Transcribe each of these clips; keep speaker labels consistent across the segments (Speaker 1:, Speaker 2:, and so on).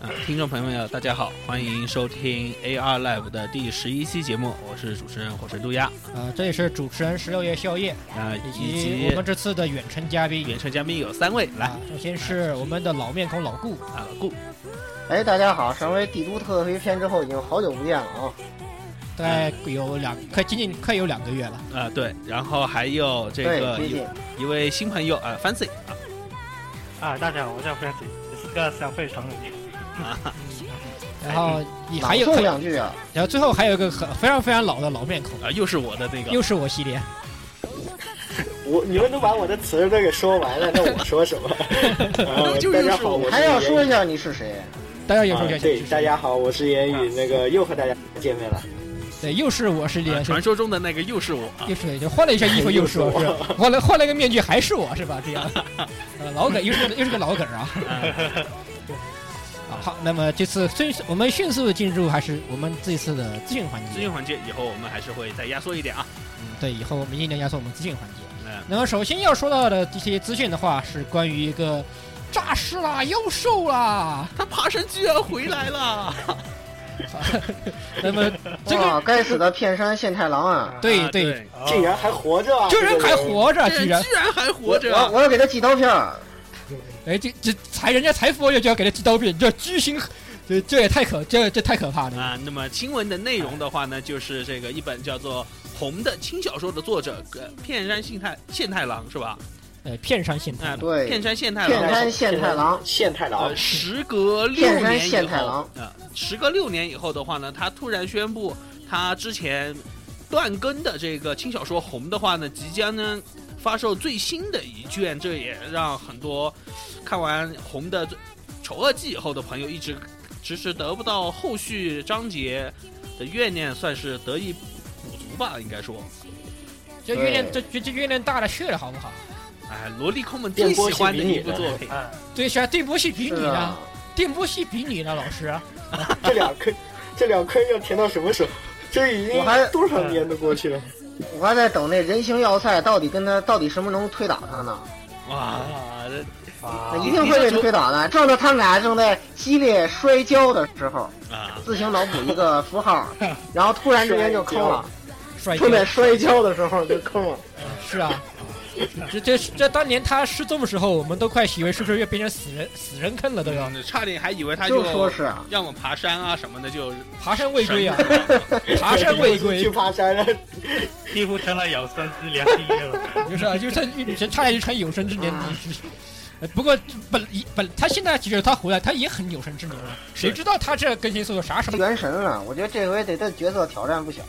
Speaker 1: 啊听众朋友们，大家好，欢迎收听 AR Live 的第十一期节目，我是主持人火神渡鸦，
Speaker 2: 啊，这里是主持人十六夜宵夜，
Speaker 1: 啊、
Speaker 2: 以
Speaker 1: 以
Speaker 2: 及我
Speaker 1: 及
Speaker 2: 们这次的远程嘉宾。
Speaker 1: 远程嘉宾有三位，来
Speaker 2: 啊，首先是我们的老面孔老顾，
Speaker 1: 啊，顾
Speaker 3: 哎，大家好！成为帝都特飞篇之后，已经好久不见了啊！
Speaker 2: 大概有两，快仅仅快有两个月了。
Speaker 1: 啊对，然后还有这
Speaker 3: 对，
Speaker 1: 个
Speaker 3: 最
Speaker 1: 一
Speaker 3: 近
Speaker 1: 一位新朋友啊，Fancy 啊
Speaker 4: 啊，大家好，我叫 f r a n c 也是个消费城里。
Speaker 2: 然后你
Speaker 3: 朗
Speaker 2: 还有
Speaker 3: 诵，两句啊！
Speaker 2: 然后最后还有一个很非常非常老的老面孔，
Speaker 1: 啊，又是我的那个
Speaker 2: 又是我系列。
Speaker 5: 我你们都把我的词儿都给说完了，那我说 什么？啊
Speaker 1: 就
Speaker 5: 大
Speaker 1: 是
Speaker 5: 家好，
Speaker 1: 我
Speaker 5: 我是
Speaker 3: 还要
Speaker 5: 严
Speaker 3: 说
Speaker 5: 宇
Speaker 3: 一下你是谁？
Speaker 2: 大家有时候
Speaker 5: 啊
Speaker 2: 想
Speaker 5: 对，大家好，我是言
Speaker 4: 啊
Speaker 5: 语，那个又和大家见面了。
Speaker 2: 对，又是我系
Speaker 1: 啊
Speaker 2: 列，
Speaker 1: 传说中的那个又是我啊
Speaker 2: 又是就换了一身衣服，又是我是，换了换了一个面具，还是我是吧？这样，呃，老梗又是个又是个老梗啊。
Speaker 1: 呃
Speaker 2: 啊，好，那么这次迅速我们迅速地进入还是我们这次的资讯环
Speaker 1: 资
Speaker 2: 节
Speaker 1: 讯。环节以后我们还是会再压缩一点啊，
Speaker 2: 对，以后我们尽量压缩我们资讯环节。
Speaker 1: 嗯、
Speaker 2: 那么首先要说到的这些资讯的话，是关于一个诈尸啦、妖兽啦。
Speaker 1: 他爬山居然回来了，
Speaker 2: 那么这个
Speaker 3: 哇，啊该死的片山县太郎啊！
Speaker 2: 对
Speaker 1: 啊
Speaker 2: 对
Speaker 1: 对，
Speaker 4: 哦
Speaker 5: 竟然还活着啊！
Speaker 2: 居然还活着，
Speaker 1: 这
Speaker 2: 居
Speaker 1: 居
Speaker 2: 然
Speaker 1: 然还活
Speaker 3: 我
Speaker 1: 着
Speaker 3: 我
Speaker 1: 啊，
Speaker 3: 我要给他寄刀片儿！
Speaker 2: 哎，这这才人家才佛爷就要给他寄刀片，这居心，这这也太可这这太可怕了。
Speaker 1: 啊，那么新闻的内容的话呢，就是这个一本叫做《红》的轻小说的作者呃片山信太宪太郎是吧？
Speaker 2: 呃，骗上现
Speaker 1: 啊、
Speaker 2: 态。
Speaker 3: 对
Speaker 1: 片山宪太
Speaker 3: 片
Speaker 1: 郎。
Speaker 3: 山县太郎，
Speaker 5: 县太郎
Speaker 1: 呃，，时隔六
Speaker 3: 片山
Speaker 1: 年以
Speaker 3: 宪太
Speaker 1: 后，
Speaker 3: 郎
Speaker 1: 啊、时隔六年以后的话呢，他突然宣布，他之前呃断更的这个轻小说《红》的话呢，即将呢发售最新的一卷，这也让很多看完《红》的《丑恶记》以后的朋友一直迟迟得不到后续章节的怨念，算是得以补足吧，应该说，
Speaker 2: 这月亮这这这月亮大了去了，好不好？
Speaker 1: 哎，萝莉控们最喜欢的一部作品，
Speaker 4: 啊，
Speaker 2: 对，是啊，电波系比你
Speaker 3: 是
Speaker 2: 呢
Speaker 3: 啊，，
Speaker 2: 电波系比你呢，老师。啊
Speaker 5: 这两坑，这两坑要填到什么时候？这已经
Speaker 3: 我还
Speaker 5: 多少年都过去了？
Speaker 3: 我还在等那人形要塞到底跟他到底什么能推倒他呢？
Speaker 1: 哇，这
Speaker 3: 那
Speaker 5: 啊
Speaker 3: 一定会被推倒的。正在他们俩正在激烈摔跤的时候，
Speaker 1: 啊，
Speaker 3: 自行脑补一个符号，然后突然之间就坑了。
Speaker 2: 帅哥
Speaker 3: 正，在摔跤的时候就坑了。
Speaker 2: 是啊，这这这当年他失踪的时候，我们都快以为是不是又变成死人死人坑了，都要
Speaker 1: 嗯差点还以为他
Speaker 3: 就说是啊。
Speaker 1: 让我爬山啊什么的就
Speaker 2: 爬山未归啊，
Speaker 1: 神不知道
Speaker 2: 爬山未
Speaker 5: 去
Speaker 2: 归，
Speaker 5: 爬山了，
Speaker 4: 几乎成了有生之年第一了。
Speaker 2: 就是啊，就是他差点就成有生之年第一。呃不过本本他现在其实他回来，他也很有生之年了，谁知道他这更新速度啥时候？
Speaker 3: 元神了，我觉得这回得对角色挑战不小，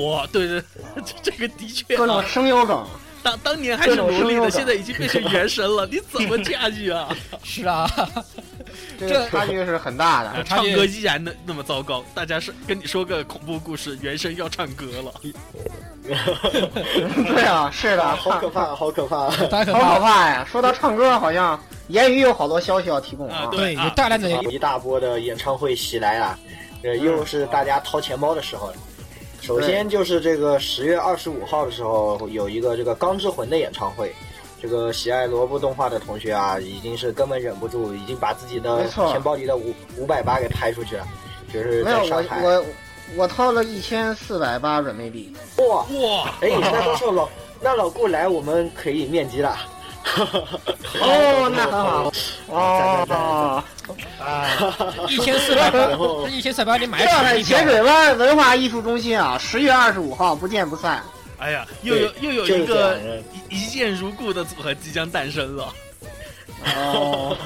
Speaker 1: 哇，对对，这这个的确
Speaker 3: 各种
Speaker 1: 啊，
Speaker 3: 声优梗，
Speaker 1: 当当年还是萝莉
Speaker 3: 各种声优
Speaker 1: 的，
Speaker 3: 感
Speaker 1: 现在已经变成原神了，你怎么驾驭啊？
Speaker 2: 是啊，
Speaker 3: 这
Speaker 2: 这
Speaker 3: 个差距是很大的。
Speaker 1: 唱
Speaker 2: 差距
Speaker 1: 歌依然那那么糟糕，大家是跟你说个恐怖故事，原神要唱歌了，
Speaker 3: 对啊，是的，
Speaker 5: 好可怕，好可怕！啊
Speaker 2: 大家可
Speaker 3: 好
Speaker 2: 怕。
Speaker 3: 可怕呀！说到唱歌，好像言语有好多消息要提供
Speaker 1: 啊
Speaker 3: 啊。
Speaker 2: 对，
Speaker 1: 啊
Speaker 2: 有大量的
Speaker 5: 有一大波的演唱会袭来啊，呃，
Speaker 3: 嗯
Speaker 5: 又是大家掏钱包的时候了。首先就是这个十月二十五号的时候，有一个这个《钢之魂》的演唱会。这个喜爱萝卜动画的同学啊，已经是根本忍不住，已经把自己的
Speaker 3: 没错
Speaker 5: 钱包里的五五百八给拍出去了，就是
Speaker 3: 没有
Speaker 5: 在
Speaker 3: 我
Speaker 5: 上海。
Speaker 3: 我我掏了一千四百八人民币，
Speaker 5: 哇，
Speaker 1: 哇，
Speaker 5: 哎，那到时候 老那老顾来，我们可以面基了。
Speaker 3: 哦那很好哦，
Speaker 4: 啊，
Speaker 2: 一千四百
Speaker 5: 然后
Speaker 2: 八，一千四百八，你买
Speaker 3: 上海
Speaker 2: 了
Speaker 3: 浅
Speaker 2: 钱
Speaker 3: 水湾文化艺术中心啊，十月二十五号不见不散。
Speaker 1: 哎呀，又有又有
Speaker 5: 就是
Speaker 1: 一个
Speaker 5: 这样的
Speaker 1: 一一见如故的组合即将诞生了，
Speaker 3: 哦，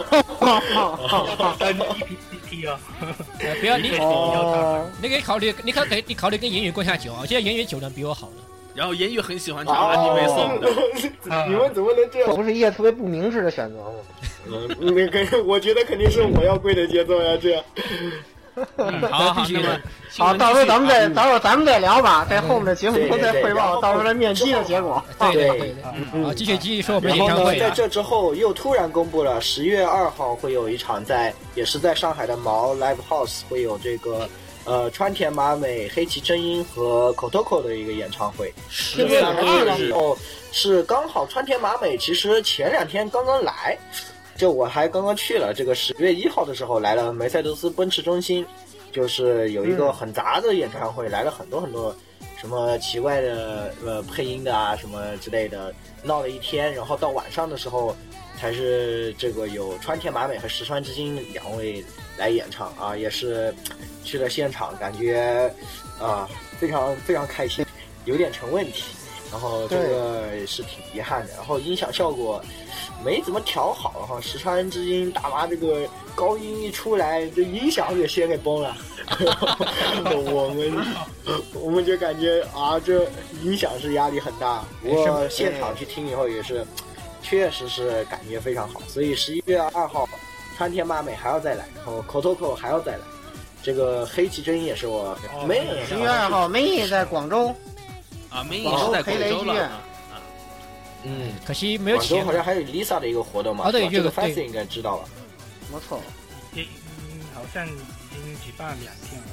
Speaker 4: 三 EPPT 哦，
Speaker 2: 呃不要你
Speaker 4: 你
Speaker 3: 哦，
Speaker 2: 你可以考虑，你可以你考虑跟言语过下酒啊。现在言语酒量比我好呢。
Speaker 1: 然后言语很喜欢唱阿
Speaker 5: 啊，
Speaker 1: 尼
Speaker 5: 你
Speaker 1: 梅
Speaker 5: 没
Speaker 1: 颂的，
Speaker 4: 啊
Speaker 5: 送， 你们怎么能这样
Speaker 3: 这不是一个特别不明智的选择吗？
Speaker 5: 嗯，那个，我觉得肯定是我要跪的节奏呀，这样。
Speaker 1: 嗯好好，
Speaker 2: 必须
Speaker 1: 那么新
Speaker 3: 好，
Speaker 1: 闻
Speaker 3: 啊到时候咱们
Speaker 1: 继续
Speaker 3: 再，到时候咱们再聊吧，在后面的节目
Speaker 5: 对对
Speaker 3: 再
Speaker 5: 对
Speaker 3: 汇
Speaker 5: 然
Speaker 3: 报
Speaker 5: 后
Speaker 3: 到时候来面基的结果。
Speaker 2: 对对
Speaker 5: 对
Speaker 2: 对对，
Speaker 5: 嗯
Speaker 2: 啊，继续继续说我们
Speaker 5: 然
Speaker 2: 演
Speaker 5: 后
Speaker 2: 唱
Speaker 5: 呢，
Speaker 2: 会
Speaker 5: 在
Speaker 2: 啊。
Speaker 5: 这之后又突然公布了，十月二号会有一场在也是在上海的毛 Live House 会有这个呃川田麻美、黑崎真音和 Kotoko 的一个演唱会。
Speaker 1: 十
Speaker 5: 这
Speaker 1: 月
Speaker 5: 两
Speaker 1: 二
Speaker 5: 个
Speaker 1: 日
Speaker 5: 时候是刚好川田麻美其实前两天刚刚来，就我还刚刚去了，这个十月一号的时候来了梅赛德斯奔驰中心，就是有一个很杂的演唱会，来了很多很多什么奇怪的呃配音的啊什么之类的，闹了一天，然后到晚上的时候才是这个有川田麻美和石川之心两位来演唱啊，也是去了现场，感觉啊非常非常开心，有点成问题。然后这个也是挺遗憾的，然后音响效果没怎么调好，然后石川之音大妈这个高音一出来，这音响给先给崩了，我们我们就感觉啊，这音响是压力很大。
Speaker 2: 没事
Speaker 5: 我现场去听以后也是，确实是感觉非常好，所以十一月二号，川田麻美还要再来，然后 Kotoko 还要再来，这个黑崎真也是我
Speaker 4: 哦
Speaker 5: 没有
Speaker 3: 十月二号，梅在广州，
Speaker 1: 啊，梅姨
Speaker 5: 广
Speaker 1: 是
Speaker 5: 州
Speaker 1: 在
Speaker 3: 培
Speaker 1: 广
Speaker 3: 雷
Speaker 1: 州
Speaker 3: 剧
Speaker 1: 了
Speaker 3: 院
Speaker 1: 啊。啊
Speaker 5: 嗯。
Speaker 2: 可惜没有
Speaker 5: 广州
Speaker 2: 钱
Speaker 5: 好。像还有 Lisa 的一个活动嘛，
Speaker 2: 啊对
Speaker 5: 是吧这个
Speaker 2: 这个
Speaker 5: f
Speaker 2: 对
Speaker 5: a n c y 应该知道吧？
Speaker 3: 没错，
Speaker 4: 已经嗯好像已经举办两天了，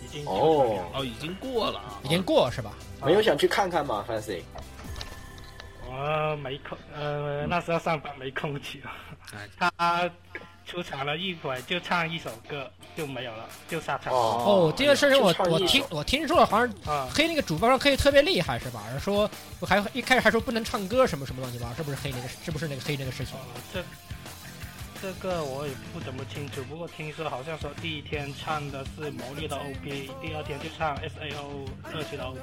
Speaker 4: 已经
Speaker 5: 哦
Speaker 1: 哦，已经过了啊，
Speaker 2: 已经过是吧？
Speaker 5: 没有想去看看嘛 f a n c y
Speaker 4: 我没空，呃，那时候上班没空去
Speaker 1: 哎。
Speaker 4: 他出场了一会儿，就唱一首歌就没有了，就下场了。
Speaker 5: 哦
Speaker 2: 哦，这件事情我
Speaker 5: 就唱
Speaker 2: 我
Speaker 5: 一首
Speaker 2: 听我听说了，好像
Speaker 4: 啊，
Speaker 2: 黑那个主办方黑的特别厉害是吧？然后说还一开始还说不能唱歌什么什么乱七八糟，是不是黑那个是不是那个黑那个事情？
Speaker 4: 哦，这这个我也不怎么清楚，不过听说好像说第一天唱的是魔力的 OP，第二天就唱 SAO 社区的 OP，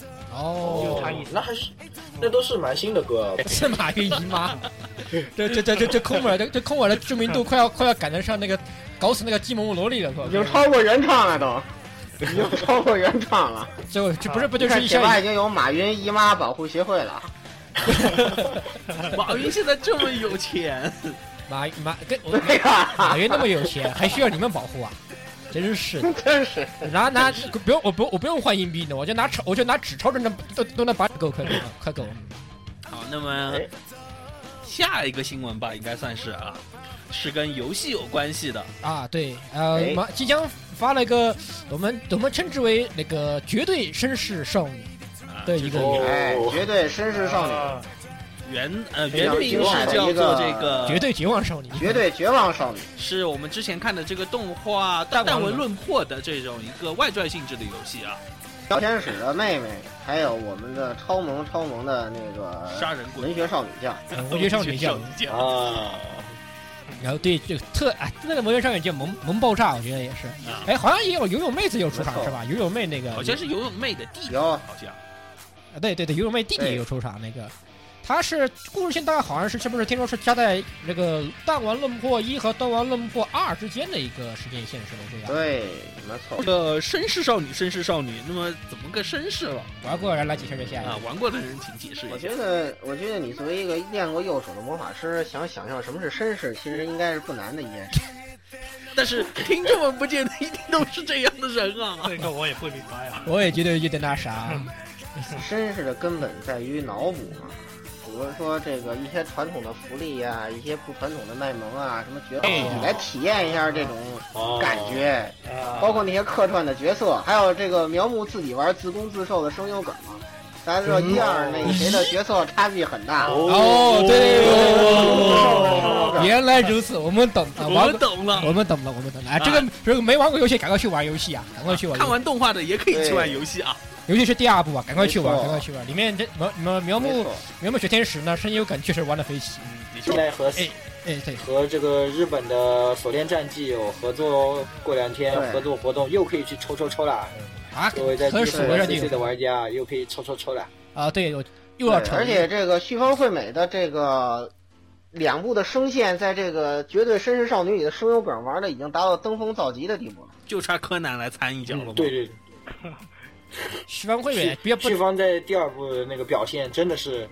Speaker 4: 就
Speaker 2: 哦，
Speaker 4: 唱一首
Speaker 5: 那。还是那都是蛮新的歌，
Speaker 2: 司马云姨妈， 这这这这这空耳的这空耳的知名度快要快要赶得上那个搞死那个金毛萝莉了，快
Speaker 3: 已经超过原唱了 都，已经超过原唱了。
Speaker 2: 最后这不是不就
Speaker 3: 你
Speaker 2: 是
Speaker 3: 看
Speaker 2: 一
Speaker 3: 铁妈
Speaker 2: 下
Speaker 3: 已经有马云姨妈保护协 会了，
Speaker 1: 马云现在这么有 钱，
Speaker 2: 马马跟
Speaker 3: 对呀、
Speaker 2: 马云那么有钱，还需要你们保护啊？真是的，
Speaker 3: 真是
Speaker 2: 拿拿不用我不我不用换硬币呢，我就拿钞我就拿纸钞都能都都能把你够快够快够。
Speaker 1: 好，那么
Speaker 5: 哎
Speaker 1: 下一个新闻吧，应该算是啊，是跟游戏有关系的。
Speaker 2: 啊，对，呃
Speaker 5: 哎，
Speaker 2: 马即将发了一个我们我们称之为那个绝对绅士少女
Speaker 1: 啊
Speaker 2: 的一个
Speaker 5: 哦
Speaker 3: 哎，绝对绅士少女，
Speaker 4: 啊
Speaker 1: 原呃
Speaker 3: 非
Speaker 1: 原
Speaker 3: 常
Speaker 1: 名
Speaker 3: 精
Speaker 1: 是
Speaker 3: 彩的
Speaker 1: 叫
Speaker 3: 一
Speaker 1: 做
Speaker 3: 个
Speaker 1: 这个，
Speaker 2: 绝对绝望少女，
Speaker 3: 呃绝对绝望少女。
Speaker 1: 是我们之前看的这个动画《弹
Speaker 2: 弹
Speaker 1: 弹
Speaker 2: 丸
Speaker 1: 丸
Speaker 2: 论
Speaker 1: 论破》的这种一个外传性质的游戏啊，
Speaker 3: 小天使的妹妹，还有我们的超萌超萌的那个
Speaker 1: 杀人鬼
Speaker 3: 文学少女酱，
Speaker 2: 嗯魔界少女酱。
Speaker 1: 将
Speaker 5: 啊，
Speaker 2: 然后对这个特哎，那个魔界少女酱萌萌爆炸，我觉得也是。
Speaker 1: 啊，
Speaker 2: 哎，好像也有游泳妹子有出场
Speaker 3: 嗯没错
Speaker 2: 是吧？游泳妹那个
Speaker 1: 好像是游泳妹的弟弟，
Speaker 3: 有
Speaker 1: 好像
Speaker 2: 啊对对对，游泳妹弟弟
Speaker 3: 对
Speaker 2: 也有出场那个。她是故事线大概好像是是不是听说是加在那个《弹丸论破一》和《弹丸论破二》之间的一个时间线是吧？这样
Speaker 3: 对，没错
Speaker 1: 这，个绅士少女，绅士少女，那么怎么个绅士了
Speaker 2: 玩过人来解释一下。
Speaker 1: 啊？玩过的人请解释
Speaker 3: 我
Speaker 1: 一下
Speaker 3: 觉得，我觉得你作为一个练过右手的魔法师，想想象什么是绅士，其实应该是不难的一件事。
Speaker 1: 但是听众们不见得一定都是这样的人啊。
Speaker 4: 这个我也不明白啊。
Speaker 2: 我也觉得有点那啥，
Speaker 3: 绅士的根本在于脑补嘛，比如说这个一些传统的福利啊，一些不传统的卖萌啊，什么角色，
Speaker 2: 哎
Speaker 3: 来体验一下这种
Speaker 5: 哦
Speaker 3: 感觉。
Speaker 2: 哦
Speaker 4: 啊
Speaker 3: 包括那些客串的角色，还有这个苗木自己玩自攻自受的声优梗嘛。大家知道一二那个谁的角色差距很大，
Speaker 2: 嗯哦对哦
Speaker 3: 哦
Speaker 2: 原来如此，我们懂了，
Speaker 1: 我
Speaker 2: 玩
Speaker 1: 们懂了，
Speaker 2: 我们懂了，我们懂了。哎，
Speaker 1: 啊
Speaker 2: 这个如果没玩过游戏，赶快去玩游戏啊！赶快去玩游
Speaker 1: 看
Speaker 2: 戏，
Speaker 1: 完动画的也可以去玩游戏啊。
Speaker 2: 尤其是第二部啊，赶快去玩，
Speaker 3: 没错
Speaker 2: 赶快去玩。里面这苗苗苗
Speaker 3: 没
Speaker 2: 木
Speaker 3: 错，
Speaker 2: 苗木雪天使呢，声优梗确实玩的飞起。
Speaker 1: 嗯，的
Speaker 5: 现
Speaker 1: 确，
Speaker 5: 在和
Speaker 2: 哎哎，对，
Speaker 5: 和这个日本的锁链战记有合作哦，过两天
Speaker 3: 对
Speaker 5: 合作活动又可以去抽抽抽了。
Speaker 2: 啊
Speaker 5: 各位在
Speaker 2: 可
Speaker 5: 技
Speaker 2: 是
Speaker 5: 术
Speaker 2: 我让
Speaker 5: CC
Speaker 2: 你
Speaker 5: 的玩家又可以抽抽抽了。
Speaker 2: 啊，对，我又
Speaker 3: 对
Speaker 2: 要成，
Speaker 3: 而且这个旭方惠美的这个两部的声线，在这个《绝对绅士少女》里的声优梗玩的已经达到登峰造极的地步了。
Speaker 1: 就差柯南来参一脚了嘛。
Speaker 5: 嗯对对，
Speaker 2: 徐帆会
Speaker 5: 对
Speaker 2: 员别不
Speaker 5: 旭方在第二部的那个表现真的是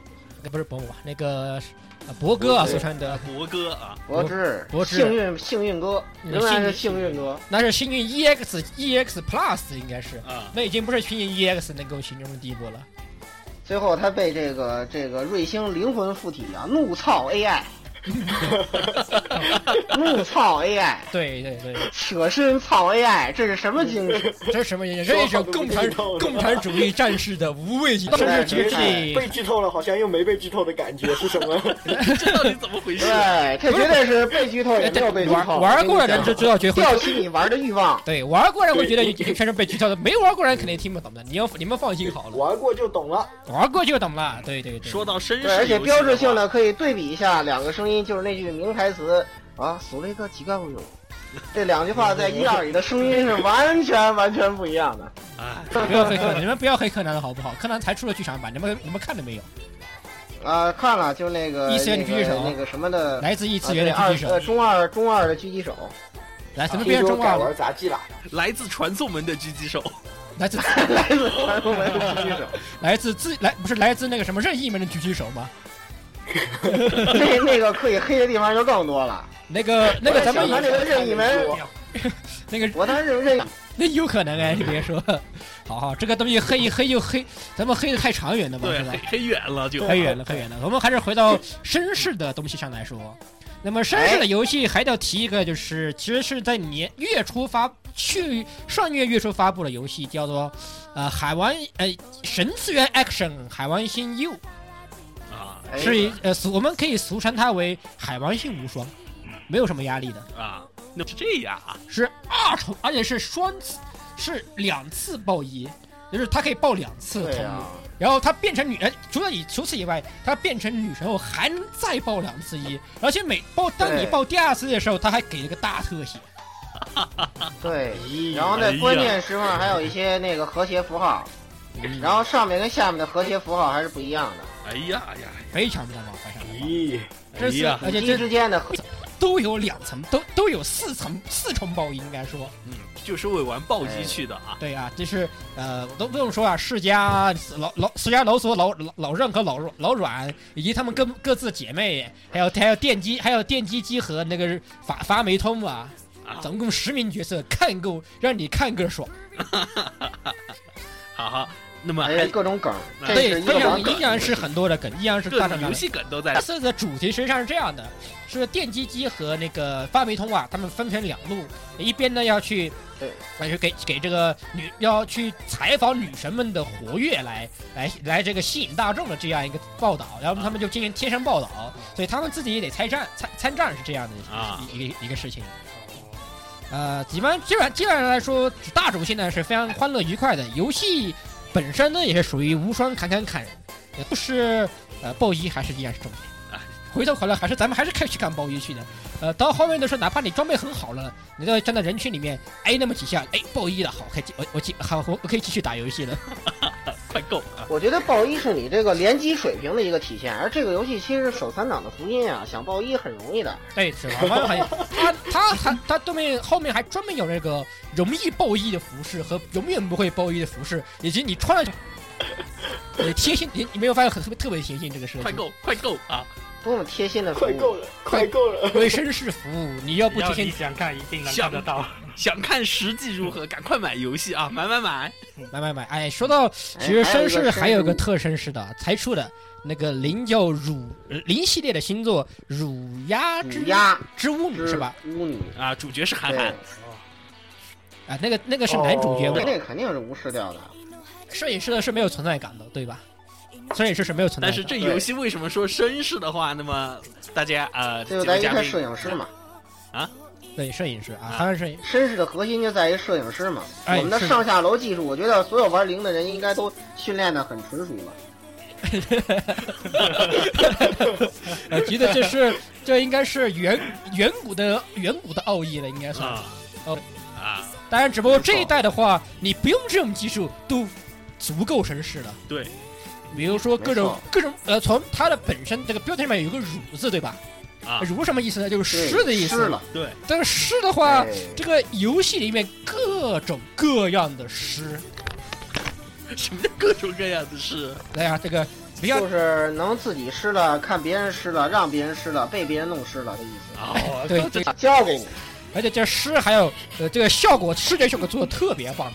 Speaker 2: 不是伯母啊，那个呃博哥啊，
Speaker 5: 对
Speaker 2: 四川的，
Speaker 1: 博哥啊，
Speaker 3: 国之
Speaker 2: 国之
Speaker 3: 幸运幸运哥
Speaker 2: 嗯
Speaker 3: 仍然是
Speaker 2: 幸
Speaker 3: 幸运哥，
Speaker 2: 那是幸运 EX EX Plus 应该是，
Speaker 1: 啊，
Speaker 2: 那已经不是幸运 EX 能够形容的地步了。
Speaker 3: 最后他被这个这个瑞星灵魂附体啊，怒操 AI。怒操 AI，
Speaker 2: 对对对，
Speaker 3: 扯身操 AI，这是什么精 神？
Speaker 2: 这是什么原因？这是一种共产共产主义战士的无畏精神，
Speaker 3: 对
Speaker 2: 绝
Speaker 3: 对
Speaker 2: 对
Speaker 5: 被剧透了，好像又没被剧透的感觉是什 么？
Speaker 1: 这到底怎么回事？
Speaker 3: 对，这绝对是被剧透也没有被剧
Speaker 2: 玩
Speaker 3: 透。
Speaker 2: 玩过的人就知道绝会。
Speaker 3: 吊起你玩的欲望。
Speaker 2: 对，玩过人会觉得有些是被剧透的，没玩过人肯定听不懂的。你要你们放心好了，
Speaker 5: 玩过就懂了。
Speaker 2: 玩过就懂了。对对对，
Speaker 1: 说到绅士，
Speaker 3: 对，而且标志性，的可以对比一下两个声音，就是那句名台词啊，苏雷克吉盖乌有。这两句话在一二里的声音是完全完全不一样的。
Speaker 1: 哎，
Speaker 2: 不要黑柯南，你们不要黑柯南了好不好？柯南才出了剧场版，你们你们看了没有？
Speaker 3: 啊，看了就那个
Speaker 2: 异次元
Speaker 3: 那
Speaker 2: 狙击
Speaker 3: 个
Speaker 2: 手
Speaker 3: 那个什么的，
Speaker 2: 来自异
Speaker 3: 啊
Speaker 2: 次元的
Speaker 3: 对二
Speaker 2: 狙击手
Speaker 3: 呃，中二中二的狙击手，
Speaker 2: 来什么
Speaker 5: 听
Speaker 2: 变
Speaker 5: 说
Speaker 2: 中
Speaker 5: 改
Speaker 2: 二了？
Speaker 5: 玩杂技了，
Speaker 1: 来自传送门的狙击手，
Speaker 2: 来自
Speaker 3: 来自传统的狙击手。
Speaker 2: 来自自来不是来自那个什么任意门的狙击手吗？
Speaker 3: 那那个可以黑的地方就更多了。
Speaker 2: 那个那个咱
Speaker 3: 想
Speaker 2: 们
Speaker 3: 他这
Speaker 2: 也
Speaker 3: 个任意门，
Speaker 2: 那个
Speaker 3: 我当时任
Speaker 2: 那有可能哎，你别说，好好这个东西黑一黑又黑，咱们黑的太长远了吧，
Speaker 1: 对
Speaker 2: 是，吧
Speaker 1: 黑？黑远了就
Speaker 2: 很远了，很远了。我们还是回到绅士的东西上来说。那么绅士的游戏还得提一个，就是其实是在年月初发去上月月初发布的游戏，叫做呃海王呃神次元 Action 海王星 U，
Speaker 1: 啊
Speaker 3: 哎
Speaker 2: 是一呃俗我们可以俗称它为海王星无双，没有什么压力的，
Speaker 1: 啊，那是这样啊，
Speaker 2: 是二重，而且是双次，是两次爆一，就是它可以爆两次
Speaker 3: 对啊
Speaker 2: 通路
Speaker 3: 呀。，
Speaker 2: 然后她变成女，呃，除了以除此以外，她变成女神后还能再爆两次一，而且每爆当你
Speaker 3: 对
Speaker 2: 爆第二次的时候，她还给了个大特写。
Speaker 3: 对。
Speaker 2: 哎
Speaker 5: 咦
Speaker 3: 然后在关键时刻还有一些那个和谐符号，然后上面跟下面的和谐符号还是不一样的，
Speaker 1: 哎呀哎呀，
Speaker 2: 非常的麻烦，非常的麻烦
Speaker 5: 咦，
Speaker 1: 哎
Speaker 2: 这次
Speaker 1: 呀，
Speaker 2: 而且
Speaker 3: 以及
Speaker 2: 这
Speaker 3: 之间的和
Speaker 2: 都有两层，都都有四层四重爆应该说，
Speaker 1: 嗯，就是为玩暴击去的啊，
Speaker 2: 对啊，这是呃都不用说啊，世家老老世家老索老老老任和老老阮以及他们各各自姐妹，还有还有电击还有电击机和那个法法梅通啊，
Speaker 1: 啊，
Speaker 2: 总共十名角色看够让你看个爽。
Speaker 1: 好好，那么
Speaker 3: 哎
Speaker 1: 还
Speaker 3: 呀各种梗，这
Speaker 2: 对，
Speaker 3: 是
Speaker 2: 非
Speaker 3: 硬
Speaker 2: 常
Speaker 3: 梗。
Speaker 2: 依然是很多的梗，依然是
Speaker 1: 各
Speaker 2: 大
Speaker 1: 种
Speaker 2: 战
Speaker 1: 游
Speaker 2: 的。
Speaker 1: 戏梗都在
Speaker 3: 啊
Speaker 2: 这，次的主题实际上是这样的：是电击机和那个发霉通啊，他们分成两路，一边呢要去，
Speaker 3: 对，
Speaker 2: 要去给给这个女要去采访女神们的活跃来来来这个吸引大众的这样一个报道，然后他们就进行贴身报道，
Speaker 3: 嗯
Speaker 2: 所以他们自己也得参战参参战是这样的一、
Speaker 1: 啊
Speaker 2: 一个一个事情。呃，基本基本基本上来说，大主线呢是非常欢乐愉快的。游戏本身呢也是属于无双砍砍砍，也不是呃爆一还是依然是重点
Speaker 1: 哎。
Speaker 2: 回头回来还是咱们还是看去看爆一去的。呃，到后面的时候，哪怕你装备很好了，你在站在人群里面挨那么几下，哎，爆一了，好，可以继我我继好我我可以继续打游戏了。
Speaker 1: 快够啊，
Speaker 3: 我觉得爆一是你这个联机水平的一个体现，而这个游戏其实手残党的福音啊，想爆一很容易的。
Speaker 2: 对，是吧？我很他他他他对面后面还专门有那个容易爆衣的服饰和永远不会爆衣的服饰，以及你穿了就。呃，贴心，你你没有发现很特别特别贴心这个设
Speaker 1: 快
Speaker 2: 计，
Speaker 1: 够快够啊，
Speaker 3: 多么贴心的服
Speaker 5: 快够
Speaker 3: 务！
Speaker 5: 了，快够了！
Speaker 2: 为绅士服务，你 要不
Speaker 4: 只要
Speaker 2: 贴
Speaker 4: 你
Speaker 2: 心，
Speaker 4: 想看，一定能看 得到。
Speaker 1: 想看实际如
Speaker 3: 嗯
Speaker 1: 何，赶快买游戏啊，买买买，
Speaker 2: 买买买，哎，说到其实绅士还有个特绅士的才出的那个零叫乳零系列的星座乳鸦之
Speaker 3: 乳鸦
Speaker 2: 之巫女是吧？？
Speaker 3: 巫女，
Speaker 1: 啊，主角是韩
Speaker 3: 对
Speaker 1: 寒，，
Speaker 2: 啊，那个那个是男主角，
Speaker 5: 哦
Speaker 2: 我
Speaker 3: 那个肯定是无视掉的。
Speaker 2: 摄影师的是没有存在感的，对吧？摄影师是没有存在
Speaker 1: 但
Speaker 2: 感的，
Speaker 1: 是这游戏为什么说绅士的话，那么大家呃，
Speaker 3: 这就
Speaker 1: 几
Speaker 3: 在
Speaker 1: 位
Speaker 3: 于
Speaker 1: 嘉
Speaker 3: 看
Speaker 1: 宾
Speaker 3: 摄影师嘛，
Speaker 2: 对摄影师啊，还是摄影，
Speaker 3: 绅士的核心就在于摄影师嘛。
Speaker 2: 哎
Speaker 3: 我们的
Speaker 2: 是
Speaker 3: 上下楼技术，我觉得所有玩零的人应该都训练的很纯熟了。
Speaker 2: 我呃觉得这是这应该是远远古的远古的奥义了，应该算是。
Speaker 1: 啊
Speaker 2: 哦
Speaker 1: 啊，
Speaker 2: 当然，只不过这一代的话，你不用这种技术都足够绅士了。
Speaker 1: 对，
Speaker 2: 比如说各种
Speaker 3: 没错
Speaker 2: 各种呃，从它的本身这个标题里面有一个“乳”字，对吧？
Speaker 1: 啊
Speaker 2: 乳什么意思呢？就是
Speaker 3: 对
Speaker 2: 湿的意
Speaker 3: 湿
Speaker 2: 思。
Speaker 3: 了，
Speaker 1: 对，
Speaker 2: 但是湿的话，
Speaker 3: 哎
Speaker 2: 这个游戏里面各种各样的湿，
Speaker 1: 什么叫各种各样的事？
Speaker 2: 对哎呀、这个不要
Speaker 3: 就是能自己湿了，看别人湿了，让别人湿了，被别人弄湿了的意思。
Speaker 1: 啊，
Speaker 2: 哦 对对，
Speaker 3: 交给你，
Speaker 2: 而且这诗还有呃这个效果，视觉效果做的特别棒，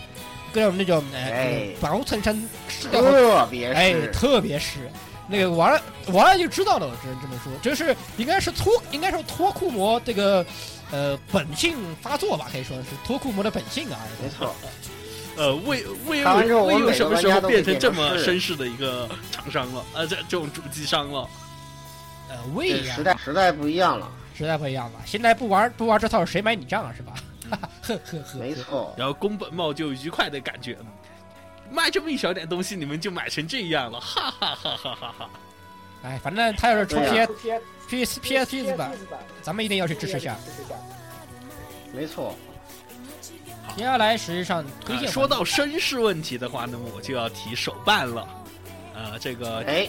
Speaker 2: 各种那种呃
Speaker 3: 哎
Speaker 2: 薄衬衫，视觉
Speaker 3: 特别
Speaker 2: 哎
Speaker 3: 湿。
Speaker 2: 特别湿。那个玩了玩了就知道了，我只能这么说，就是应该是脱应该是脱库魔这个呃本性发作吧，可以说是脱库魔的本性啊。
Speaker 3: 没错，
Speaker 1: 呃，魏魏
Speaker 3: 看完之后
Speaker 1: 又魏
Speaker 3: 我们
Speaker 1: 又
Speaker 3: 每
Speaker 1: 什
Speaker 3: 个
Speaker 1: 么
Speaker 3: 玩
Speaker 1: 时
Speaker 3: 家
Speaker 1: 候
Speaker 3: 都
Speaker 1: 变
Speaker 3: 可以
Speaker 1: 成这
Speaker 3: 变
Speaker 1: 么
Speaker 3: 成
Speaker 1: 绅士的一个厂商了？呃，这这种主机商了？
Speaker 2: 呃，
Speaker 3: 这
Speaker 2: 魏呀、
Speaker 3: 时代时代不一样了，
Speaker 2: 实在不一样吧？现在不玩不玩这套，谁买你账啊？是吧？ 呵呵呵，
Speaker 3: 嗯没错，
Speaker 1: 然后宫本茂就愉快的感觉，嗯卖这么一小点东西，你们就买成这样了，哈哈哈哈哈哈！
Speaker 2: 哎，反正他要是出
Speaker 3: 对啊
Speaker 2: P
Speaker 3: 呀
Speaker 2: S P S P S P S 版，咱们一定要去支持一下。
Speaker 3: 没错，啊
Speaker 2: 接下来实际上推荐、
Speaker 1: 呃说到绅士问题的话，那么我就要提手办了。呃，这个
Speaker 3: 哎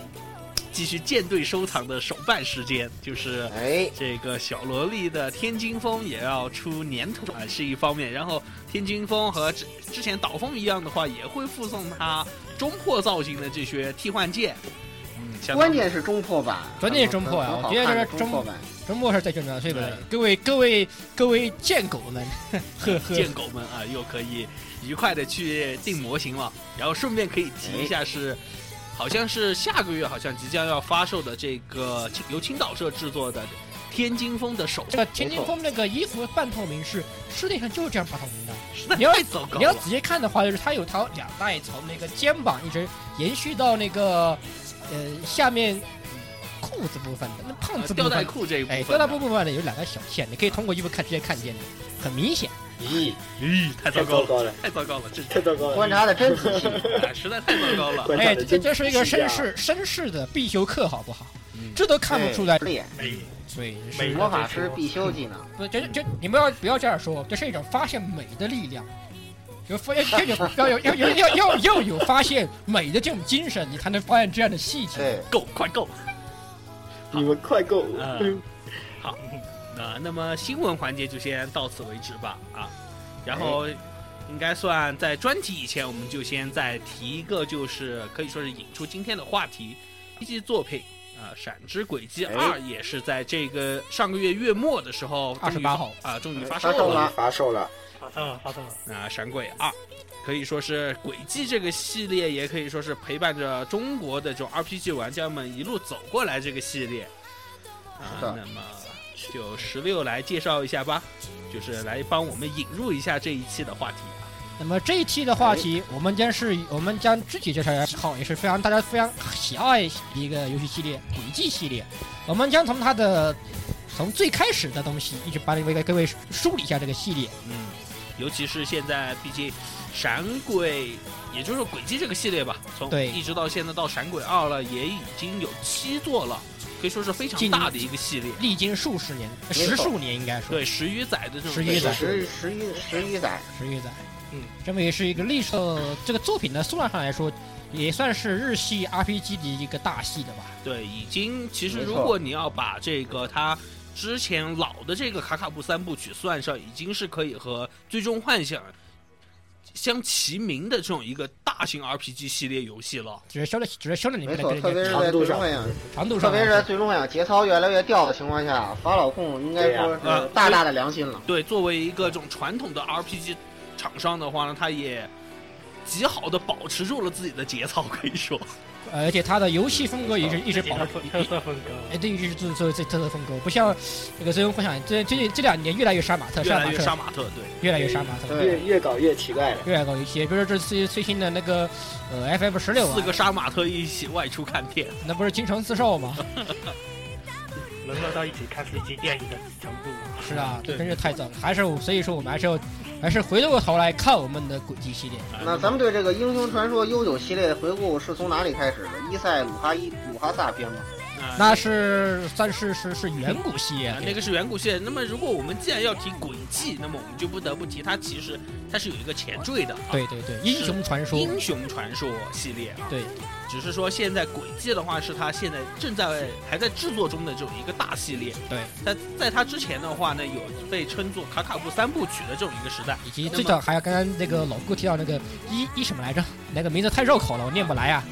Speaker 1: 继续舰队收藏的手办时间，就是
Speaker 3: 哎，
Speaker 1: 这个小萝莉的天津风也要出年头啊，是一方面。然后天津风和之之前岛风一样的话，也会附送它中破造型的这些替换件。嗯，相当
Speaker 3: 关键是中破版，
Speaker 2: 关键是中破啊
Speaker 3: 很好
Speaker 2: 我觉得
Speaker 3: 看的
Speaker 2: 这是
Speaker 3: 中破
Speaker 2: 中
Speaker 3: 版，
Speaker 2: 周末是最重要的，对不对
Speaker 1: 对？
Speaker 2: 各位各位各位贱狗们，呵 呵，
Speaker 1: 贱狗们啊，又可以愉快的去定模型了。然后顺便可以提一下
Speaker 2: 哎
Speaker 1: 是，好像是下个月好像即将要发售的这个青由青岛社制作的天津风的手
Speaker 2: 这个天津风那个衣服半透明是世界上就是这样半透明的。
Speaker 1: 实在
Speaker 2: 你要
Speaker 1: 太哎糟糕
Speaker 2: 你要
Speaker 1: 了。
Speaker 2: 仔细看的话，就是它有条两带从那个肩膀一直延续到那个呃下面裤子部分的，那胖
Speaker 1: 呃
Speaker 2: 子部
Speaker 1: 吊
Speaker 2: 分
Speaker 1: 带裤这一部分啊
Speaker 2: 哎，
Speaker 1: 呢，
Speaker 2: 各大部分呢有两条小线，你可以通过衣服看直接看见的，很明显。
Speaker 5: 咦，
Speaker 1: 咦，太哎糟
Speaker 5: 哎太
Speaker 1: 糕
Speaker 5: 糟
Speaker 1: 了，
Speaker 5: 糕了，
Speaker 1: 太糟糕了，这
Speaker 5: 太糟糕了！
Speaker 3: 观察的真仔细，
Speaker 1: 哎实在太糟糕 了。
Speaker 5: 观察
Speaker 2: 哎，
Speaker 5: 得
Speaker 2: 这
Speaker 5: 真
Speaker 2: 这是一个
Speaker 5: 仔细啊
Speaker 2: 绅士绅士的必修课，好不好
Speaker 1: 嗯？
Speaker 2: 这都 看不出来哎
Speaker 3: 哎，对
Speaker 4: 美
Speaker 2: 对，
Speaker 4: 美
Speaker 2: 是
Speaker 4: 国
Speaker 3: 魔法师必修技能，
Speaker 2: 不这这你们要不要这样说？这是一种发现美的力量，有发要有要有要有要要要有发现美的这种精神，你才能发现这样的细节。
Speaker 3: 对，
Speaker 1: 够，快够！
Speaker 5: 你们快够！
Speaker 1: 嗯啊，那么新闻环节就先到此为止吧啊，
Speaker 3: 哎
Speaker 1: 然后应该算在专题以前，我们就先再提一个，就是可以说是引出今天的话题，一季作品啊，《闪之轨迹
Speaker 3: 哎
Speaker 1: 二》也是在这个上个月月末的时候，终于
Speaker 2: 28号
Speaker 1: 啊，终于
Speaker 3: 哎
Speaker 1: 发售
Speaker 3: 发
Speaker 1: 了
Speaker 3: 售了
Speaker 5: 发售了，
Speaker 4: 发生了，发生了。
Speaker 1: 啊，《闪鬼二》可以说是《轨迹》这个系列，也可以说是陪伴着中国的这种 RPG 玩家们一路走过来这个系列。啊，
Speaker 3: 是的
Speaker 1: 那么就十六来介绍一下吧，就是来帮我们引入一下这一期的话题啊。
Speaker 2: 那么这一期的话题，我们将是我们将具体介绍一下好，也是非常大家非常喜爱的一个游戏系列《轨迹》系列。我们将从它的从最开始的东西，一直帮为各位梳理一下这个系列。
Speaker 1: 嗯，尤其是现在，毕竟《闪鬼》也就是《轨迹》这个系列吧，从
Speaker 2: 对
Speaker 1: 一直到现在到《闪鬼二》了，也已经有七座了，可以说是非常
Speaker 2: 进
Speaker 1: 大的一个系列。
Speaker 2: 历经数十年，呃
Speaker 3: 没
Speaker 2: 十
Speaker 3: 错
Speaker 2: 数年应该说，
Speaker 1: 对，十余载的这种
Speaker 2: 十余载
Speaker 3: 十十一十一载，
Speaker 2: 十余载。
Speaker 4: 嗯，
Speaker 2: 这么也是一个历史呃这个作品的数量上来说，也算是日系 RPG 的一个大系的吧。
Speaker 1: 对，已经其实
Speaker 3: 没
Speaker 1: 如
Speaker 3: 错
Speaker 1: 果你要把这个它之前老的这个卡卡布三部曲算上，已经是可以和《最终幻想》相齐名的这种一个大型 RPG 系列游戏了。
Speaker 2: 只是修了，只是修了里
Speaker 3: 没
Speaker 2: 面的
Speaker 3: 错，
Speaker 2: 这
Speaker 3: 特别
Speaker 2: 个
Speaker 3: 是
Speaker 5: 长
Speaker 3: 在
Speaker 5: 度
Speaker 3: 最
Speaker 5: 上
Speaker 3: 终幻想，
Speaker 2: 长度
Speaker 3: 特
Speaker 2: 上啊来
Speaker 3: 别
Speaker 2: 说，
Speaker 3: 是在最终幻想节操越来越掉的情况下，法老控应该说
Speaker 1: 对啊
Speaker 3: 是大大的良心了。
Speaker 1: 对，作为一个这种传统的 RPG 厂商的话呢，它也极好的保持住了自己的节操，可以说。
Speaker 2: 呃而且它的游戏风格也是一直
Speaker 4: 自己
Speaker 2: 保
Speaker 4: 的
Speaker 2: 持
Speaker 4: 特。特色风格，
Speaker 2: 哎，对，就是做做这特色风格，不像这个《最终幻想》这这这两年越来越杀马特，
Speaker 1: 越
Speaker 2: 杀
Speaker 1: 来
Speaker 2: 马
Speaker 1: 越
Speaker 2: 特
Speaker 1: 杀，马特，对，
Speaker 2: 越来越杀马特，
Speaker 3: 对
Speaker 5: 越越搞越奇怪了。
Speaker 2: 越来越高一些。比如说这次最新的那个呃 FF 十六
Speaker 1: 四
Speaker 2: 啊
Speaker 1: 个，杀马特一起外出看片，
Speaker 2: 那不是京城四 兽吗？
Speaker 4: 沦落到一起看 CG 电影的程度。
Speaker 2: 是啊，
Speaker 1: 对
Speaker 2: 这真是太早了。还是我所以说我们还是要还是回过头来看我们的轨迹系列。
Speaker 1: 啊
Speaker 3: 那咱们对这个《英雄传说》悠久系列的回顾是从哪里开始的？伊塞鲁哈伊鲁哈萨编吗？
Speaker 1: 啊
Speaker 2: 那是算是是是远古系列
Speaker 1: 啊，，那个是远古系列。那么，如果我们既然要提轨迹，那么我们就不得不提它，其实它是有一个前缀的、啊，
Speaker 2: 对对对，英雄传说，
Speaker 1: 英雄传说系列啊。
Speaker 2: 对，
Speaker 1: 只是说现在轨迹的话，是它现在正在还在制作中的这种一个大系列。
Speaker 2: 对，
Speaker 1: 但在它之前的话呢，有被称作卡卡布三部曲的这种一个时代。
Speaker 2: 以及最早还有刚刚那个老顾提到那个一一什么来着？那个名字太绕口了，我念不来啊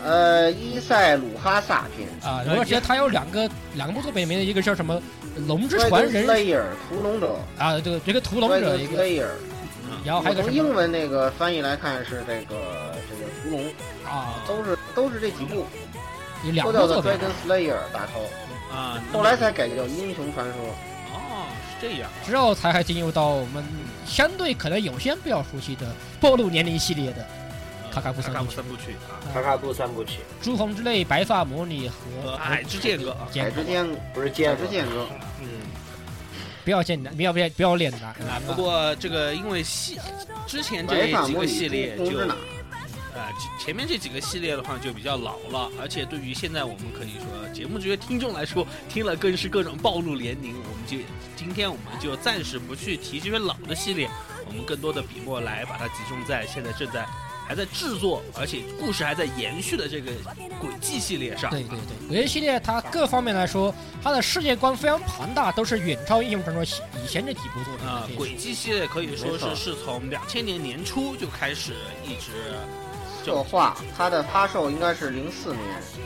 Speaker 3: 呃，伊塞鲁哈萨编。
Speaker 2: 啊！我觉得他有两个两部作品里面的一个叫什么《龙之传
Speaker 3: Dragon
Speaker 2: 人》
Speaker 3: Slayer 屠龙者
Speaker 2: 啊，这个这个屠龙者
Speaker 3: ，Dragon
Speaker 2: 一个，
Speaker 3: Slayer，
Speaker 1: 嗯
Speaker 2: 然哦后还有个
Speaker 3: 从
Speaker 2: 什
Speaker 3: 英
Speaker 2: 么
Speaker 3: 文那个翻译来看是这个这个屠龙，
Speaker 2: 啊？
Speaker 3: 都是都是这几部。
Speaker 2: 有两
Speaker 3: 都
Speaker 2: 部
Speaker 3: 叫
Speaker 2: 作
Speaker 3: The
Speaker 2: 品啊嗯
Speaker 3: Dragon Slayer 打 call，
Speaker 1: 啊，
Speaker 3: 后来才改叫英雄传说。
Speaker 1: 哦是这样，
Speaker 2: 之后才还进入到我们相对可能有些人比较熟悉的暴露年龄系列的
Speaker 1: 呃
Speaker 2: 卡卡布三
Speaker 1: 卡
Speaker 2: 部
Speaker 1: 布
Speaker 2: 曲
Speaker 1: 三部曲啊，
Speaker 5: 卡卡布三部曲
Speaker 2: 朱红之泪、白发魔女
Speaker 1: 和
Speaker 2: 和
Speaker 1: 矮呃哎之间隔，
Speaker 3: 改
Speaker 2: 剑
Speaker 3: 之间，
Speaker 5: 不是
Speaker 3: 改之
Speaker 5: 剑吗？
Speaker 3: 间哥，
Speaker 1: 嗯。
Speaker 2: 不要见男，不要不要不要脸男。
Speaker 1: 啊，不过这个因为系之前这
Speaker 3: 嗯白发
Speaker 1: 几
Speaker 3: 魔
Speaker 1: 个
Speaker 3: 女
Speaker 1: 系列
Speaker 3: 公
Speaker 1: 就
Speaker 3: 之哪？
Speaker 1: 啊，前前面这几个系列的话就比较老了，而且对于现在我们可以说节目这些听众来说，听了更是各种暴露年龄。我们就今天我们就暂时不去提这些老的系列，我们更多的笔墨来把它集中在现在正在还在制作，而且故事还在延续的这个轨迹系列上。
Speaker 2: 对对对，鬼灭系列它各方面来说，它的世界观非常庞大，都是远超英雄传说系以前这几部作品
Speaker 1: 啊、
Speaker 2: 的。
Speaker 1: 轨迹系列可以说
Speaker 3: 没错
Speaker 1: 是是从两千年年初就开始一直就
Speaker 3: 策划它的发售应该是零四年，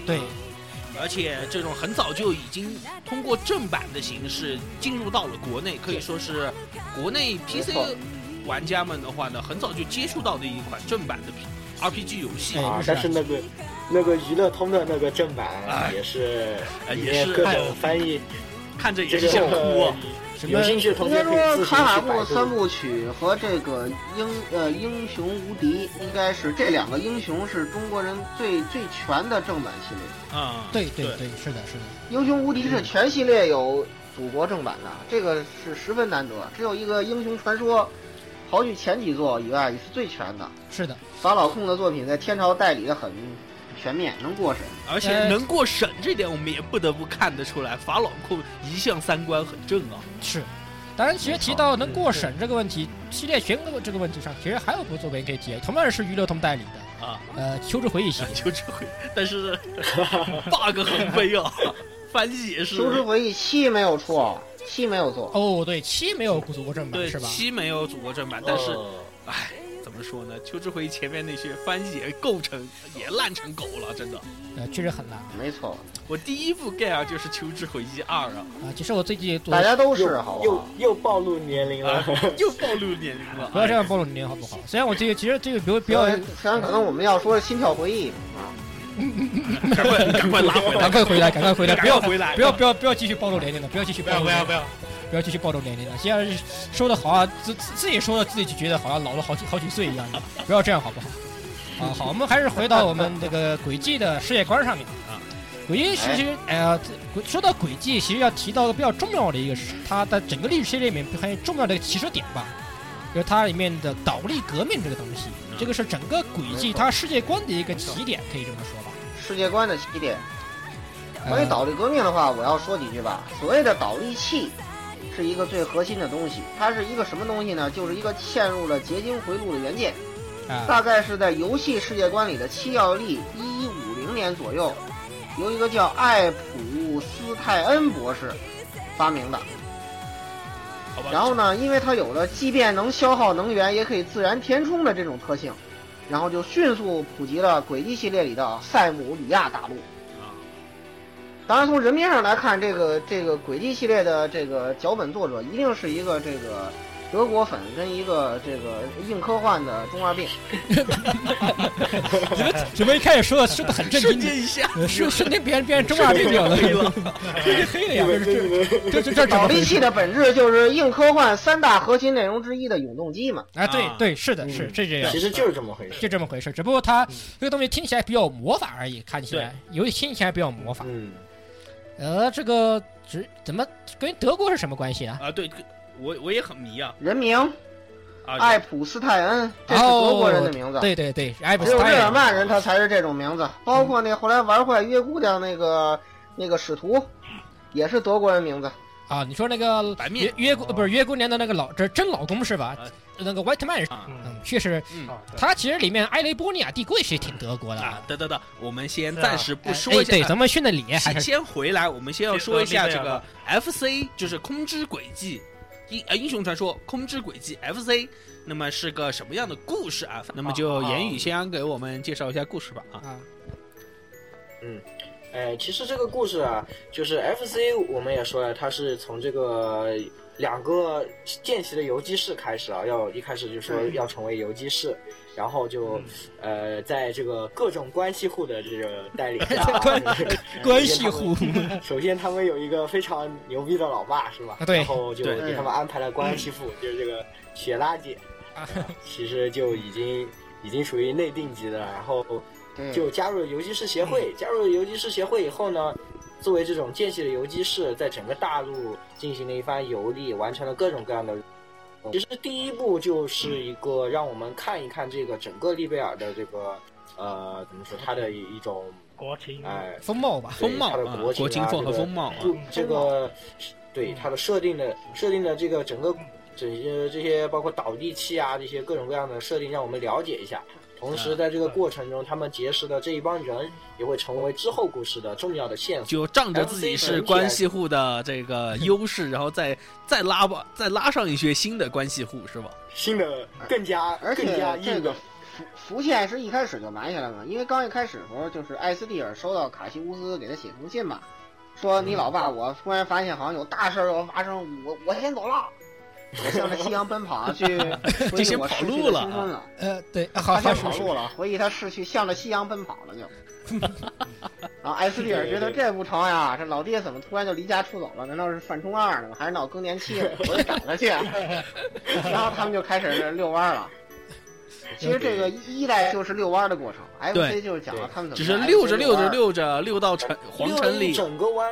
Speaker 2: 对，
Speaker 1: 啊而且这种很早就已经通过正版的形式进入到了国内，可以说是国内 PC
Speaker 3: 没错
Speaker 1: 玩家们的话呢，很早就接触到的一款正版的 RPG 游戏
Speaker 2: 哎。
Speaker 5: 啊
Speaker 2: 不，是
Speaker 5: 但是那个那个娱乐通的那个正
Speaker 1: 哎
Speaker 5: 版也是
Speaker 1: 哎
Speaker 5: 里
Speaker 1: 也
Speaker 5: 面
Speaker 1: 是
Speaker 5: 各种翻译，
Speaker 1: 看着也
Speaker 5: 这
Speaker 1: 是想
Speaker 5: 个
Speaker 1: 哭、啊。
Speaker 2: 什么
Speaker 5: 有兴趣的
Speaker 3: 应
Speaker 5: 同
Speaker 3: 该
Speaker 5: 学可以
Speaker 3: 说
Speaker 5: 自
Speaker 3: 卡
Speaker 5: 行
Speaker 3: 卡
Speaker 5: 去
Speaker 3: 布
Speaker 5: 百
Speaker 3: 三
Speaker 5: 度。
Speaker 3: 部曲和这个英呃英雄无敌，应该是这两个英雄是中国人最最全的正版系列。
Speaker 1: 嗯，
Speaker 2: 对对对，是的，是的，
Speaker 3: 英雄无敌是全系列有祖国正版的，这个是十分难得，只有一个英雄传说，刨去前几座以外是最全的。
Speaker 2: 是的。
Speaker 3: 法老控的作品在天朝代理的很全面，能过审。
Speaker 1: 而且
Speaker 2: 呃
Speaker 1: 能过审这点，我们也不得不看得出来，法老控一向三观很正啊。
Speaker 2: 是。当然，其实提到
Speaker 1: 嗯
Speaker 2: 能过审这个问题，系列全国这个问题上，其实还有部作品可以提，同样是娱乐通代理的，
Speaker 1: 啊，
Speaker 2: 呃，《秋之回忆》系列。
Speaker 1: 就这回，但是 bug 横飞啊， 翻译也是
Speaker 3: 《秋之回忆》七没有出啊，七没有做，
Speaker 2: 哦，对，七没有祖国正版
Speaker 1: 对
Speaker 2: 是吧？
Speaker 1: 七没有祖国正版，但是。
Speaker 5: 嗯
Speaker 1: 唉，怎么说呢？邱志辉前面那些翻译也构成也烂成狗了，真的。
Speaker 2: 呃，确实很难啊、
Speaker 3: 没错，
Speaker 1: 我第一部 get 啊就是《邱志辉一二》啊，
Speaker 2: 其实我最近
Speaker 3: 大家
Speaker 2: 我
Speaker 3: 都
Speaker 5: 又
Speaker 3: 是好啊不
Speaker 5: 又
Speaker 3: 好？
Speaker 5: 又暴露年龄
Speaker 2: 啊
Speaker 5: 了。
Speaker 1: 又暴露年龄了。
Speaker 2: 不要这样暴露年龄好不好？虽然我这个其实这个比比
Speaker 3: 不
Speaker 2: 较，
Speaker 3: 虽然可能我们要说《心跳回忆》啊，
Speaker 1: 哎，赶快赶快拉回
Speaker 2: 赶
Speaker 1: 来，
Speaker 2: 快回来，赶快回来，不
Speaker 1: 赶快
Speaker 2: 要
Speaker 1: 回来，
Speaker 2: 不要不要不要继续暴露年龄了，不要继续
Speaker 4: 不
Speaker 2: 暴
Speaker 4: 要
Speaker 2: 露
Speaker 4: 不
Speaker 2: 年
Speaker 4: 要
Speaker 2: 龄
Speaker 4: 不要，
Speaker 2: 不要继续暴露年龄了。现在说的好像啊自自自己说的自己就觉得好像老了好几好几岁一样，不要这样好不好？啊，好，我们还是回到我们这个轨迹的世界观上面啊。轨迹其实，呃，这轨说到轨迹，其实要提到一个比较重要的一个是，它在整个历史系列里面很重要的一个起始点吧，就是它里面的倒立革命这个东西，这个是整个轨迹
Speaker 3: 没错
Speaker 2: 它世界观的一个起点，可以这么说吧。
Speaker 3: 世界观的起点。关于
Speaker 2: 呃，
Speaker 3: 倒立革命的话，我要说几句吧。所谓的倒立器，是一个最核心的东西，它是一个什么东西呢？就是一个嵌入了结晶回路的元件，
Speaker 2: 啊，
Speaker 3: 大概是在游戏世界观里的七要历一一五零年左右，由一个叫艾普斯泰恩博士发明的。
Speaker 1: 好吧。
Speaker 3: 然后呢，因为它有了即便能消耗能源，也可以自然填充的这种特性，然后就迅速普及了轨迹系列里的塞姆里亚大陆。
Speaker 1: 啊，
Speaker 3: 当然，从人名上来看，这个这个轨迹系列的这个脚本作者一定是一个这个德国粉跟一个这个硬科幻的中二病。
Speaker 2: 哎怎么怎么一开始说的说的很震
Speaker 1: 瞬
Speaker 2: 惊
Speaker 1: 间一下
Speaker 2: 呃是瞬间变变成中二病表了，
Speaker 1: 黑了，
Speaker 2: 瞬间黑了呀！这是这这这
Speaker 3: 脑
Speaker 2: 这
Speaker 3: 力系的本质就是硬科幻三大核心内容之一的永动机嘛。
Speaker 2: 啊，对
Speaker 1: 啊
Speaker 2: 对，是的，
Speaker 5: 嗯
Speaker 2: 是是这样
Speaker 5: 其，实就是这么回事。
Speaker 2: 就这么回事。只不过它
Speaker 1: 嗯
Speaker 2: 这个东西听起来比较魔法而已，看起来有听起来比较魔法。
Speaker 5: 嗯，
Speaker 2: 呃，这个只怎么跟德国是什么关系啊？
Speaker 1: 啊！对，我我也很迷啊
Speaker 3: 人名
Speaker 1: 啊！
Speaker 3: 艾普斯泰恩，这是
Speaker 2: 哦
Speaker 3: 德国人的名字。
Speaker 2: 对对对，艾普
Speaker 3: 只
Speaker 2: 斯
Speaker 3: 有日
Speaker 2: 泰
Speaker 3: 耳
Speaker 2: 尔
Speaker 3: 曼人他才是这种名字，包括那后来玩坏约姑娘那个那个使徒，也是德国人名字。
Speaker 2: 啊，你说那个
Speaker 1: 白面
Speaker 2: 约约姑呃不是约姑娘的那个老这真老公是吧
Speaker 1: 啊？
Speaker 2: 那个 White Man，
Speaker 1: 啊
Speaker 4: 嗯
Speaker 2: 嗯，确实，
Speaker 1: 嗯
Speaker 4: 好的
Speaker 2: 他其实里面埃雷波尼亚帝贵是挺德国的
Speaker 1: 啊
Speaker 2: 啊。，
Speaker 1: 等等等，我们先
Speaker 4: 是啊
Speaker 1: 暂时不
Speaker 2: 哎
Speaker 1: 说一下。
Speaker 2: 对，
Speaker 1: 啊
Speaker 2: 咱们训的理还
Speaker 1: 先
Speaker 2: 是
Speaker 1: 先回来，我们先要说一下
Speaker 4: 先
Speaker 1: 这
Speaker 4: 说
Speaker 1: 个
Speaker 4: 明
Speaker 1: FC，就是空之轨迹。英呃英雄传说空之轨迹 FC，那么是个什么样的故事啊？那么就言语先给我们介绍一下故事吧啊。
Speaker 2: 啊，
Speaker 5: 哎，其实这个故事啊，就是 FC 我们也说了，它是从这个两个见习的游击士开始啊，要一开始就说要成为游击士，然后就
Speaker 2: 嗯
Speaker 5: 呃，在这个各种关系户的这个带领下啊，
Speaker 2: 关系户，
Speaker 5: 首先他们有一个非常牛逼的老爸是吧？
Speaker 2: 对
Speaker 5: 然后就
Speaker 1: 啊对
Speaker 5: 给他们安排了关系户，就是这个雪拉姐，
Speaker 2: 啊
Speaker 5: 呃 其实就已经已经属于内定级的了，然后。
Speaker 3: 对，
Speaker 5: 就加入了游击士协
Speaker 1: 嗯
Speaker 5: 会。加入了游击士协会以后呢，作为这种间隙的游击士，在整个大陆进行了一番游历，完成了各种各样的。其实第一步就是一个让我们看一看这个整个利贝尔的这个呃怎么说，它的一种
Speaker 4: 国情
Speaker 5: 哎、
Speaker 2: 风貌吧，
Speaker 5: 对
Speaker 1: 风貌
Speaker 5: 它的
Speaker 1: 啊
Speaker 5: 国
Speaker 1: 国
Speaker 5: 情
Speaker 1: 情
Speaker 5: 啊
Speaker 1: 风和
Speaker 5: 这个
Speaker 1: 风貌啊
Speaker 5: 不这个对它的设定的设定的这个整个这些这些包括倒地器啊这些各种各样的设定，让我们了解一下。同时，在这个过程中，他们结识的这一帮人也会成为之后故事的重要的线索。
Speaker 1: 就仗着自己是关系户的这个优势， 然后再再拉吧，再拉上一些新的关系户，是吧？
Speaker 5: 新的更加
Speaker 3: 而且
Speaker 5: 更加
Speaker 3: 这
Speaker 5: 硬
Speaker 3: 个
Speaker 5: 的，
Speaker 3: 福福建是一开始就埋下来了，因为刚一开始的时候，就是艾斯蒂尔收到卡西乌斯给他写封信嘛，说你老爸我突然发现好像有大事儿要发生，我我先走了，我向着夕阳奔跑去
Speaker 1: 这
Speaker 3: 回忆
Speaker 1: 先
Speaker 3: 我
Speaker 1: 跑
Speaker 3: 逝去
Speaker 1: 路
Speaker 3: 的
Speaker 1: 了
Speaker 3: 青春了，
Speaker 2: 呃，对，啊好好
Speaker 3: 他先
Speaker 2: 是
Speaker 3: 跑
Speaker 2: 是
Speaker 3: 路了，回忆他逝去，向着夕阳奔跑了就。 然后艾斯蒂尔觉得这不成呀，这老爹怎么突然就离家出走了？难道是犯冲二呢？还是闹更年期了？我得找他去。啊 然后他们就开始遛弯儿了。其实这个一代就是遛弯儿的过程
Speaker 1: 对
Speaker 3: ，FC 就是讲了他们怎么
Speaker 1: 只是
Speaker 3: 在
Speaker 1: 溜着
Speaker 3: FC
Speaker 1: 溜
Speaker 3: 弯
Speaker 1: 着
Speaker 3: 儿
Speaker 1: 溜着溜到城皇
Speaker 5: 溜了
Speaker 1: 城
Speaker 5: 一
Speaker 1: 里，
Speaker 5: 整个弯。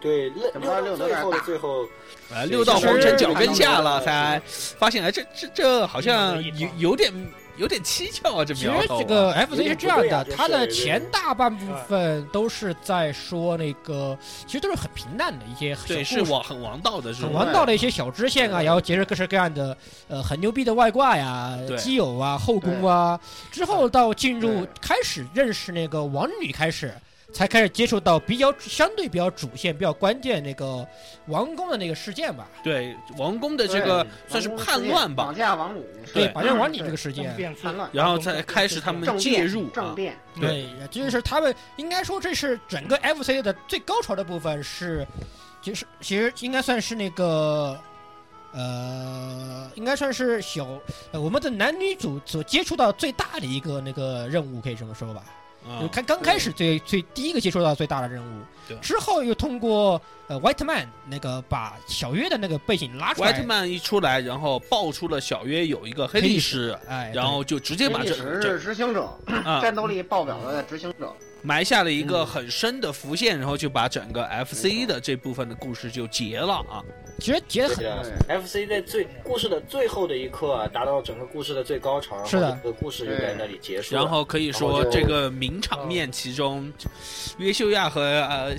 Speaker 5: 对，溜
Speaker 3: 怎么
Speaker 5: 溜
Speaker 3: 着溜得有
Speaker 5: 到最
Speaker 3: 点
Speaker 5: 后的
Speaker 3: 大
Speaker 5: 最后，
Speaker 1: 呃，溜到皇城脚跟下
Speaker 2: 嗯
Speaker 1: 了，才发现哎，这这这好像有有点有点蹊跷啊，这
Speaker 2: 其实
Speaker 1: 苗头啊。
Speaker 2: 这个 FC 是这样
Speaker 5: 有点不对啊
Speaker 2: 的，
Speaker 5: 就是
Speaker 2: 它的前大半部分都是在说那个，其实都是很平淡的一些小
Speaker 1: 对，
Speaker 2: 故
Speaker 1: 是
Speaker 2: 事，
Speaker 1: 王很王道的是
Speaker 2: 很
Speaker 1: 吧？
Speaker 2: 王道的一些小支线啊，然后结着各式各样的呃很牛逼的外挂呀
Speaker 1: 对、
Speaker 2: 基友啊、后宫啊，之后到进入
Speaker 3: 对
Speaker 2: 开始认识那个王女开始。才开始接触到比较相对比较主线、比较关键那个王宫的那个事件吧，
Speaker 1: 对，王宫的这个算是
Speaker 3: 王宫
Speaker 1: 叛乱吧
Speaker 3: 绑，架王女，
Speaker 1: 对
Speaker 2: 绑架王女这
Speaker 3: 对
Speaker 2: 个事件，
Speaker 4: 变
Speaker 3: 叛乱
Speaker 1: 然后再开始他们
Speaker 3: 政
Speaker 1: 介
Speaker 3: 变
Speaker 1: 入啊
Speaker 3: 政，变，
Speaker 1: 对
Speaker 2: 对，这就是他们应该说这是整个 FC 的最高潮的部分是，其实其实应该算是那个，呃，应该算是小、呃我们的男女主所接触到最大的一个那个任务，可以这么说吧。就
Speaker 1: 嗯
Speaker 2: 开刚开始最最第一个接触到最大的任务
Speaker 1: 对，
Speaker 2: 之后又通过呃 White Man 那个把小约的那个背景拉出来，
Speaker 1: ，White Man 一出来，然后爆出了小约有一个黑
Speaker 2: 黑
Speaker 1: 历
Speaker 2: 历
Speaker 1: 史，
Speaker 2: 哎，
Speaker 1: 然后就直接把
Speaker 3: 一
Speaker 1: 这
Speaker 3: 直
Speaker 1: 这
Speaker 3: 是执行者，
Speaker 1: 啊嗯
Speaker 3: 战斗力爆表的执行者。
Speaker 1: 埋下了一
Speaker 2: 嗯
Speaker 1: 个很深的伏线，然后就把整个 FC
Speaker 3: 没错
Speaker 1: 的这部分的故事就结了啊。
Speaker 2: 对其实结得
Speaker 5: 对
Speaker 2: 很
Speaker 5: 的，FC 在最故事的最后的一刻啊、达到整个故事的最高潮，然后
Speaker 2: 是的
Speaker 5: 这个故事就在那里结束了。
Speaker 1: 然后可以说这个名场面，其中约秀亚和呃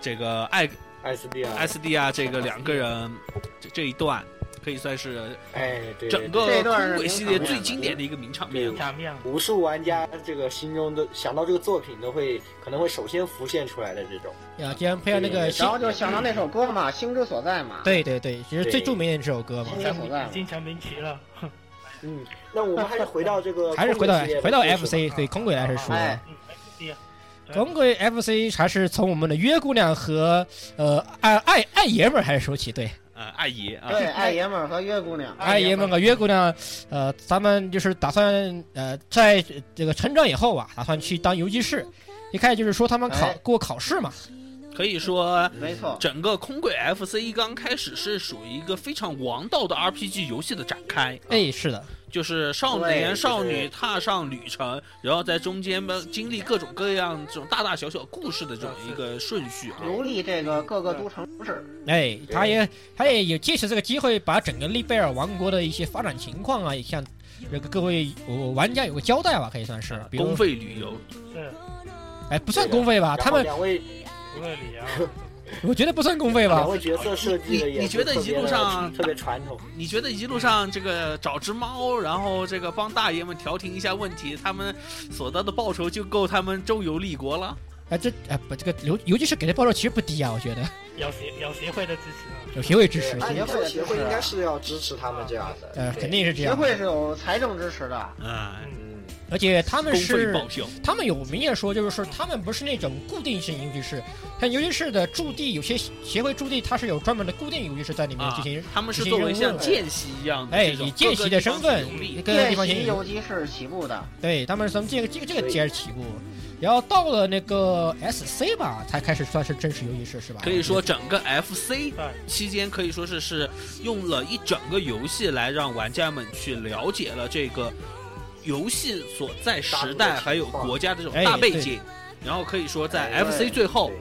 Speaker 1: 这个艾
Speaker 5: 艾斯蒂尔，
Speaker 1: S D 啊这个两个人这这一段，可以算是
Speaker 5: 哎，对，
Speaker 1: 整个
Speaker 5: 对
Speaker 3: 这段
Speaker 1: 空
Speaker 3: 是
Speaker 1: 轨
Speaker 3: 名
Speaker 1: 系
Speaker 3: 场
Speaker 1: 列
Speaker 3: 面
Speaker 1: 最
Speaker 3: 了
Speaker 1: 经典的一个名场面了。
Speaker 4: 场面，
Speaker 5: 对无数玩家这个心中都想到这个作品，都会可能会首先浮现出来的这种。
Speaker 2: 呀，既然配上那个
Speaker 5: 对
Speaker 2: 新
Speaker 3: 然，后就想到那首歌嘛，《星之所在》嘛。
Speaker 2: 对对对，其实最
Speaker 5: 对
Speaker 2: 著名的这首歌嘛，
Speaker 4: 已经已经成名棋了。
Speaker 5: 嗯，那我们还是回到这 个，
Speaker 2: 还是回到回到 FC
Speaker 4: 吧
Speaker 2: 对空鬼来是说，
Speaker 3: 哎
Speaker 4: 哎嗯啊
Speaker 2: 空鬼 FC 还是从我们的约姑娘和呃爱爱爱爷们儿开始说起，对，
Speaker 1: 呃，艾爷啊，
Speaker 3: 对，爱爷们儿和约姑娘，
Speaker 2: 爱爷们儿和约姑娘，呃，咱们就是打算呃在这个成长以后啊，打算去当游击士。一开始就是说他们考
Speaker 3: 哎
Speaker 2: 过考试嘛，
Speaker 1: 可以说
Speaker 3: 没错，
Speaker 1: 整个空轨 FC 刚开始是属于一个非常王道的 RPG 游戏的展开。啊
Speaker 2: 哎，是的，
Speaker 1: 就是少
Speaker 3: 对就
Speaker 1: 年
Speaker 3: 是
Speaker 1: 少女踏上旅程，然后在中间呢经历各种各样这种大大小小故事的这种一个顺序啊。
Speaker 3: 游历这个各个都城市，
Speaker 2: 哎，
Speaker 5: 对
Speaker 2: 他也他也有借此这个机会，把整个利贝尔王国的一些发展情况啊，也向这个各位呃玩家有个交代吧，可以算是
Speaker 1: 啊，
Speaker 2: 比
Speaker 1: 公
Speaker 2: 如
Speaker 1: 费旅游，
Speaker 4: 是
Speaker 2: 哎不算公费吧，他们
Speaker 5: 两位
Speaker 4: 不会理 啊，
Speaker 2: 我觉得不算公费吧
Speaker 5: 两，位角色设计的也特别传统？
Speaker 1: 你觉得一路上这个找只猫，然后这个帮大爷们调停一下问题，他们所得的报酬就够他们周游列国了？
Speaker 2: 哎，这哎不，这个尤尤其是给的报酬其实不低啊，我觉得
Speaker 4: 有协有协会的支持啊。
Speaker 2: 有协会支持，
Speaker 5: 按理说协会应该是要支持他们这样的，
Speaker 2: 呃，肯定是这
Speaker 3: 学
Speaker 2: 样。
Speaker 3: 会是有财政支持的，
Speaker 1: 嗯，
Speaker 5: 嗯，
Speaker 2: 而且他们
Speaker 1: 公费
Speaker 2: 是
Speaker 1: 报销，
Speaker 2: 他们有明确说，就是说他们不是那种固定性游戏室，像游戏室的驻地，有些协会驻地它是有专门的固定游戏室在里面
Speaker 1: 啊
Speaker 2: 进行，
Speaker 1: 他们是
Speaker 2: 执
Speaker 1: 作
Speaker 2: 行
Speaker 1: 为
Speaker 2: 任务
Speaker 1: 像
Speaker 2: 的
Speaker 1: 见习一样的
Speaker 2: 哎
Speaker 1: 这种
Speaker 2: 以见习的身份
Speaker 1: 各个地方去游历
Speaker 2: 一个地方
Speaker 3: 练
Speaker 2: 进
Speaker 3: 习
Speaker 2: 行
Speaker 3: 游击是起步的，
Speaker 2: 对，他们是从这个这个这个
Speaker 5: 所以
Speaker 2: 节儿起步，然后到了那个 SC 吧，才开始算是正式游戏室是吧？
Speaker 1: 可以说整个 FC
Speaker 4: 对
Speaker 1: 期间可以说是是用了一整个游戏来让玩家们去了解了这个游戏所在时代还有国家的这种大背景，
Speaker 2: 哎
Speaker 1: 然后可以说在
Speaker 5: 哎
Speaker 1: FC 最后
Speaker 5: 对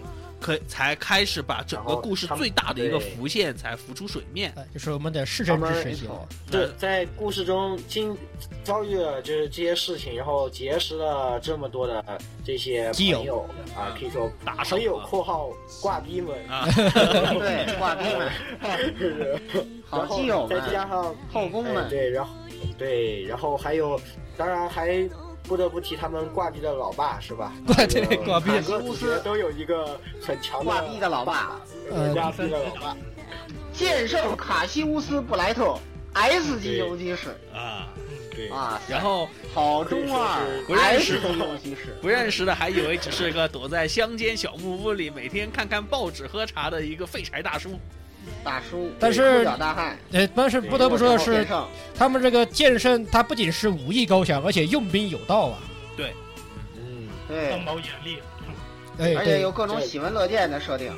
Speaker 1: 可才开始把整个故事最大的一个浮现才浮出水面。
Speaker 2: 哎就是我们的市政
Speaker 5: 他
Speaker 2: 之
Speaker 5: 们
Speaker 2: 水
Speaker 5: 没
Speaker 2: 酒
Speaker 5: 错对，在故事中经遭遇了就是这些事情，然后结识了这么多的这些
Speaker 2: 基
Speaker 5: 朋
Speaker 2: 友
Speaker 5: 友啊，可以说
Speaker 1: 打手
Speaker 5: 朋友
Speaker 1: 啊
Speaker 5: （括号挂逼们
Speaker 1: 啊，
Speaker 3: 对，挂逼们，），好
Speaker 5: 然后
Speaker 3: 基友
Speaker 5: 再
Speaker 3: 们，
Speaker 5: 加上
Speaker 3: 后宫
Speaker 5: 哎
Speaker 3: 们，
Speaker 5: 对，然后对，然后还有，当然还不得不提他们挂壁的老爸是吧？
Speaker 2: 挂
Speaker 5: 这 个
Speaker 2: 对挂壁
Speaker 5: 每个主角都有一个很强的
Speaker 3: 挂逼的老爸，
Speaker 2: 呃
Speaker 5: 挂壁的老爸，
Speaker 3: 剑圣卡西乌斯布莱特，S 级
Speaker 5: 对
Speaker 3: 游击士
Speaker 1: 啊，
Speaker 5: 对，
Speaker 3: 啊，
Speaker 1: 然后
Speaker 3: 好中二
Speaker 1: 不认识
Speaker 3: ，S 级游击士，
Speaker 1: 不认识的还以为只是个躲在乡间小木屋里每天看看报纸喝茶的一个废柴大叔。
Speaker 3: 大叔，
Speaker 2: 但是
Speaker 3: 抠脚大汉，
Speaker 2: 呃，但是不得不说的是
Speaker 3: 剑，圣
Speaker 2: 他们这个剑圣他不仅是武艺高强，而且用兵有道啊。
Speaker 5: 嗯，
Speaker 3: 对
Speaker 4: 更，谋远虑，啊
Speaker 2: 哎，
Speaker 3: 而且
Speaker 2: 对
Speaker 3: 有各种喜闻乐见的设定，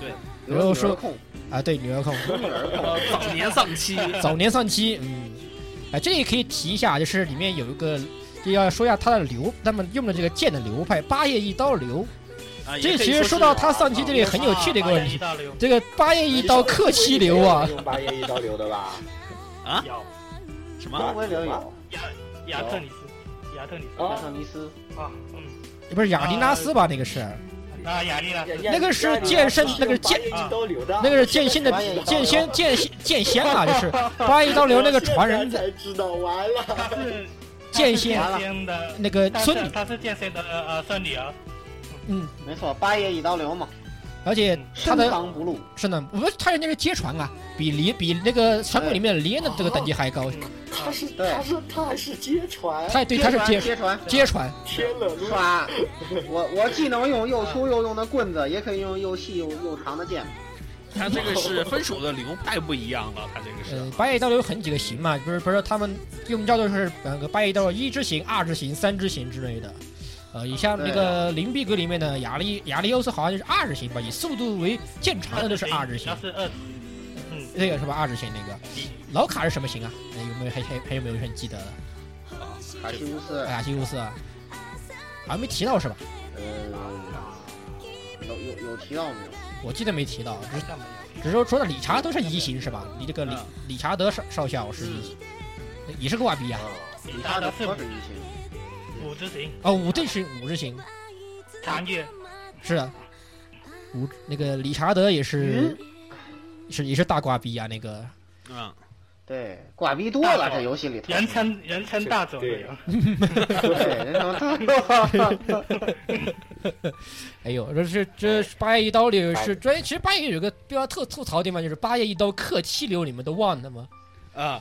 Speaker 1: 对，
Speaker 3: 比
Speaker 2: 然后
Speaker 3: 如女
Speaker 2: 说
Speaker 3: 儿控，
Speaker 2: 啊，对女儿控，
Speaker 3: 有女儿控，
Speaker 1: 呃，早年丧妻，
Speaker 2: 早年丧妻，嗯，哎，这里可以提一下，就是里面有一个。就要说一下他的流，他们用的这个剑的流派，八叶一刀流。
Speaker 1: 啊，也
Speaker 2: 这
Speaker 1: 可
Speaker 2: 其
Speaker 1: 以
Speaker 2: 实
Speaker 1: 说
Speaker 2: 说
Speaker 1: 是
Speaker 2: 到他丧妻这里很有趣的一个问
Speaker 4: 啊八一
Speaker 2: 题，
Speaker 4: 大流
Speaker 2: 这个八叶一刀克七流啊，
Speaker 5: 用 八爷一刀流 的吧？
Speaker 3: 啊
Speaker 4: 有
Speaker 1: 什
Speaker 3: 中
Speaker 1: 么
Speaker 3: 文流有，
Speaker 4: 亚特里斯，亚特里斯
Speaker 3: 哦亚
Speaker 5: 啊
Speaker 3: 特，尼斯，
Speaker 4: 啊，嗯，
Speaker 2: 不是雅丽拉斯吧？那个是，
Speaker 4: 啊，亚历拉斯，
Speaker 2: 那个是剑圣那个是剑
Speaker 5: 八爷一刀流的，
Speaker 2: 那个是剑仙的
Speaker 3: 八叶一刀流
Speaker 2: 剑仙剑仙剑仙啊，就是八叶一刀流那个传人
Speaker 5: 我现在
Speaker 2: 的
Speaker 5: 才知道，完了，
Speaker 4: 他是
Speaker 2: 剑仙
Speaker 4: 他是剑仙的
Speaker 2: 那个
Speaker 4: 但
Speaker 2: 村
Speaker 4: 是
Speaker 2: 里，
Speaker 4: 她是剑仙的呃呃孙女儿，
Speaker 2: 嗯，
Speaker 3: 没错，八爷一刀流嘛，
Speaker 2: 而且他
Speaker 3: 深
Speaker 2: 的
Speaker 3: 藏不露，
Speaker 2: 是的，不是他人家是接传啊，比黎比那个山谷里面的黎的这个等级还高，
Speaker 5: 他是
Speaker 3: 对
Speaker 5: 他是他还是接传，
Speaker 2: 他对他是
Speaker 3: 接
Speaker 2: 接
Speaker 3: 传
Speaker 2: 接
Speaker 3: 接传。
Speaker 2: 传，
Speaker 5: 天了路，
Speaker 3: 刷，我我既能用又粗又用的棍子，也可以用又细又又长的剑。
Speaker 1: 他这个是分手的流派不一样了，他这个
Speaker 2: 呃
Speaker 1: 是，
Speaker 2: 八叶一刀流很几个型嘛，不是不是他们用叫做是那个八叶一刀流一之型、二之型、三之型之类的。呃，你像那个灵璧阁里面的雅利雅利欧斯好像就是二之型吧，以速度为见长的都是二之型
Speaker 4: 她，是二，嗯，
Speaker 2: 那个是吧？二之型那个，老卡是什么型啊？呃有没有还还还有没有人记得？
Speaker 3: 卡西乌斯，
Speaker 2: 亚西乌斯啊，好像没提到是吧？
Speaker 3: 呃有有有提到没有？
Speaker 2: 我记得没提到，只
Speaker 4: 像没
Speaker 2: 只是说说的理查都是一型是吧？你这个理
Speaker 1: 嗯
Speaker 2: 理查德少少校是一型，也是个挂逼啊。
Speaker 4: 有，
Speaker 3: 你
Speaker 4: 她
Speaker 3: 看
Speaker 4: 的
Speaker 3: 的
Speaker 4: 是
Speaker 3: 不是一星，
Speaker 4: 五之行
Speaker 2: 哦，五队是五之型，
Speaker 4: 长月，
Speaker 2: 是的，五那个理查德也是
Speaker 3: 嗯
Speaker 2: 是也是大挂逼啊，那个
Speaker 1: 嗯，
Speaker 3: 对，挂逼多了这游戏里头。
Speaker 4: 人称人称大佐
Speaker 5: 对
Speaker 4: 的，
Speaker 3: 对，人什么大
Speaker 2: 哎呦，这是这是八叶一刀里是专，其实八叶有个比较特吐槽的地方就是八叶一刀克七流，你们都忘了吗？
Speaker 1: 啊，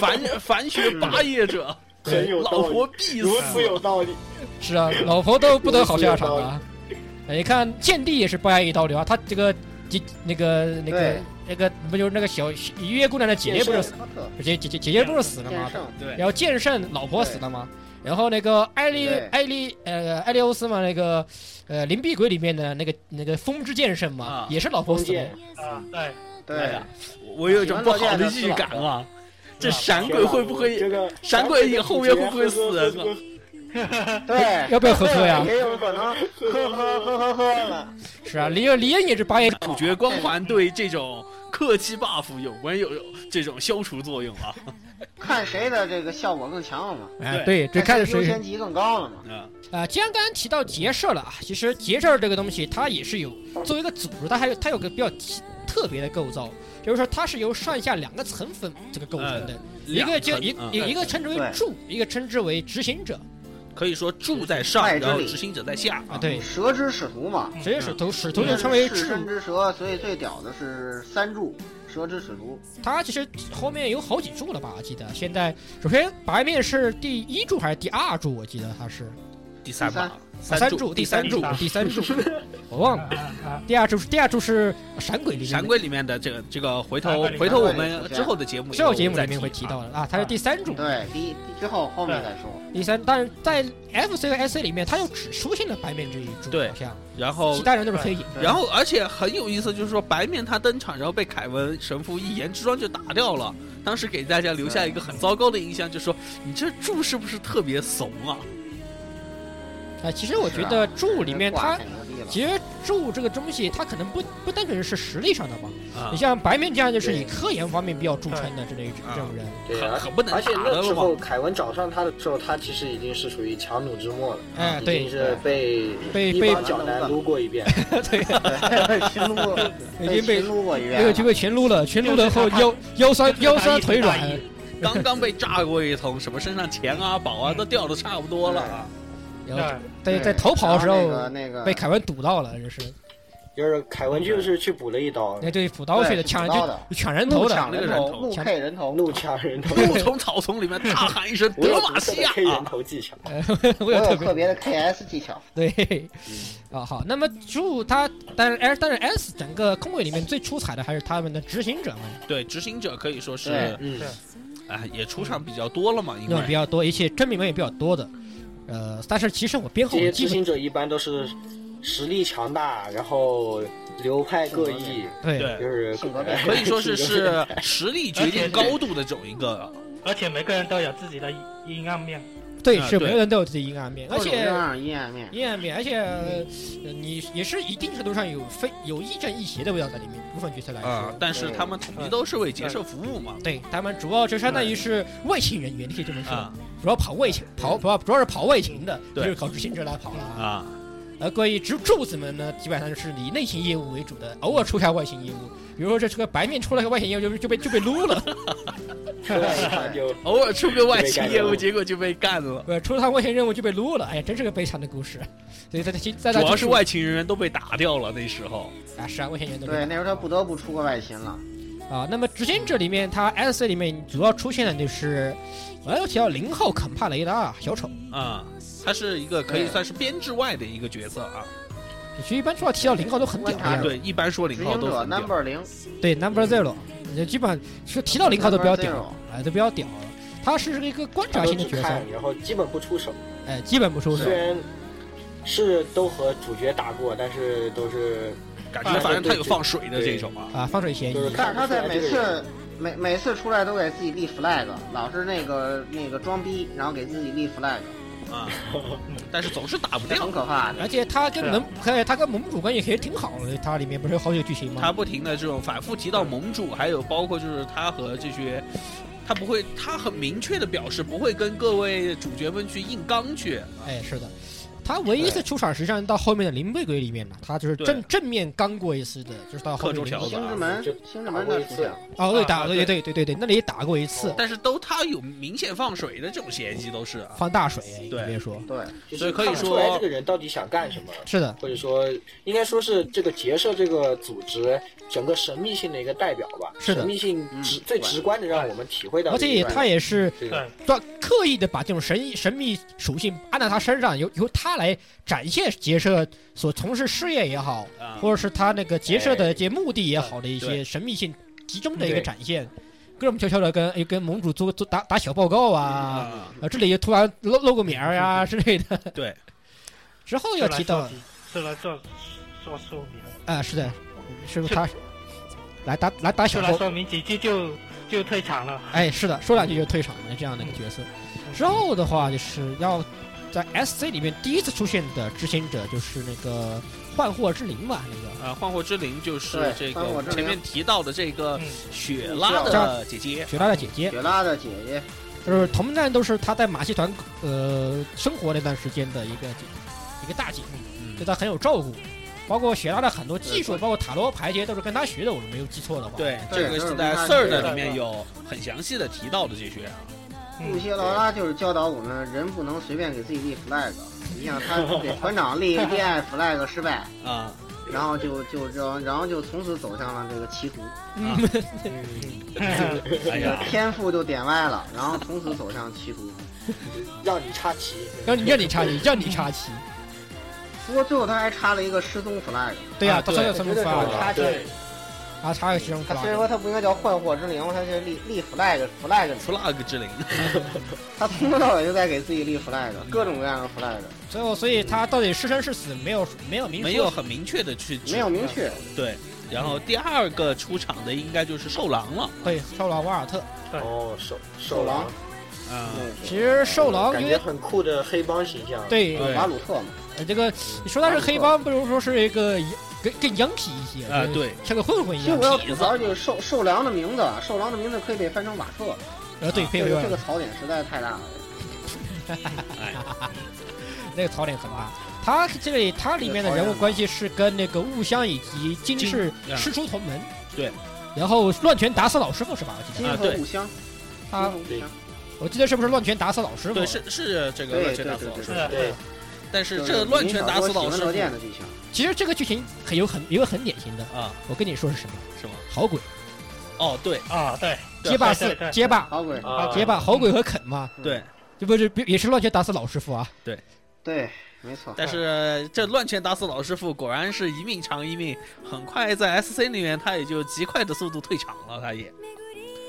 Speaker 1: 凡凡学拔叶者，
Speaker 5: 很有
Speaker 1: 老
Speaker 5: 道理
Speaker 1: 婆，必
Speaker 5: 如
Speaker 1: 死
Speaker 5: 此。嗯有道理。
Speaker 2: 是啊，老婆都不得好下场 啊！哎你看剑帝也是八爷一刀流啊，他这个姐那个那个
Speaker 3: 对
Speaker 2: 那个不就是那个小月姑娘的姐姐不是死， 姐姐姐姐姐不是死了
Speaker 3: 剑
Speaker 2: 吗？
Speaker 3: 圣，
Speaker 1: 对
Speaker 2: 然，后剑圣老婆死了吗？然后那个艾利
Speaker 3: 对
Speaker 2: 艾利呃艾利欧斯嘛，那个呃灵璧鬼里面的那个那个风之剑圣嘛
Speaker 1: 啊，
Speaker 2: 也是老婆死了
Speaker 5: 风。
Speaker 4: 啊，对，
Speaker 1: 哎
Speaker 3: 对啊
Speaker 1: 呀，我我有一种不好的预感啊，这闪鬼会不
Speaker 5: 嗯这
Speaker 1: 会？
Speaker 5: 个
Speaker 1: 闪鬼影后面会不会死人啊
Speaker 3: 对，
Speaker 2: 要不要喝喝呀
Speaker 3: 也有可能喝喝喝喝喝了。
Speaker 2: 是啊，李恩李恩也是八爷，
Speaker 1: 主角光环对这种客气 buff 有关有有这种消除作用啊？
Speaker 3: 看谁的这个效果更强了嘛？
Speaker 2: 哎对，这看
Speaker 3: 谁优
Speaker 2: 谁
Speaker 3: 先级更高了嘛？
Speaker 1: 嗯，
Speaker 2: 啊，既然刚刚提到结社了啊，其实结社这个东西它也是有作为一个组织，它还有它有个比较奇特别的构造，就是说它是由上下两个层分这个构成的，一个就一
Speaker 1: 呃两层
Speaker 2: 一
Speaker 1: 嗯
Speaker 2: 一个称之为
Speaker 3: 对
Speaker 2: 柱，一个称之为执行者
Speaker 1: 可以说住在上，
Speaker 3: 外之
Speaker 1: 然后
Speaker 3: 力
Speaker 1: 执行者在下
Speaker 2: 啊，嗯对，
Speaker 3: 蛇之使徒嘛，
Speaker 2: 职业使徒使徒就称为
Speaker 3: 嗯是
Speaker 2: 柱
Speaker 3: 身之蛇，所以最屌的是三柱，蛇之使徒》。
Speaker 2: 它其实后面有好几柱了吧？我记得现在首先白面是第一柱还是第二柱？我记得它是啊
Speaker 1: 第三把，
Speaker 2: 三
Speaker 1: 柱，
Speaker 2: 第
Speaker 1: 三
Speaker 2: 柱，第三柱，我忘了。
Speaker 4: 啊
Speaker 2: 第二柱是第二柱是闪鬼里面的，
Speaker 1: 闪鬼里面的这个这个，回头
Speaker 4: 闪鬼里面
Speaker 1: 回头我们之后的节目
Speaker 2: 之后节目
Speaker 1: 再
Speaker 2: 里面会提到的啊，它是
Speaker 4: 啊
Speaker 2: 第三柱。
Speaker 3: 对，第一第之后后面再说。
Speaker 2: 第三，但是在 FC 和 SC 里面，它就只出现了白面这一柱，
Speaker 1: 对哦
Speaker 2: 好像
Speaker 1: 然后
Speaker 2: 其他人都是黑影。
Speaker 3: 对
Speaker 1: 然后，而且很有意思，就是说白面他登场，然后被凯文神父一言之装就打掉了。当时给大家留下一个很糟糕的印象，就说你这柱是不是特别怂啊？
Speaker 2: 啊，其实我觉得柱里面
Speaker 3: 这
Speaker 2: 它
Speaker 3: 挂太牛逼了，
Speaker 2: 其实柱这个东西，它可能不不单纯是实力上的吧。
Speaker 1: 啊
Speaker 2: 你，像白面这样，就是以
Speaker 5: 对
Speaker 2: 科研方面比较著称的这类
Speaker 1: 啊
Speaker 2: 这种人，
Speaker 5: 对
Speaker 1: 很
Speaker 5: 啊。
Speaker 1: 很不能
Speaker 5: 而且
Speaker 1: 打
Speaker 5: 那
Speaker 1: 的
Speaker 5: 时
Speaker 1: 了
Speaker 5: 候
Speaker 1: 嘛。
Speaker 5: 凯文找上他的时候，他其实已经是属于强弩之末了，
Speaker 1: 嗯
Speaker 2: 哎，
Speaker 5: 已
Speaker 2: 对
Speaker 5: 经，是被
Speaker 2: 被
Speaker 5: 一
Speaker 2: 被
Speaker 5: 帮脚男撸过一遍。
Speaker 3: 对，群 撸过，
Speaker 2: 已经
Speaker 3: 被
Speaker 2: 被
Speaker 3: 群撸过一
Speaker 2: 那个
Speaker 3: 遍
Speaker 2: 就
Speaker 3: 了。
Speaker 2: 被全撸了，全撸了后
Speaker 4: 就是
Speaker 2: 腰腰酸
Speaker 4: 就是
Speaker 2: 腰
Speaker 4: 他
Speaker 2: 酸
Speaker 4: 一直
Speaker 2: 腿软
Speaker 4: 大，意
Speaker 1: 刚刚被炸过一通，什么身上钱啊、宝啊都掉的差不多了啊。
Speaker 2: 然后在
Speaker 3: 对，
Speaker 2: 在逃跑的时
Speaker 3: 然后那个
Speaker 2: 候
Speaker 3: 那个
Speaker 2: 被凯文堵到了，这是
Speaker 5: 就是凯文就是去补了一刀，
Speaker 1: 嗯
Speaker 2: 那对斧刀去的抢
Speaker 3: 对
Speaker 2: 就抢人头
Speaker 3: 怒
Speaker 2: 的
Speaker 3: 抢
Speaker 1: 那个
Speaker 3: 人
Speaker 1: 人
Speaker 3: 头，
Speaker 1: 头
Speaker 3: 怒 K 人头，
Speaker 5: 怒呛人头，
Speaker 1: 又从草丛里面大喊一 声
Speaker 5: 我有
Speaker 1: 德玛
Speaker 5: 独特
Speaker 1: 西
Speaker 5: 的
Speaker 1: 亚
Speaker 5: 黑人
Speaker 1: 啊！
Speaker 5: 头技巧。
Speaker 2: 我
Speaker 3: 我
Speaker 2: 有
Speaker 3: 有
Speaker 2: 特别
Speaker 3: 特别的 KS 技巧。
Speaker 2: 对啊好，那么柱他但是 S 但是 S 整个空位里面最出彩的还是他们的执行者们
Speaker 1: 对，执行者可以说是
Speaker 3: 对
Speaker 5: 嗯，
Speaker 1: 啊，也出场比较多了嘛，因
Speaker 2: 用比
Speaker 1: 为
Speaker 2: 较多，一些真名们也比较多的，呃，但是其实我编号
Speaker 5: 这
Speaker 2: 我
Speaker 5: 些
Speaker 2: 基
Speaker 5: 执
Speaker 2: 本
Speaker 5: 行者一般都是实力强大，然后流派各异，
Speaker 2: 对
Speaker 1: 对，
Speaker 5: 就是
Speaker 3: 性格变
Speaker 1: 可以说 是是实力决定高度的这种一个。啊
Speaker 4: 而且每个人都有自己的阴暗面，
Speaker 2: 对
Speaker 1: 啊
Speaker 2: 是
Speaker 1: 对
Speaker 2: 每个人都有自己阴暗面，而
Speaker 3: 各种
Speaker 2: 且
Speaker 3: 各样的阴暗面，
Speaker 2: 阴暗面，而且呃你也是一定程度上有非有亦正亦邪的味道在里面，部分角色来说。
Speaker 1: 啊、但是他们统一都是为结社服务嘛。
Speaker 2: 对他们主要就相当于是外勤人员，你可以这么说，
Speaker 1: 嗯啊嗯
Speaker 2: 主要跑外勤，跑主要主要是跑外勤的，就
Speaker 1: 对
Speaker 2: 是搞执行者来跑了啊。
Speaker 1: 啊，
Speaker 2: 而关于柱柱子们呢，基本上就是以内勤业务为主的，偶尔出一下外勤业务。比如说这出个白面出来个外勤业务，就被就被就被撸了。
Speaker 5: 出来一下就
Speaker 1: 偶尔出个外勤业务，结果就被干了。
Speaker 2: 呃，出了趟外勤任务就被撸了。哎呀，真是个悲惨的故事。所以在他在
Speaker 1: 主
Speaker 2: 他
Speaker 1: 要是外勤人员都被打掉了，那时候
Speaker 2: 啊，是啊，外勤人员都被
Speaker 3: 对，那时候他不得不出个外勤了。
Speaker 2: 啊。那么执行者里面，他 S C 里面主要出现的就是，哎我要提到零号肯帕雷的啊，小丑。
Speaker 1: 啊、他是一个可以算是编制外的一个角色啊。
Speaker 2: 其实一般说到提到零号都很屌的
Speaker 3: 对
Speaker 2: 哎呀，
Speaker 1: 对，一般说
Speaker 3: 执
Speaker 1: 零号
Speaker 3: 行
Speaker 1: 都
Speaker 3: 者
Speaker 1: 很屌
Speaker 3: Number 零，
Speaker 2: 对 Number Zero，就基本上说提到零号都比较屌
Speaker 3: Number，
Speaker 2: 哎，都比较屌。他是一个观
Speaker 5: 他
Speaker 2: 察
Speaker 5: 都
Speaker 2: 性的
Speaker 5: 只
Speaker 2: 角色
Speaker 5: 看，，然后基本不出手。
Speaker 2: 哎，基本不出手
Speaker 5: 虽。然是都和主角打过，但是都是
Speaker 1: 感觉反正他有放水的这种啊。
Speaker 2: 啊，放水嫌疑
Speaker 5: 就。是
Speaker 3: 但
Speaker 5: 看
Speaker 3: 是他在
Speaker 5: 不出来
Speaker 3: 每
Speaker 5: 这个人
Speaker 3: 次每每次出来都给自己立 flag，老是那个那个装逼，然后给自己立 flag，
Speaker 1: 啊，但是总是打
Speaker 2: 哎
Speaker 1: 不掉
Speaker 3: 很，可怕的。
Speaker 2: 而且他跟
Speaker 4: 是啊
Speaker 2: 盟，哎，他跟盟主关系其实挺好的，他里面不是有好几个剧情
Speaker 1: 他
Speaker 2: 吗？
Speaker 1: 不停的这种反复提到盟主，还有包括就是他和这些，他不会，他很明确的表示不会跟各位主角们去硬刚去，
Speaker 2: 哎，是的，他唯一一次出场实际上到后面的零背鬼里面嘛，他就是
Speaker 1: 对
Speaker 2: 正正面刚过一次的，就是到后面
Speaker 1: 克州桥
Speaker 2: 零
Speaker 1: 子
Speaker 3: 星之门，星之
Speaker 5: 打
Speaker 3: 门
Speaker 5: 过
Speaker 3: 的
Speaker 5: 一
Speaker 3: 出
Speaker 5: 次
Speaker 3: 现，，
Speaker 2: 哦，对，
Speaker 4: 啊
Speaker 2: 打对
Speaker 4: 对
Speaker 2: 对对对对，那里也打过一次
Speaker 1: 但是都他有明显放水的这种嫌疑都是啊。
Speaker 2: 放大水，你
Speaker 1: 对
Speaker 2: 别说，
Speaker 3: 对，
Speaker 5: 就
Speaker 1: 所以
Speaker 5: 是
Speaker 1: 可以
Speaker 5: 看不出
Speaker 1: 说
Speaker 5: 来这个人到底想干什么。
Speaker 2: 是的，
Speaker 5: 或者说，应该说是这个结社这个组织整个神秘性的一个代表吧。
Speaker 2: 是的
Speaker 5: 神秘性直
Speaker 3: 嗯
Speaker 5: 最直观的让我们体会到
Speaker 2: 而
Speaker 5: 的
Speaker 2: 且
Speaker 5: 一个。
Speaker 2: 他也是
Speaker 5: 这个
Speaker 4: 对，
Speaker 2: 专刻意的把这种神神秘属性按到他身上，由由他来展现结社所从事事业也好，
Speaker 1: 啊，
Speaker 2: 或者是他那个结社的一些目的也好的一
Speaker 1: 对
Speaker 2: 些神秘性集中的一个
Speaker 5: 哎对
Speaker 2: 展现，各种悄悄的跟哎跟盟主做做打打小报告啊，
Speaker 1: 啊，
Speaker 5: 嗯
Speaker 2: 啊这里又突然露露个面儿呀之类的。
Speaker 1: 对，
Speaker 2: 之后
Speaker 4: 是
Speaker 2: 要
Speaker 4: 来
Speaker 2: 提
Speaker 4: 做
Speaker 2: 到
Speaker 4: 题是来做做说明，
Speaker 2: 啊，是的，是不是他来打来打
Speaker 4: 是
Speaker 2: 小
Speaker 4: 来
Speaker 2: 报？
Speaker 4: 说嗯明几句就就退场了。
Speaker 2: 哎，是的，说两句就退场的这样的一个角色。之后的话，就是要在 SC 里面第一次出现的执行者就是那个幻惑之灵吧，那个
Speaker 1: 啊，幻火之灵就是
Speaker 3: 对
Speaker 1: 这个
Speaker 3: 幻
Speaker 1: 我
Speaker 3: 火
Speaker 1: 们
Speaker 3: 之
Speaker 1: 前
Speaker 3: 灵嗯
Speaker 1: 面提到的这个
Speaker 4: 嗯
Speaker 1: 雪拉的姐姐，
Speaker 2: 雪拉的姐姐，
Speaker 3: 雪拉的姐姐，
Speaker 2: 就是同战都是她在马戏团呃生活那段时间的一个一个大姐，对她很有照顾，包括雪拉的很多技术，
Speaker 3: 嗯对
Speaker 2: 包括塔罗牌这些都是跟她学的，我没有记错的话。
Speaker 1: 对，
Speaker 3: 对
Speaker 1: 这个
Speaker 3: 就是
Speaker 1: 是在
Speaker 3: 她
Speaker 1: Sir 的
Speaker 3: 这
Speaker 4: 个
Speaker 1: 里面有很详细的提到的这些啊，
Speaker 3: 露
Speaker 4: 嗯，
Speaker 3: 西劳拉就是教导我们，人不能随便给自己立 flag。你想，他给团长立恋爱 flag 失败，
Speaker 1: 啊，
Speaker 3: 然后就就就然后就从此走向了这个歧途，
Speaker 1: 啊哎 呀，
Speaker 3: 天赋就点外了，然后从此走向歧途。
Speaker 5: 让你插旗，
Speaker 2: 让你让你插旗，让你插旗。
Speaker 3: 不过最后他还插了一个失踪 flag，
Speaker 2: 对呀、
Speaker 1: 啊
Speaker 2: 他
Speaker 1: 对
Speaker 2: 插个什么
Speaker 3: 绝对是
Speaker 2: 发
Speaker 3: 插旗。
Speaker 5: 对
Speaker 2: 啊？插个西装
Speaker 3: 他虽然
Speaker 2: 发，
Speaker 3: 说他不应该叫幻火之灵，他是立立 flag flag，
Speaker 1: flag 之灵，
Speaker 3: 他从头到尾就在给自己立 flag，各种各样的 flag，
Speaker 2: 最后所以他到底是生是死没有没有明说
Speaker 1: 没有很明确的去指
Speaker 3: 没有明确。
Speaker 1: 对。然后第二个出场的应该就是兽狼了，
Speaker 2: 对，兽狼瓦尔特。
Speaker 5: 哦，手手狼，
Speaker 1: 嗯，
Speaker 2: 其实兽狼
Speaker 5: 感
Speaker 2: 因
Speaker 5: 觉
Speaker 2: 为
Speaker 5: 很酷的黑帮形象，，
Speaker 2: 对
Speaker 1: 对
Speaker 3: 马鲁特嘛，
Speaker 2: 呃这个你说他是黑帮，不如说是一个更更洋痞一些
Speaker 1: 啊
Speaker 2: 就是
Speaker 1: 对
Speaker 2: 像个混混一
Speaker 3: 其实
Speaker 2: 样
Speaker 3: 我。要吐槽这个兽兽狼的名字，兽狼的名字可以被翻成瓦特，
Speaker 2: 呃，对，配
Speaker 3: 这
Speaker 2: 合
Speaker 3: 个这个槽点实在太大了。
Speaker 2: 那个槽点很大。他这里他里面的人物关系是跟那个雾香以及金氏
Speaker 1: 金
Speaker 2: 师出同门，
Speaker 1: 对。
Speaker 2: 然后乱拳打死老师傅是吧？我记
Speaker 3: 金
Speaker 2: 得
Speaker 1: 啊
Speaker 3: 和
Speaker 1: 对
Speaker 3: 五香，金
Speaker 2: 他
Speaker 3: 和，五香，
Speaker 2: 我记得是不是乱拳打死老师傅？啊
Speaker 1: 对，是是这个
Speaker 3: 对
Speaker 1: 乱拳打死
Speaker 3: 对
Speaker 1: 老
Speaker 3: 对
Speaker 1: 师
Speaker 4: 是
Speaker 1: 傅，
Speaker 5: 对，
Speaker 1: 但是这乱拳打死老师
Speaker 3: 罗
Speaker 1: 傅
Speaker 3: 电的剧情，
Speaker 2: 其实这个剧情很有很有一个很典型的，
Speaker 1: 啊，
Speaker 2: 我跟你说是什么？
Speaker 1: 是吗？
Speaker 2: 好鬼
Speaker 1: 哦，对
Speaker 4: 啊，对，
Speaker 1: 对
Speaker 2: 街霸
Speaker 4: 对
Speaker 2: 四
Speaker 4: 对对
Speaker 2: 街霸
Speaker 3: 好鬼，
Speaker 5: 啊，
Speaker 2: 街霸好鬼和肯嘛，
Speaker 1: 对，
Speaker 2: 这不是也是乱拳打死老师傅啊？
Speaker 3: 对，没错。
Speaker 1: 但是这乱拳打死老师傅果然是一命偿一命，很快在 SC 里面他也就极快的速度退场了，他也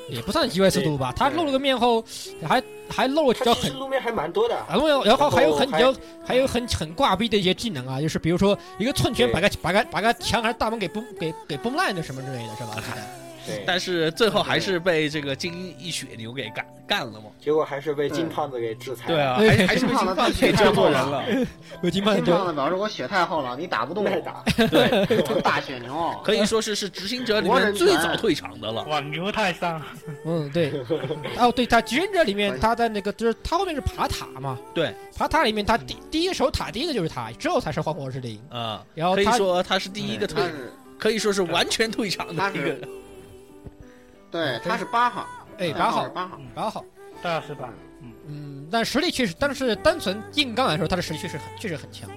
Speaker 2: 也不算意外速度吧？他露了个面后，还还露了几
Speaker 5: 他
Speaker 2: 条
Speaker 5: 其
Speaker 2: 很
Speaker 5: 实路面还蛮多的，
Speaker 2: 然后，然后还有很比
Speaker 5: 然
Speaker 2: 较
Speaker 5: 后，
Speaker 2: 还有很很挂逼的一些技能啊，就是比如说一个寸拳
Speaker 5: 对
Speaker 2: 把个把个把个墙还是大门给崩给给崩烂的什么之类的，是吧？
Speaker 5: 对，
Speaker 1: 但是最后还是被这个金一血牛给干干了嘛。
Speaker 5: 结果还是被金胖子给制裁了，
Speaker 1: 对啊，
Speaker 2: 对
Speaker 1: 还还是被金胖子给折磨人了。
Speaker 2: 我金 胖
Speaker 3: 金胖
Speaker 2: 就
Speaker 3: 子表示我血太厚了，你打不动
Speaker 5: 耐
Speaker 3: 我，
Speaker 5: 打，
Speaker 1: 对，
Speaker 3: 我大血牛。
Speaker 1: 可以说是是执行者里面最早退场的了。
Speaker 4: 哇，牛太伤，
Speaker 2: 嗯对，哦对，他执行者里面
Speaker 3: 哎
Speaker 2: 他在那个就是他后面是爬塔嘛，
Speaker 1: 对，
Speaker 2: 爬塔里面他第第一个守塔第一个就是他，之后才是幻火之灵，
Speaker 1: 啊、
Speaker 2: 然后
Speaker 1: 可以
Speaker 2: 哦他
Speaker 1: 说他是第一个
Speaker 3: 他
Speaker 1: 退，
Speaker 3: 是
Speaker 1: 可以说是完全退场的
Speaker 3: 他
Speaker 1: 一
Speaker 3: 是
Speaker 1: 个。，
Speaker 3: 对，他是八号，
Speaker 2: 哎
Speaker 3: 代
Speaker 2: 八
Speaker 3: 号
Speaker 2: 号
Speaker 3: 是八号，
Speaker 2: 八号，
Speaker 4: 对啊，是吧？
Speaker 2: 嗯，但实力确实，但是单纯硬刚来说，他的实力确实很确实很强，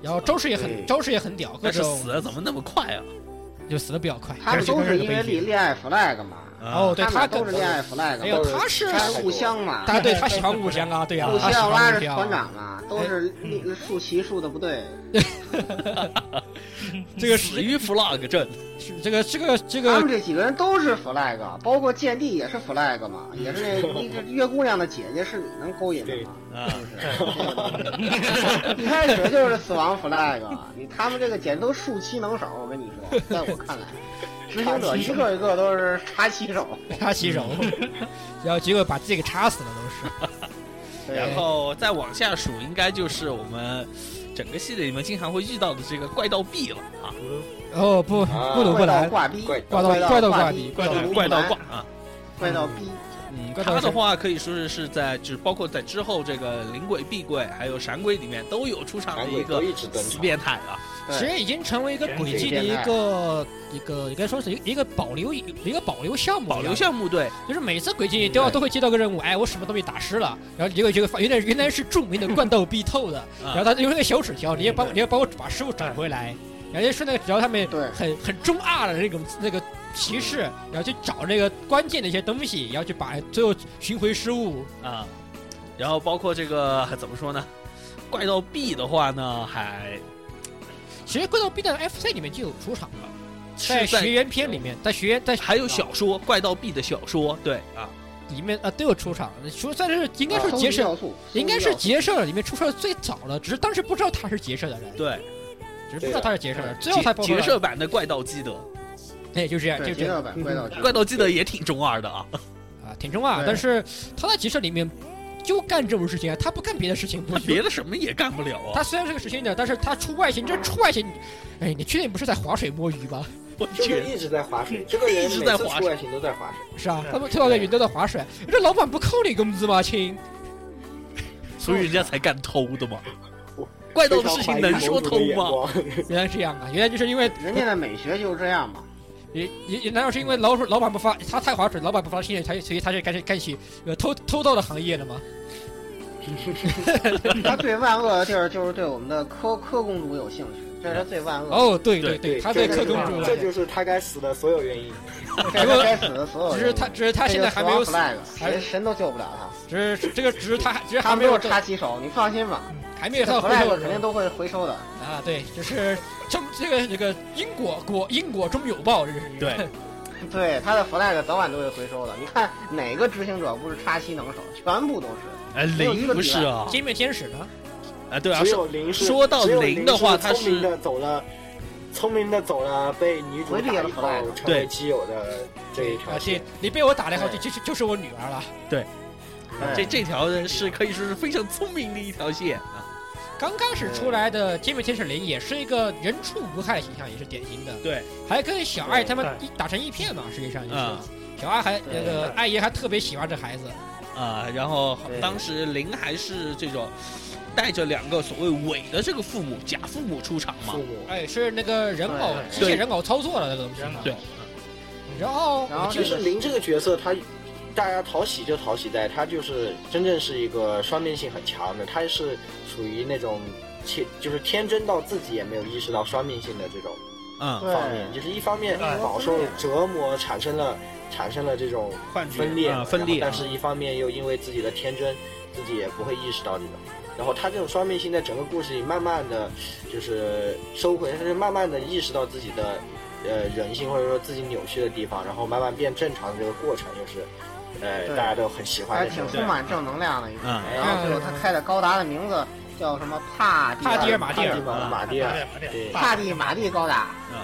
Speaker 2: 然后招式也很
Speaker 5: 对
Speaker 2: 招式也很屌，各
Speaker 1: 但是
Speaker 2: 种
Speaker 1: 死的怎么那么快啊？
Speaker 2: 就死的比较快，
Speaker 3: 他们
Speaker 2: 这
Speaker 3: 都
Speaker 2: 个
Speaker 3: 是
Speaker 2: 个
Speaker 3: 因为
Speaker 2: 悲剧
Speaker 3: 立恋爱 flag 嘛，
Speaker 1: 啊
Speaker 2: 哦，对
Speaker 3: 他
Speaker 2: 他
Speaker 3: 们
Speaker 2: 跟
Speaker 3: 都是恋爱 flag
Speaker 2: 哎呦，
Speaker 3: 嘛，
Speaker 2: 他是
Speaker 5: 都
Speaker 3: 他
Speaker 5: 是
Speaker 3: 互相嘛，
Speaker 2: 他对他喜欢故乡啊，对呀、
Speaker 3: 互
Speaker 2: 他喜
Speaker 3: 相拉
Speaker 2: 欢
Speaker 3: 着
Speaker 2: 故乡
Speaker 3: 团
Speaker 2: 啊。
Speaker 3: 长嘛，都是立竖旗竖的不对，
Speaker 2: 这个
Speaker 1: 死
Speaker 2: 是
Speaker 1: 于 flag 阵，
Speaker 2: 是这个这个这
Speaker 3: 他
Speaker 2: 个
Speaker 3: 们这几个人都是 flag，包括剑帝也是 flag 嘛，也是那一个月姑娘的姐姐是你能勾引的吗？
Speaker 1: 啊
Speaker 3: 是不是？一开始就是死亡 flag，你他们这个简直都竖七能手，我跟你说，在我看来，执行者一个一个都是插旗手，
Speaker 2: 插旗手，
Speaker 3: 嗯
Speaker 2: 然后结果把自己给插死了，都是。
Speaker 3: 对
Speaker 2: 哎
Speaker 1: 然后再往下数，应该就是我们整个系列里面经常会遇到的这个怪盗 B 了啊，
Speaker 2: 哦不，
Speaker 5: 啊
Speaker 2: 布鲁布
Speaker 3: 怪盗
Speaker 2: 兰，
Speaker 3: 挂逼，
Speaker 5: 怪
Speaker 2: 怪盗
Speaker 3: 怪
Speaker 2: 怪盗挂
Speaker 3: 逼，
Speaker 2: 逼怪盗
Speaker 1: 怪盗挂，啊。
Speaker 3: 怪盗逼，
Speaker 2: 嗯，怪
Speaker 1: 他
Speaker 2: 盗
Speaker 1: 的话可以说是是在就是包括在之后这个灵鬼、避鬼还有闪鬼里面都有出场的
Speaker 5: 韩
Speaker 1: 一
Speaker 5: 国
Speaker 1: 个
Speaker 5: 都一直登
Speaker 1: 死
Speaker 5: 场，
Speaker 1: 变态啊，
Speaker 3: 对
Speaker 2: 其实已经成为一个轨迹的一个一个应该说是一个一个保留一个保留项目，
Speaker 1: 保留项目对，
Speaker 2: 就是每次轨
Speaker 3: 嗯
Speaker 2: 迹都要都会接到个任务，哎，我什么东西打湿了，然后结果结果发原来原来是著名的灌斗必透的，
Speaker 3: 嗯
Speaker 2: 然后他用那个小纸条，你要帮你要帮我把师傅找回来，
Speaker 3: 嗯
Speaker 2: 然后就顺那个纸条上面
Speaker 3: 对
Speaker 2: 很很中二的那种那个提示，然后去找那个关键的一些东西，然后去把最后寻回失误。
Speaker 1: 啊，然后包括这个怎么说呢？怪盗 B 的话呢，还
Speaker 2: 其实怪盗 B 的 FC 里面就有出场了，
Speaker 1: 是
Speaker 2: 学
Speaker 1: 在
Speaker 2: 员篇里面，在学员在
Speaker 1: 还有小说怪盗 B 的小说对啊，
Speaker 2: 里面啊都有出场，说算是应该说
Speaker 3: 收集
Speaker 2: 结
Speaker 1: 哦
Speaker 2: 社，
Speaker 3: 要素，
Speaker 2: 应该是
Speaker 3: 收集
Speaker 2: 结社里面出事儿最早了，只是当时不知道他是结社的人，
Speaker 1: 对，
Speaker 2: 只是不知道他是结社的人，最后
Speaker 1: 角
Speaker 2: 才爆出
Speaker 1: 角
Speaker 2: 来。
Speaker 1: 色版的怪盗基德，
Speaker 2: 哎，就这
Speaker 3: 要
Speaker 2: 样，
Speaker 3: 素
Speaker 2: 就这
Speaker 3: 对杰
Speaker 2: 样
Speaker 3: 克版怪盗基德
Speaker 1: 怪盗基德也挺中二的啊，
Speaker 2: 啊，挺中二。
Speaker 3: 对
Speaker 2: 但是他在结社里面就干这种事情啊，他不干别的事情，不
Speaker 1: 他别的什么也干不了啊，
Speaker 2: 他虽然是个实心的，但是他出外勤，这出外勤，哎，你确定不是在划水摸鱼吗？
Speaker 1: 我
Speaker 5: 就是
Speaker 1: 去，
Speaker 5: 嗯一直在划水，这个人
Speaker 1: 一直
Speaker 5: 每
Speaker 1: 在
Speaker 5: 次
Speaker 1: 划
Speaker 5: 出外勤都在划水，
Speaker 2: 是啊，
Speaker 4: 是
Speaker 2: 他们特别云都在划水，这老板不扣你工资吗，亲？
Speaker 1: 所以人家才干偷的嘛。怪盗的事情能说偷
Speaker 5: 非常怀疑
Speaker 1: 吗？
Speaker 5: 盟主的眼光？
Speaker 2: 原来这样啊，原来就是因为
Speaker 3: 人家的美学就是这样嘛，
Speaker 2: 也也也难道是因为老老板不发他太划水，老板不发薪水，才所以他就干干起呃偷偷盗的行业了吗？
Speaker 3: 他最万恶的地儿就是对我们的柯柯公主有兴趣，这是他最万恶的。
Speaker 2: 哦，对
Speaker 1: 对
Speaker 2: 对，
Speaker 5: 对
Speaker 2: 他在
Speaker 5: 这
Speaker 2: 克
Speaker 5: 就
Speaker 2: 中
Speaker 5: 是
Speaker 3: 他
Speaker 2: 主，
Speaker 5: 这就是他该死的所有原因。
Speaker 3: 这是他该死的所有人。
Speaker 2: 只是他，只是他现在还没有死，
Speaker 3: 谁神都救不了 他。
Speaker 2: 只是这个，只是他，只是还
Speaker 3: 他
Speaker 2: 没
Speaker 3: 没有
Speaker 2: 有
Speaker 3: 插旗手，你放心吧，
Speaker 2: 还没有
Speaker 3: 这
Speaker 2: 到
Speaker 3: flag
Speaker 2: 回头
Speaker 3: 肯定都会回收的。
Speaker 2: 啊，对，就是这这个这个因果果因果终有报，这是一个
Speaker 1: 对
Speaker 3: 对，他的 flag 早晚都会回收的。你看哪个执行者不是插旗能手？全部都是。
Speaker 1: 哎，
Speaker 3: 没有一
Speaker 1: 零
Speaker 3: 个
Speaker 1: 不
Speaker 3: 例
Speaker 1: 是
Speaker 3: 外
Speaker 1: 啊，
Speaker 2: 歼灭天使呢，
Speaker 1: 啊对啊，
Speaker 5: 只
Speaker 1: 是
Speaker 5: 有零是
Speaker 1: 说到
Speaker 5: 只有
Speaker 1: 零的话他是
Speaker 5: 聪明的走了，聪明的走了，被女主
Speaker 3: 回避
Speaker 5: 打
Speaker 3: 了
Speaker 5: 一炮
Speaker 3: flag
Speaker 5: 成为基友的这一条
Speaker 2: 啊，这
Speaker 5: 线。
Speaker 2: 你被我打了以后，就
Speaker 3: 对
Speaker 2: 就是就是我女儿了。
Speaker 1: 这
Speaker 5: 哎
Speaker 3: 对
Speaker 1: 这条是可以说是非常聪明的一条线啊，
Speaker 2: 刚开始出来的《歼灭天使零》也是一个人畜无害的形象，也是典型的。
Speaker 1: 对，
Speaker 2: 还跟小爱他们
Speaker 4: 对
Speaker 2: 一打成一片嘛，实际上就是、
Speaker 1: 嗯
Speaker 2: 小爱还那
Speaker 3: 对
Speaker 2: 个艾爷还特别喜欢这孩子，
Speaker 1: 啊，然后
Speaker 3: 对
Speaker 1: 当时零还是这种呃带着两个所谓伪的这个父母假父母出场嘛
Speaker 5: 父，母
Speaker 2: 哎，是那个人偶
Speaker 3: 对
Speaker 2: 机械人偶操作的那个东西嘛。
Speaker 4: 啊
Speaker 1: 对，
Speaker 2: 然后
Speaker 3: 然后
Speaker 5: 其
Speaker 3: 这
Speaker 5: 实
Speaker 3: 个
Speaker 5: 零这个角色他。大家讨喜就讨喜在，他就是真正是一个双面性很强的，他是属于那种天就是天真到自己也没有意识到双面性的这种
Speaker 1: 嗯，
Speaker 3: 对
Speaker 5: 方面，就是一方面
Speaker 4: 对
Speaker 5: 饱受折磨，产生了产生了这种
Speaker 1: 幻觉
Speaker 5: 分裂
Speaker 1: 啊
Speaker 5: 嘛，
Speaker 1: 分裂啊
Speaker 5: 然后但是一方面又因为自己的天真，自己也不会意识到这种。然后他这种双面性在整个故事里慢慢的就是收回，就是慢慢的意识到自己的呃人性或者说自己扭曲的地方，然后慢慢变正常的这个过程，就是呃
Speaker 3: 对
Speaker 5: 大家都很喜欢
Speaker 3: 还
Speaker 5: 的这
Speaker 3: 挺
Speaker 5: 种。
Speaker 3: 充满正能量的啊一个。
Speaker 1: 嗯
Speaker 5: 哎
Speaker 3: 然后最后他开的高达的名字叫什么？帕
Speaker 2: 帕
Speaker 3: 蒂
Speaker 2: 蒂尔马蒂尔
Speaker 5: 马马
Speaker 1: 啊
Speaker 5: 蒂尔，对
Speaker 3: 帕蒂马蒂高达
Speaker 1: 嗯。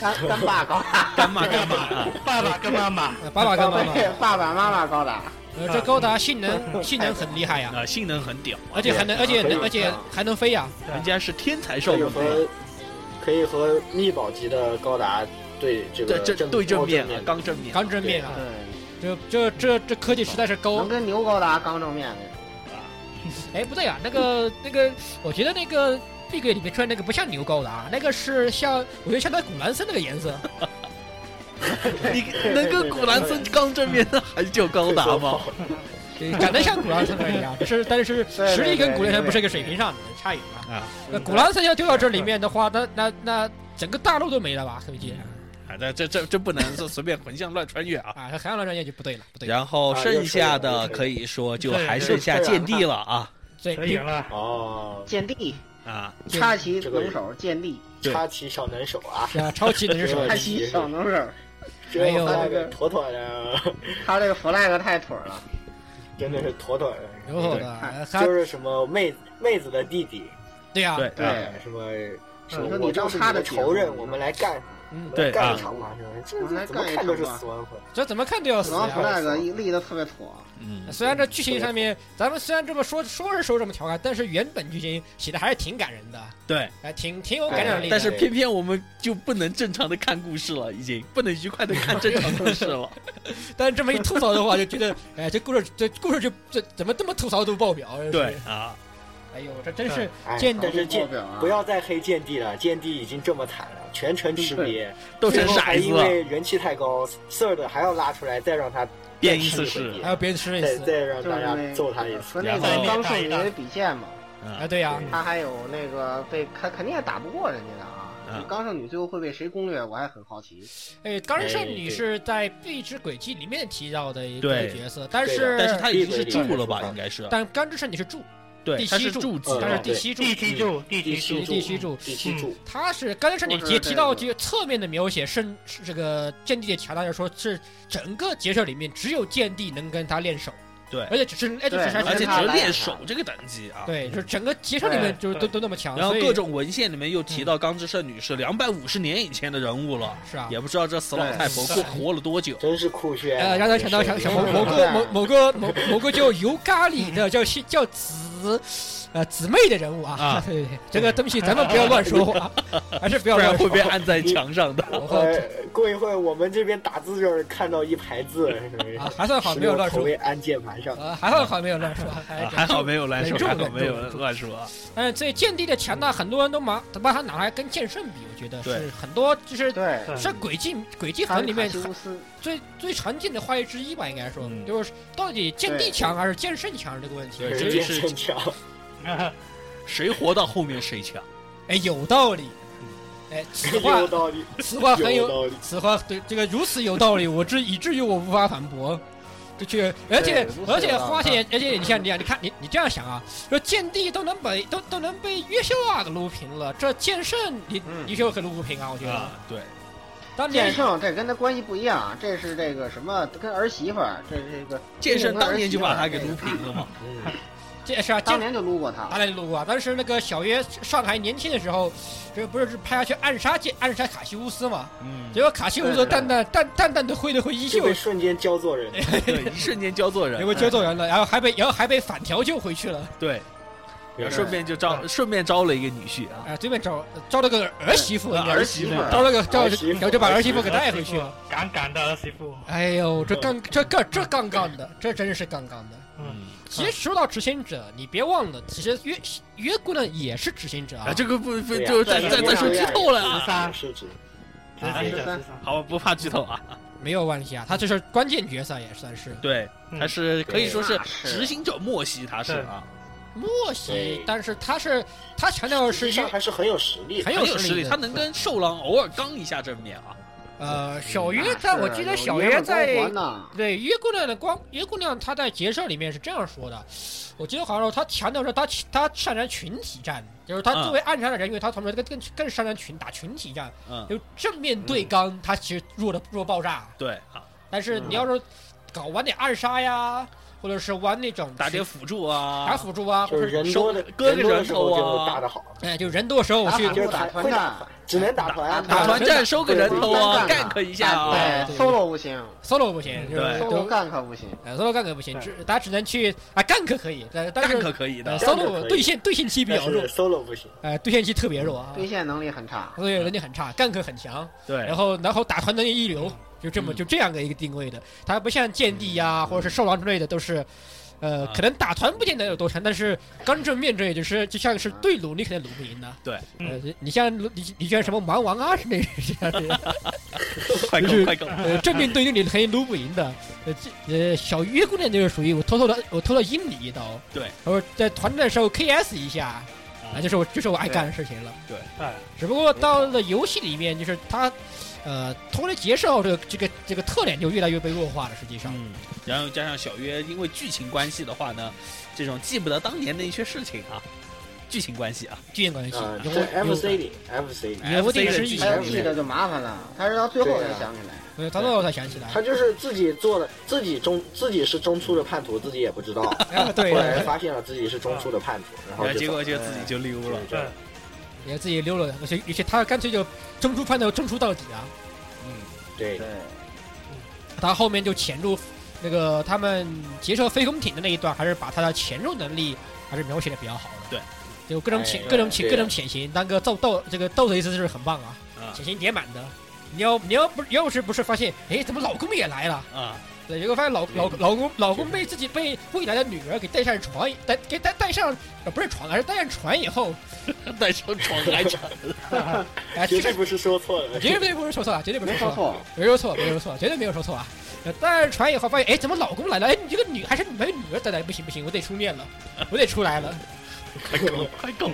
Speaker 3: 干干爸高达，
Speaker 1: 干嘛干嘛啊，
Speaker 4: 爸爸跟妈妈，
Speaker 2: 呃爸爸跟妈妈，
Speaker 3: 对爸爸妈妈高达。
Speaker 2: 呃，这高达性能性能很厉害呀，
Speaker 1: 啊，性能很屌啊，
Speaker 2: 而且还能而且能而且还能飞呀。啊
Speaker 1: 人家是天才
Speaker 5: 可
Speaker 1: 少
Speaker 5: 以
Speaker 1: 女，
Speaker 5: 和可以和密宝级的高达对这
Speaker 1: 对
Speaker 5: 个
Speaker 1: 这对
Speaker 5: 正
Speaker 1: 正面啊
Speaker 5: 面，
Speaker 1: 刚正面，
Speaker 2: 刚正面啊，
Speaker 3: 对，
Speaker 2: 这这这这科技实在是高
Speaker 3: 能。跟牛高达刚正面的。
Speaker 2: 哎，不对啊，那个那个，我觉得那个 B 给里面穿那个不像牛高达，那个是像我觉得像那古兰森那个颜色。
Speaker 1: 你能跟古兰森刚正面的还叫高达吗？
Speaker 2: 对长得像古拉森特一样，只是但是
Speaker 3: 对
Speaker 2: 实力跟古拉森不是一个水平上的，差远了。
Speaker 1: 啊，
Speaker 2: 那古拉森要丢到这里面的话，那那那整个大陆都没了吧？可不记
Speaker 1: 啊，那这这这不能说随便横向乱穿 越啊。
Speaker 2: 啊，海洋乱专业就不对了，不对了。
Speaker 1: 然后
Speaker 5: 啊
Speaker 1: 剩
Speaker 5: 又说
Speaker 1: 下
Speaker 5: 了又
Speaker 1: 的
Speaker 5: 说
Speaker 1: 可以说就
Speaker 4: 对
Speaker 1: 还
Speaker 4: 对
Speaker 1: 剩下
Speaker 5: 对啊
Speaker 1: 剑帝了啊
Speaker 2: 所以
Speaker 4: 可以
Speaker 2: 并
Speaker 4: 了，
Speaker 5: 哦，
Speaker 3: 剑帝，
Speaker 1: 啊！
Speaker 2: 对
Speaker 3: 插旗能手，剑帝，
Speaker 1: 对
Speaker 5: 插旗小能手啊，
Speaker 2: 啊，超级能手
Speaker 5: 对
Speaker 3: 插旗小能手。
Speaker 5: 这
Speaker 2: 哎呦
Speaker 5: 他那个妥妥的，
Speaker 3: 他这个 flag 太腿儿了，
Speaker 5: 真的是妥妥的。
Speaker 2: 牛后的，
Speaker 3: 对
Speaker 2: 啊他
Speaker 5: 就是什么妹妹子的弟弟，
Speaker 2: 对呀，
Speaker 1: 对啊
Speaker 5: 哎什么
Speaker 3: 你
Speaker 5: 什
Speaker 3: 说
Speaker 5: 么
Speaker 3: 你当
Speaker 5: 我就是
Speaker 3: 嗯他
Speaker 5: 的
Speaker 3: 的姐
Speaker 5: 仇
Speaker 3: 夫
Speaker 5: 人，我们来干，
Speaker 2: 嗯
Speaker 5: 我们
Speaker 1: 对
Speaker 5: 来干
Speaker 1: 啊
Speaker 5: 一场吧，是
Speaker 3: 我
Speaker 5: 吧？
Speaker 3: 们来
Speaker 5: 这怎么
Speaker 3: 干一
Speaker 5: 看都是
Speaker 3: 场吧
Speaker 5: 死亡魂，
Speaker 2: 这怎么看都要
Speaker 3: 死
Speaker 2: 死
Speaker 3: 亡
Speaker 2: 呀。
Speaker 3: flag 一立的特别妥。
Speaker 1: 嗯，
Speaker 2: 虽然这剧情上面，咱们虽然这么说说是说这么调侃，但是原本剧情写的还是挺感人的，
Speaker 1: 对，
Speaker 2: 哎，挺挺有感染力的。
Speaker 1: 但是偏偏我们就不能正常的看故事了，已经不能愉快的看正常故事 了。
Speaker 2: 但是这么一吐槽的话，就觉得， 哎，这故事这故事就这怎么这么吐槽度爆表？真是
Speaker 1: 对，嗯啊，
Speaker 2: 哎呦，这真是
Speaker 5: 哎
Speaker 2: 见
Speaker 5: 但是
Speaker 3: 报
Speaker 5: 剑
Speaker 3: 表啊，
Speaker 5: 不要再黑剑帝了，剑帝已经这么惨了，全程吃瘪，
Speaker 1: 都
Speaker 5: 最
Speaker 1: 成
Speaker 5: 后还
Speaker 1: 傻子
Speaker 5: 因
Speaker 1: 了，
Speaker 5: 为人气太高，third 还要拉出来，再让他
Speaker 1: 变一次是
Speaker 5: 对
Speaker 2: 还有别人吃了一
Speaker 5: 再
Speaker 2: 次
Speaker 5: 再让
Speaker 3: 就是
Speaker 5: 大
Speaker 3: 那
Speaker 5: 家揍他一次。嗯
Speaker 3: 和那
Speaker 1: 然后
Speaker 3: 个刚圣女比剑嘛，
Speaker 2: 啊，对呀、
Speaker 5: 对
Speaker 3: 他还有那个被他肯定也打不过人家的啊。
Speaker 1: 嗯
Speaker 3: 就刚圣女最后会被谁攻略，我还很好奇。
Speaker 2: 哎，钢圣
Speaker 5: 哎
Speaker 2: 女
Speaker 5: 对
Speaker 2: 是在《壁之轨迹》里面提到的一个
Speaker 1: 对
Speaker 2: 角色，但
Speaker 5: 对
Speaker 2: 是
Speaker 1: 但是他已经是
Speaker 5: 对对对
Speaker 1: 柱了吧？应该是，
Speaker 2: 但钢之圣女是柱，
Speaker 1: 对，
Speaker 2: 第
Speaker 1: 他
Speaker 2: 七
Speaker 1: 是
Speaker 2: 柱
Speaker 1: 柱啊级
Speaker 5: 嗯
Speaker 2: 她是
Speaker 1: 的，
Speaker 2: 第七柱。
Speaker 4: 第七柱，
Speaker 1: 嗯
Speaker 4: 第
Speaker 5: 第七
Speaker 4: 七柱，
Speaker 2: 第七柱
Speaker 5: 第七柱，
Speaker 2: 她是钢之圣女
Speaker 3: 我知道
Speaker 2: 提提到这
Speaker 3: 这
Speaker 2: 个侧面的描写，甚是这个剑帝的强大，就是说是整个角色里面只有剑帝能跟他练手，
Speaker 1: 对
Speaker 2: 而且只是而且只是
Speaker 3: 对
Speaker 1: 而且
Speaker 3: 他
Speaker 1: 只
Speaker 3: 来
Speaker 1: 练
Speaker 3: 了
Speaker 1: 手这个等级啊。
Speaker 2: 对，就是整个角色里面就是都都那么强，
Speaker 1: 然后
Speaker 2: 所以
Speaker 1: 各种文献里面又提到钢之圣女是两百五十年以前的人物了，
Speaker 2: 是啊，
Speaker 1: 也不知道这死老太婆过
Speaker 2: 对
Speaker 1: 活了多久。
Speaker 5: 真是酷炫啊。
Speaker 2: 呃，让他想到想想某某个某某个某某个叫油咖喱的叫西叫子，呃姊妹的人物啊，
Speaker 1: 啊
Speaker 2: 对对对，这个东西咱们不要乱说话， 还是不 要
Speaker 1: 不然
Speaker 2: 乱
Speaker 1: 会
Speaker 2: 说。
Speaker 1: 被按 在墙上的。
Speaker 2: 我靠
Speaker 5: 呃，过一会儿我们这边打字就是看到一排字，是不是？
Speaker 2: 啊，还算好没有乱
Speaker 5: 投
Speaker 2: 说
Speaker 5: 喂，按键盘上。
Speaker 2: 呃，还算好没有乱说，哎
Speaker 1: 啊还好。没有乱说，
Speaker 2: 忍
Speaker 1: 还
Speaker 2: 住
Speaker 1: 好没有
Speaker 2: 忍住
Speaker 1: 乱说啊。
Speaker 2: 但是这剑帝的强大，很多人都拿都把他拿来跟剑圣比，我觉得是
Speaker 1: 对
Speaker 2: 很多就是。
Speaker 3: 对，
Speaker 4: 对
Speaker 2: 是轨迹轨迹
Speaker 3: 他
Speaker 2: 魂里面
Speaker 3: 修斯，
Speaker 2: 最最常见的话题之一吧，应该说
Speaker 1: 嗯
Speaker 2: 就是到底剑帝
Speaker 3: 对
Speaker 2: 强还是剑圣强这个问题
Speaker 1: 对，
Speaker 5: 人
Speaker 1: 这
Speaker 5: 间
Speaker 1: 是
Speaker 4: 嗯
Speaker 5: 圣桥，
Speaker 1: 谁活到后面谁强。
Speaker 2: 哎，有道理。哎，此话
Speaker 5: 有道理，
Speaker 2: 此话很
Speaker 5: 道
Speaker 2: 有
Speaker 5: 理，
Speaker 2: 此话对这个如此有道理，我至以至于我无法反驳。这却，而且
Speaker 3: 对如此
Speaker 2: 而且
Speaker 3: 有道理
Speaker 2: 花姐，而且你像你啊，你看你你这样想啊，说剑帝都能被啊都都能被月秀啊给撸平了，这剑圣你
Speaker 3: 嗯
Speaker 2: 你就很撸不平啊，我觉得。
Speaker 1: 啊，对，
Speaker 2: 当
Speaker 3: 剑
Speaker 2: 年
Speaker 3: 圣这跟他关系不一样啊，这是这个什么跟儿媳妇儿，这是这个
Speaker 1: 剑圣当年就把他给撸平了嘛，
Speaker 5: 嗯，
Speaker 2: 这是啊，
Speaker 3: 当
Speaker 2: 剑
Speaker 3: 年就撸过他
Speaker 2: 当。然撸啊，当时那个小约上台年轻的时候，这不是拍下去暗杀剑暗杀卡西乌斯嘛？
Speaker 1: 嗯，
Speaker 2: 结果卡西乌斯淡淡淡淡淡的挥了挥衣
Speaker 5: 就
Speaker 2: 袖
Speaker 5: 被，瞬间教做
Speaker 2: 哎
Speaker 5: 人。
Speaker 1: 对，一瞬间教做
Speaker 2: 结
Speaker 1: 人，
Speaker 2: 果救走人了，然后还被然后还被反调救回去了。
Speaker 1: 对，然后
Speaker 5: 对
Speaker 1: 顺便就招顺便招了一个女婿啊，
Speaker 2: 啊，对面招招了个儿媳妇，
Speaker 1: 对
Speaker 3: 啊
Speaker 2: 应该
Speaker 1: 儿
Speaker 2: 是
Speaker 1: 媳妇
Speaker 2: 招了个招，
Speaker 5: 儿媳妇
Speaker 2: 然后就把儿媳妇给带回去了。
Speaker 4: 杠杠的儿媳妇，
Speaker 1: 啊
Speaker 2: 哎呦，这杠这杠这杠杠的，这真是杠杠的。
Speaker 4: 嗯，
Speaker 2: 其实说到执行者，你别忘了，其实约约姑娘也是执行者
Speaker 1: 啊，
Speaker 2: 啊。
Speaker 1: 这个不不
Speaker 5: 对呀
Speaker 1: 就再
Speaker 5: 对
Speaker 1: 再
Speaker 5: 呀
Speaker 1: 再说剧透了
Speaker 4: 十
Speaker 1: 啊，
Speaker 4: 三，
Speaker 5: 是指
Speaker 4: 直
Speaker 3: 十
Speaker 4: 接者
Speaker 3: 三
Speaker 4: 十三，
Speaker 1: 好，不怕剧透啊，
Speaker 2: 没有问题啊，她这是关键角色也算是。
Speaker 1: 对，
Speaker 4: 嗯
Speaker 1: 他是可以说是
Speaker 3: 那是
Speaker 1: 执行者莫西，他是啊，
Speaker 2: 莫西
Speaker 5: 对，
Speaker 2: 但是她是她强调的
Speaker 5: 实际
Speaker 2: 是
Speaker 5: 上还是很有实力的
Speaker 2: 很。
Speaker 1: 很有
Speaker 2: 有
Speaker 1: 实
Speaker 2: 实
Speaker 1: 力，
Speaker 2: 力的
Speaker 1: 他能跟兽狼偶尔刚一下正面啊，
Speaker 2: 呃小约
Speaker 5: 啊
Speaker 3: 那
Speaker 2: 在，我
Speaker 3: 是
Speaker 2: 记得
Speaker 3: 有
Speaker 2: 小
Speaker 3: 爷
Speaker 2: 约
Speaker 3: 们光
Speaker 2: 在
Speaker 3: 环呢，
Speaker 2: 对约姑娘的光约姑娘，她在结社里面是这样说的，我记得好像说她强调说她她擅长群体战，就是她
Speaker 1: 嗯
Speaker 2: 作为暗杀的人员，她同时更更更擅长群打群体战，
Speaker 1: 嗯，
Speaker 2: 就正面对刚，她其实弱的弱爆炸。
Speaker 1: 对啊，
Speaker 2: 但是你要是搞玩点暗杀呀，或者是玩那种
Speaker 1: 打点辅助啊，
Speaker 2: 打辅助啊，或
Speaker 5: 就是
Speaker 2: 者
Speaker 5: 人多的，
Speaker 1: 割
Speaker 5: 人
Speaker 1: 个
Speaker 5: 多的
Speaker 1: 人
Speaker 5: 时
Speaker 1: 头
Speaker 5: 候就
Speaker 1: 啊
Speaker 5: 打得好，
Speaker 2: 哎就人多时候我去
Speaker 3: 打辅
Speaker 5: 就是
Speaker 3: 助打
Speaker 5: 打
Speaker 3: 团
Speaker 5: 会
Speaker 3: 战
Speaker 5: 打，只能打团，
Speaker 1: 打团战收个人头啊
Speaker 3: 对
Speaker 1: ，gank 一下啊，
Speaker 3: 打
Speaker 2: 对
Speaker 3: 对，solo 不行
Speaker 2: solo 不行，就是
Speaker 1: 对
Speaker 3: ，solo
Speaker 2: 都
Speaker 3: 干可不行。
Speaker 2: 呃 solo 干可不行，只大家只能去啊干可可以，但但是
Speaker 1: gank 可以的，
Speaker 2: 呃
Speaker 5: 干可
Speaker 2: solo
Speaker 5: 以
Speaker 2: 对线对线期比
Speaker 5: 但
Speaker 2: 较弱
Speaker 5: 是，solo 不行。
Speaker 2: 哎对线期特别弱啊。
Speaker 3: 对线能力很差，
Speaker 2: 所以人家很差，干克很强，
Speaker 1: 对
Speaker 2: 然，后然后打团能力一流，就这么
Speaker 1: 哎嗯
Speaker 2: 就这样的一个定位的。它不像剑帝呀，或者是兽狼之类的，都是，呃，
Speaker 1: 啊
Speaker 2: 可能打团不见得有多强，但是刚正面这也就是就像是对鲁，你肯定鲁不赢的。
Speaker 1: 对
Speaker 2: 呃，你像鲁你你像什么蛮王啊之类的这样的，
Speaker 1: 快
Speaker 2: 就是
Speaker 1: 更快更，
Speaker 2: 呃，正面对决你肯定撸不赢的。呃，这呃小约姑娘就是属于我偷偷的我偷偷阴你一刀，
Speaker 1: 对，
Speaker 2: 然后在团战的时候 KS 一下，啊，就是我就是我爱干的事情了。啊
Speaker 4: 对，
Speaker 2: 只不过到了游戏里面，就是它，呃，通过结社后，这个这个这个特点就越来越被弱化了。实际上，
Speaker 1: 嗯，然后加上小约，因为剧情关系的话呢，这种记不得当年的一些事情啊，剧情关系啊，
Speaker 2: 剧情关系
Speaker 5: 啊，
Speaker 2: 有
Speaker 5: 这 FC
Speaker 2: 有，
Speaker 5: 里 FC 里，
Speaker 2: 也不
Speaker 1: FC
Speaker 2: 定
Speaker 1: 的
Speaker 2: 是
Speaker 1: 剧
Speaker 2: 一
Speaker 1: 情
Speaker 3: 还有
Speaker 2: 场
Speaker 1: 关系
Speaker 3: P 的就麻烦了，他是到最后才想起来。
Speaker 2: 对，到最后才想起来，
Speaker 5: 他就是自己做了，自己中自己是中出的叛徒，自己也不知道，
Speaker 2: 啊对 啊
Speaker 5: 后，来发现了自己是中出的叛徒，然后
Speaker 1: 然后
Speaker 5: 就
Speaker 1: 结果
Speaker 5: 走
Speaker 1: 就自己就溜了，
Speaker 5: 对
Speaker 4: 对，
Speaker 2: 也自己溜了，而且而且他干脆就争出翻头争出到底啊，
Speaker 5: 对
Speaker 3: 对，
Speaker 2: 他后面就潜入那个他们结社飞空艇的那一段，还是把他的潜入能力还是描写的比较好的，
Speaker 1: 对，
Speaker 2: 就各种潜
Speaker 5: 哎
Speaker 2: 各种潜
Speaker 5: 对
Speaker 2: 各种潜行，当个斗斗这个斗的意思是很棒啊，
Speaker 1: 啊
Speaker 2: 潜行叠满的。你要你要不要是不是发现，哎，怎么老公也来了？
Speaker 1: 啊，
Speaker 2: 对，结果发现老
Speaker 5: 嗯
Speaker 2: 老老公老公被自己被未来的女儿给带上床，带给带带上呃不是床，而是带上船以后，
Speaker 1: 带上床还 长，
Speaker 2: 哎，
Speaker 5: 绝
Speaker 2: 这
Speaker 5: 对
Speaker 2: 个
Speaker 5: 不是说错了，
Speaker 2: 绝对不是说错啊，绝对不是
Speaker 3: 没
Speaker 2: 说
Speaker 3: 说
Speaker 2: 错，
Speaker 3: 错，
Speaker 2: 没说错，没说错，绝对没有说错啊。呃带上船以后发现，哎，怎么老公来了？哎，你这个女还是你们女儿带来，不行不行，我得出面了，我得出来了。
Speaker 1: 快更快更，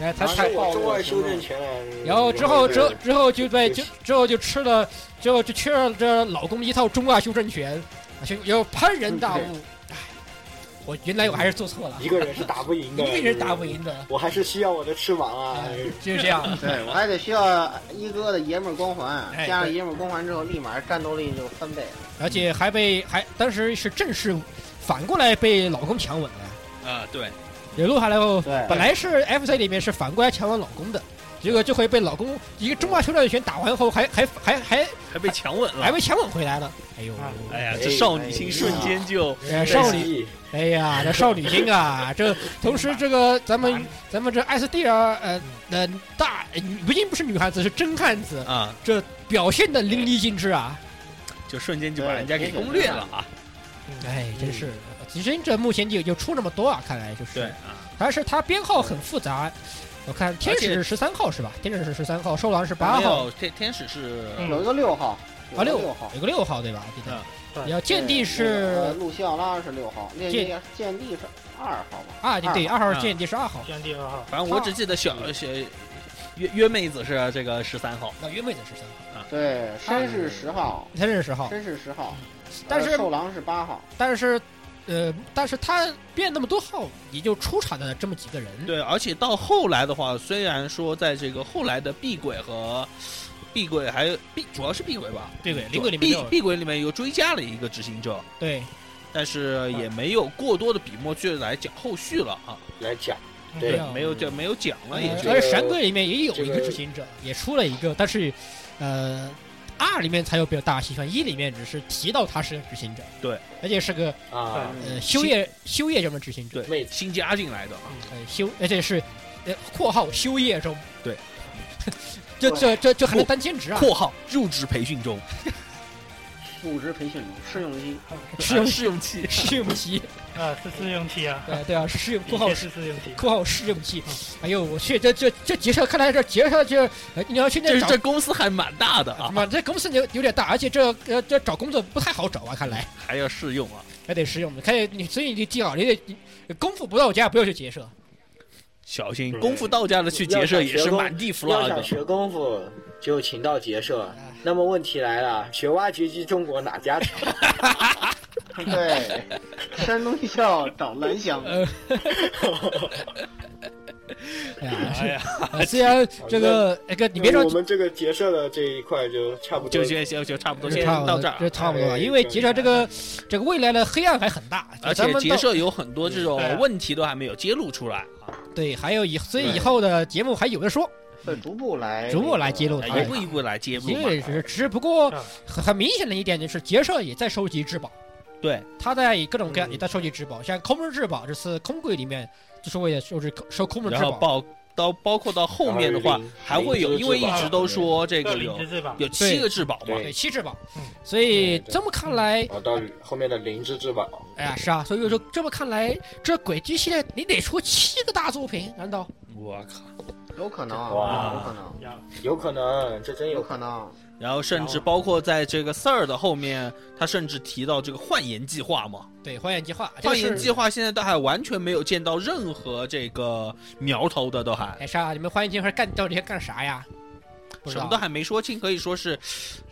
Speaker 2: 哎，他
Speaker 5: 他
Speaker 2: 他
Speaker 5: 是，我中二修正权了。
Speaker 2: 然后之后之后之后就被就
Speaker 5: 就
Speaker 2: 是之后就吃了，之后就缺了这老公一套中华修正拳，啊就又幡然大悟，哎，我原来我还是做错了
Speaker 5: 一，个人是打不赢
Speaker 2: 一
Speaker 5: 的，嗯
Speaker 2: 个人打不赢的。
Speaker 5: 我还是需要我的翅膀啊！
Speaker 2: 哎，就是这样。
Speaker 3: 对我还得需要一哥的爷们儿光环，
Speaker 2: 哎
Speaker 3: 加上爷们儿光环之后，立马战斗力就翻倍。
Speaker 2: 而且还被还当时是正式反过来被老公强吻了，
Speaker 1: 啊，对，
Speaker 2: 也录下来后，
Speaker 3: 对
Speaker 2: 本来是 FC 里面是反过来强吻老公的，结果这回被老公一个中华修炼拳打完后还，还还还还
Speaker 1: 还被强吻
Speaker 2: 还
Speaker 1: 了，
Speaker 2: 被强吻回来了。哎呦，
Speaker 4: 啊
Speaker 1: 哎呀，这少女心瞬间就
Speaker 2: 哎少女，
Speaker 5: 女，
Speaker 2: 哎呀，这少女心啊，这同时这个咱们咱们这 SD 啊，呃呃大不仅不是女汉子，是真汉子，
Speaker 1: 啊，
Speaker 2: 这表现的淋漓尽致啊。
Speaker 1: 就瞬间就把人家给攻略了啊，
Speaker 2: 哎，真是，其实这目前就就出这么多啊，看来就是。
Speaker 1: 对啊，
Speaker 2: 但是它编号很复杂，我看天使是十三号是吧？天使是十三号，兽狼是八
Speaker 1: 没
Speaker 2: 号，
Speaker 1: 有，天天使是
Speaker 4: 嗯
Speaker 3: 有一个六号，有
Speaker 2: 啊
Speaker 3: 一个
Speaker 2: 六
Speaker 3: 六号，
Speaker 2: 有个六号对吧？我记
Speaker 1: 嗯
Speaker 2: 得。
Speaker 4: 对
Speaker 2: 然后剑帝
Speaker 3: 呃
Speaker 2: 是
Speaker 3: 路西奥拉是六号，那
Speaker 2: 剑
Speaker 3: 那剑帝是二号吧？
Speaker 2: 啊，对对，二号
Speaker 1: 嗯
Speaker 2: 剑帝是二号。
Speaker 4: 天第二号，
Speaker 1: 反正我只记得小小约约妹子是这个十三号，
Speaker 2: 那约妹子十三号，
Speaker 3: 对，绅士十号，
Speaker 2: 他是十号，
Speaker 3: 绅士十号，
Speaker 2: 嗯但是
Speaker 3: 呃兽狼是八号，
Speaker 2: 但是，呃，但是他变那么多号，也就出场的这么几个人。
Speaker 1: 对，而且到后来的话，虽然说在这个后来的碧鬼和碧鬼还有碧，主要是碧鬼吧，
Speaker 2: 碧鬼灵鬼里面
Speaker 1: 碧
Speaker 2: 都有
Speaker 1: 碧鬼里面又追加了一个执行者，
Speaker 2: 对，
Speaker 1: 但是
Speaker 2: 嗯
Speaker 1: 也没有过多的笔墨去来讲后续了啊，
Speaker 5: 来讲，
Speaker 2: 没
Speaker 5: 对啊
Speaker 2: 有，
Speaker 1: 没有就没有讲了，也
Speaker 2: 呃
Speaker 1: 就
Speaker 5: 这
Speaker 2: 而
Speaker 5: 个
Speaker 2: 且神鬼里面也有
Speaker 5: 这
Speaker 2: 一
Speaker 5: 个
Speaker 2: 个执行者，也出了一个，但是，呃，二里面才有比较大的戏份，一里面只是提到他是个执行者。
Speaker 1: 对，嗯
Speaker 2: 而且是个
Speaker 5: 啊，
Speaker 2: 呃修业修业中的执行者，
Speaker 1: 对新加进来的啊，
Speaker 2: 呃修，而且是呃括号修业中。
Speaker 1: 对，
Speaker 2: 这这这这还能当兼职啊？
Speaker 1: 括号入职培训中，
Speaker 3: 入职培训中，试用期，
Speaker 2: 试用
Speaker 1: 试用期，
Speaker 2: 试用期，
Speaker 4: 啊，是试用期啊，
Speaker 2: 对对啊，试用
Speaker 4: 的
Speaker 2: 括号
Speaker 4: 确 是试用期。
Speaker 2: 括号试用期，哎呦我去，这这这杰社看来这杰社这，呃你要去那
Speaker 1: 这
Speaker 2: 找
Speaker 1: 这公司还蛮大的啊，
Speaker 2: 妈这公司有有点大，而且这呃这找工作不太好找啊，看来
Speaker 1: 还要试用啊，
Speaker 2: 还得实用的，看你所以你记好，你得你功夫不到家不要去结社，
Speaker 1: 小心
Speaker 5: 对
Speaker 1: 功夫到家的去结社也是满地
Speaker 5: 要想
Speaker 1: flag，
Speaker 5: 学功夫，就请到结社
Speaker 2: 哎。
Speaker 5: 那么问题来了，学挖掘机中国哪家强？
Speaker 3: 对，山东校找蓝翔，
Speaker 2: 呃，哎呀
Speaker 1: 哎 呀，
Speaker 2: 呃 虽然这个那 个你别说
Speaker 5: 我。们这个结社的这一块就差不多
Speaker 1: 就。就就就差不多，
Speaker 2: 这
Speaker 1: 先
Speaker 2: 差不
Speaker 1: 到
Speaker 2: 多，
Speaker 1: 这儿啊。
Speaker 2: 这差不多了，
Speaker 5: 哎
Speaker 2: 因为结社这个这个未来的黑暗还很大，
Speaker 1: 而
Speaker 2: 咱
Speaker 1: 且
Speaker 2: 们
Speaker 1: 结
Speaker 2: 到
Speaker 1: 社有很多这种
Speaker 5: 哎
Speaker 4: 对啊
Speaker 1: 问题都还没有揭露出来啊，
Speaker 2: 对，还有以所以以后的节目还有的说，
Speaker 3: 会逐步
Speaker 5: 哎
Speaker 3: 来
Speaker 2: 逐步来揭露
Speaker 3: 那
Speaker 2: 对
Speaker 3: 个
Speaker 2: 它
Speaker 1: 一步一步来揭露
Speaker 2: 因
Speaker 1: 嘛。
Speaker 2: 为是只不过
Speaker 4: 嗯
Speaker 2: 很很明显的一点就是结社也在收集质宝，
Speaker 1: 对，
Speaker 2: 他在以各种各样
Speaker 5: 嗯
Speaker 2: 也在收集质宝，像空门质宝，这次空柜里面就是为了收集收空门
Speaker 1: 然
Speaker 2: 质
Speaker 1: 后
Speaker 2: 宝，
Speaker 1: 包到包括到后面的话
Speaker 5: 然后有灵，
Speaker 1: 还会有，
Speaker 5: 灵芝
Speaker 1: 因为
Speaker 5: 之
Speaker 1: 一
Speaker 5: 宝嗯
Speaker 1: 直都说这
Speaker 4: 要
Speaker 1: 个
Speaker 4: 领
Speaker 1: 有
Speaker 4: 职是吧？
Speaker 1: 有七个质保嘛，
Speaker 5: 对
Speaker 2: 对七质宝
Speaker 4: 嗯，
Speaker 2: 所以
Speaker 5: 对对
Speaker 2: 这么看来，
Speaker 5: 啊，到后面的灵芝之宝，
Speaker 2: 哎呀是啊，所以说这么看来，这轨迹系列你得出七个大作品，难道？
Speaker 1: 我靠，
Speaker 3: 有可能，啊
Speaker 5: 哇
Speaker 3: 有可能，
Speaker 4: 要
Speaker 5: 有可能，这真
Speaker 3: 有
Speaker 5: 有
Speaker 3: 可能，
Speaker 1: 然后甚至包括在这个 Sir 的后面，他甚至提到这个换颜计划嘛，
Speaker 2: 对，花园计划，这个
Speaker 1: 换颜
Speaker 2: 是
Speaker 1: 计划现在都还完全没有见到任何这个苗头的，都还
Speaker 2: 哎是啊，你们花园计划干到底要干啥呀？不知
Speaker 1: 什
Speaker 2: 道
Speaker 1: 么都还没说清，可以说是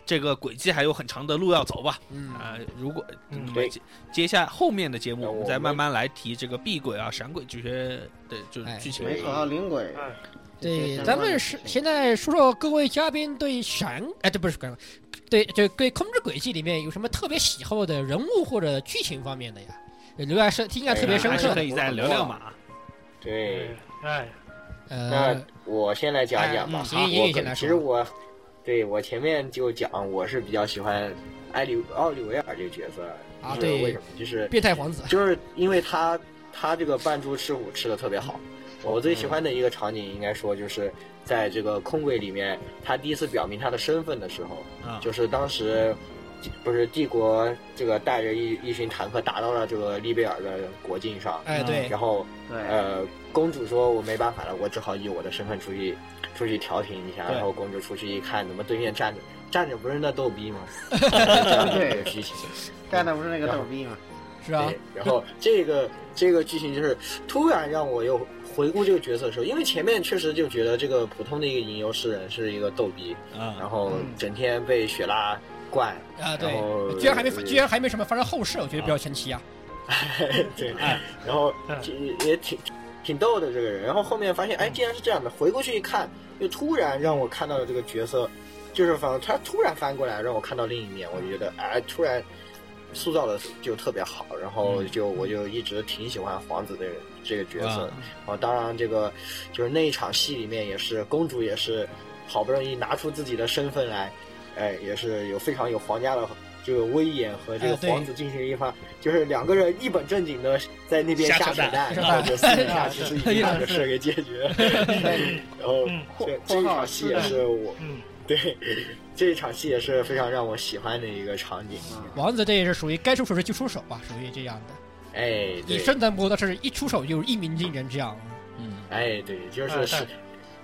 Speaker 1: 这个轨迹还有很长的路要走吧。
Speaker 2: 嗯，
Speaker 1: 啊，如果
Speaker 4: 嗯
Speaker 1: 嗯
Speaker 5: 对
Speaker 1: 接接下后面的节目，
Speaker 5: 那
Speaker 1: 我们
Speaker 5: 我
Speaker 1: 再
Speaker 5: 们
Speaker 1: 慢慢来提这个避鬼啊、闪鬼这些的，就是
Speaker 2: 哎
Speaker 1: 剧情。
Speaker 3: 没错，还有灵鬼，
Speaker 4: 嗯
Speaker 2: 对，
Speaker 3: 这些
Speaker 2: 咱
Speaker 3: 相关
Speaker 2: 们
Speaker 3: 的
Speaker 2: 是
Speaker 3: 事情
Speaker 2: 现在说说各位嘉宾对闪，哎，这不是刚刚，对，这对《空之轨迹》里面有什么特别喜好的人物或者剧情方面的呀？留下深印象特别深
Speaker 1: 哎还是
Speaker 2: 刻的
Speaker 1: 可，以再聊聊嘛。
Speaker 5: 对。
Speaker 4: 哎，
Speaker 5: 那
Speaker 2: 嗯呃，
Speaker 5: 我先来讲讲吧
Speaker 2: 哎嗯，
Speaker 5: 哈
Speaker 2: 行
Speaker 5: 我
Speaker 2: 你先
Speaker 5: 可
Speaker 2: 来
Speaker 5: 其
Speaker 2: 说
Speaker 5: 实我对我前面就讲，我是比较喜欢埃里奥利维尔这个角色
Speaker 2: 啊
Speaker 5: 就是
Speaker 2: 对
Speaker 5: 为什么？就是
Speaker 2: 变态皇子，
Speaker 5: 就是因为他他这个扮猪吃虎吃的特别好。
Speaker 2: 嗯
Speaker 5: 我最喜欢的一个场景，应该说就是在这个空柜里面，他第一次表明他的身份的时候，
Speaker 1: 啊，
Speaker 5: 就是当时不是帝国这个带着一一群坦克打到了这个利贝尔的国境上，
Speaker 2: 哎，对，
Speaker 5: 然后
Speaker 3: 对，
Speaker 5: 呃，公主说我没办法了，我只好以我的身份出去出去调停一下。
Speaker 1: 对
Speaker 5: 然后公主出去一看，怎么对面站着站着不是那逗逼吗？对，剧情。
Speaker 3: 站的不是那个逗逼吗？
Speaker 2: 是啊，
Speaker 5: 对，然后这个这个剧情就是突然让我又回顾这个角色的时候，因为前面确实就觉得这个普通的一个吟游诗人是一个逗逼，然
Speaker 1: 啊，
Speaker 5: 后
Speaker 4: 嗯
Speaker 5: 整天被雪拉惯，
Speaker 2: 啊，
Speaker 5: 然后
Speaker 2: 对，居然还没居然还没什么发生后事，我觉得比较神奇啊。
Speaker 5: 对
Speaker 1: 哎，
Speaker 5: 然后
Speaker 4: 嗯
Speaker 5: 就也挺挺逗的这个人。然后后面发现，哎，竟然是这样的。回过去一看，又突然让我看到了这个角色，就是反正他突然翻过来让我看到另一面，我就觉得哎，突然塑造的就特别好。然后就我就一直挺喜欢皇子这个这个角色的。然后当然这个就是那一场戏里面也是公主也是好不容易拿出自己的身份来，哎，也是有非常有皇家的。这个威严和这个
Speaker 2: 哎对
Speaker 5: 皇子进行一番，就是两个人一本正经的在那边
Speaker 1: 瞎
Speaker 5: 瞎
Speaker 1: 扯
Speaker 5: 扯
Speaker 1: 淡
Speaker 5: 淡，
Speaker 2: 是
Speaker 5: 然
Speaker 2: 吧
Speaker 5: 后就私 底下其实已经把这事儿给解决了。 然后
Speaker 4: 嗯
Speaker 5: 这这一场戏也是我
Speaker 4: 嗯，
Speaker 5: 对这一场戏也是非常让我喜欢的一个场景。
Speaker 2: 王子这也是属于该出手时就出手啊吧，属于这样的，
Speaker 5: 哎，
Speaker 2: 以
Speaker 5: 对，
Speaker 2: 身段不过，但是一出手就是一鸣惊人这样。
Speaker 1: 嗯，
Speaker 5: 哎对，就是
Speaker 4: 嗯
Speaker 5: 是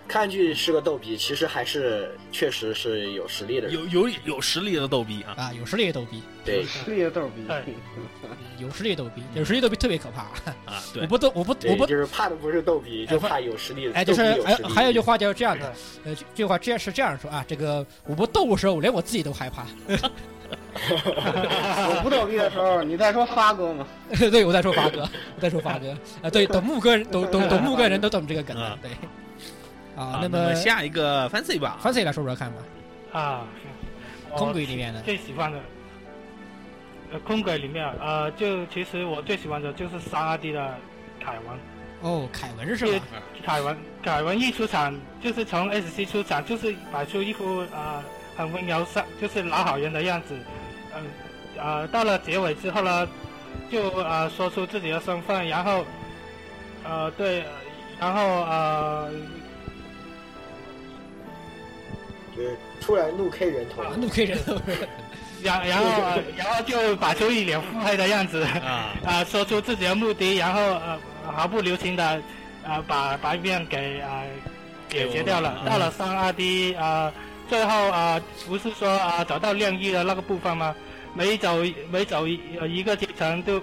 Speaker 5: 看剧是个逗逼，其实还是确实是有实力的人。
Speaker 1: 有有有实力的逗逼啊！
Speaker 2: 啊，有实力的逗逼，
Speaker 5: 对，
Speaker 3: 是一个逗逼。
Speaker 4: 哎
Speaker 2: 有实力的逗逼，有实力的逗逼特别可怕。
Speaker 1: 啊，
Speaker 2: 我
Speaker 1: 对，
Speaker 2: 不逗，我不，我
Speaker 5: 对，
Speaker 2: 不，
Speaker 5: 就是怕的不是逗逼，就怕有实力。
Speaker 2: 哎，就是
Speaker 5: 逗逼
Speaker 2: 哎
Speaker 5: 有实，力
Speaker 2: 还有一句话就是这样的
Speaker 4: 是，
Speaker 2: 呃，这句话这样是这样说啊，这个我不逗的时候，我连我自己都害怕。
Speaker 3: 我不逗逼的时候，你在说发哥吗？
Speaker 2: 对，我在说发哥，我在说发哥啊，对，懂木哥人，懂懂懂木哥人都懂这个梗的
Speaker 1: 嗯，
Speaker 2: 对。
Speaker 1: 啊
Speaker 2: 啊，，
Speaker 1: 那
Speaker 2: 么
Speaker 1: 么下一个 Fancy 吧
Speaker 2: Fancy 来说说看吧，
Speaker 4: 啊，我
Speaker 2: 空鬼里面的
Speaker 4: 最喜欢的，呃，空鬼里面，呃，就其实我最喜欢的就是三阿弟的凯文，
Speaker 2: 哦，凯文是吧？
Speaker 4: 凯文，凯文一出场就是从 S C 出场，就是摆出一副啊、呃、很温柔善，就是老好人的样子，嗯、呃，到了结尾之后呢，就呃说出自己的身份，然后，呃对，呃然后呃
Speaker 5: 就是突然怒 K 人头，
Speaker 2: 啊，怒 K 人都是
Speaker 4: 然然后、呃、然后就摆出一脸腹黑的样子。
Speaker 1: 啊，
Speaker 4: 啊、说出自己的目的，然后呃毫不留情的啊、呃把白面给啊、呃解决掉了。
Speaker 1: 给我们嗯
Speaker 4: 到了三二 D 啊，最后啊、呃不是说啊、呃找到亮一的那个部分吗？每走每走一呃一个阶层就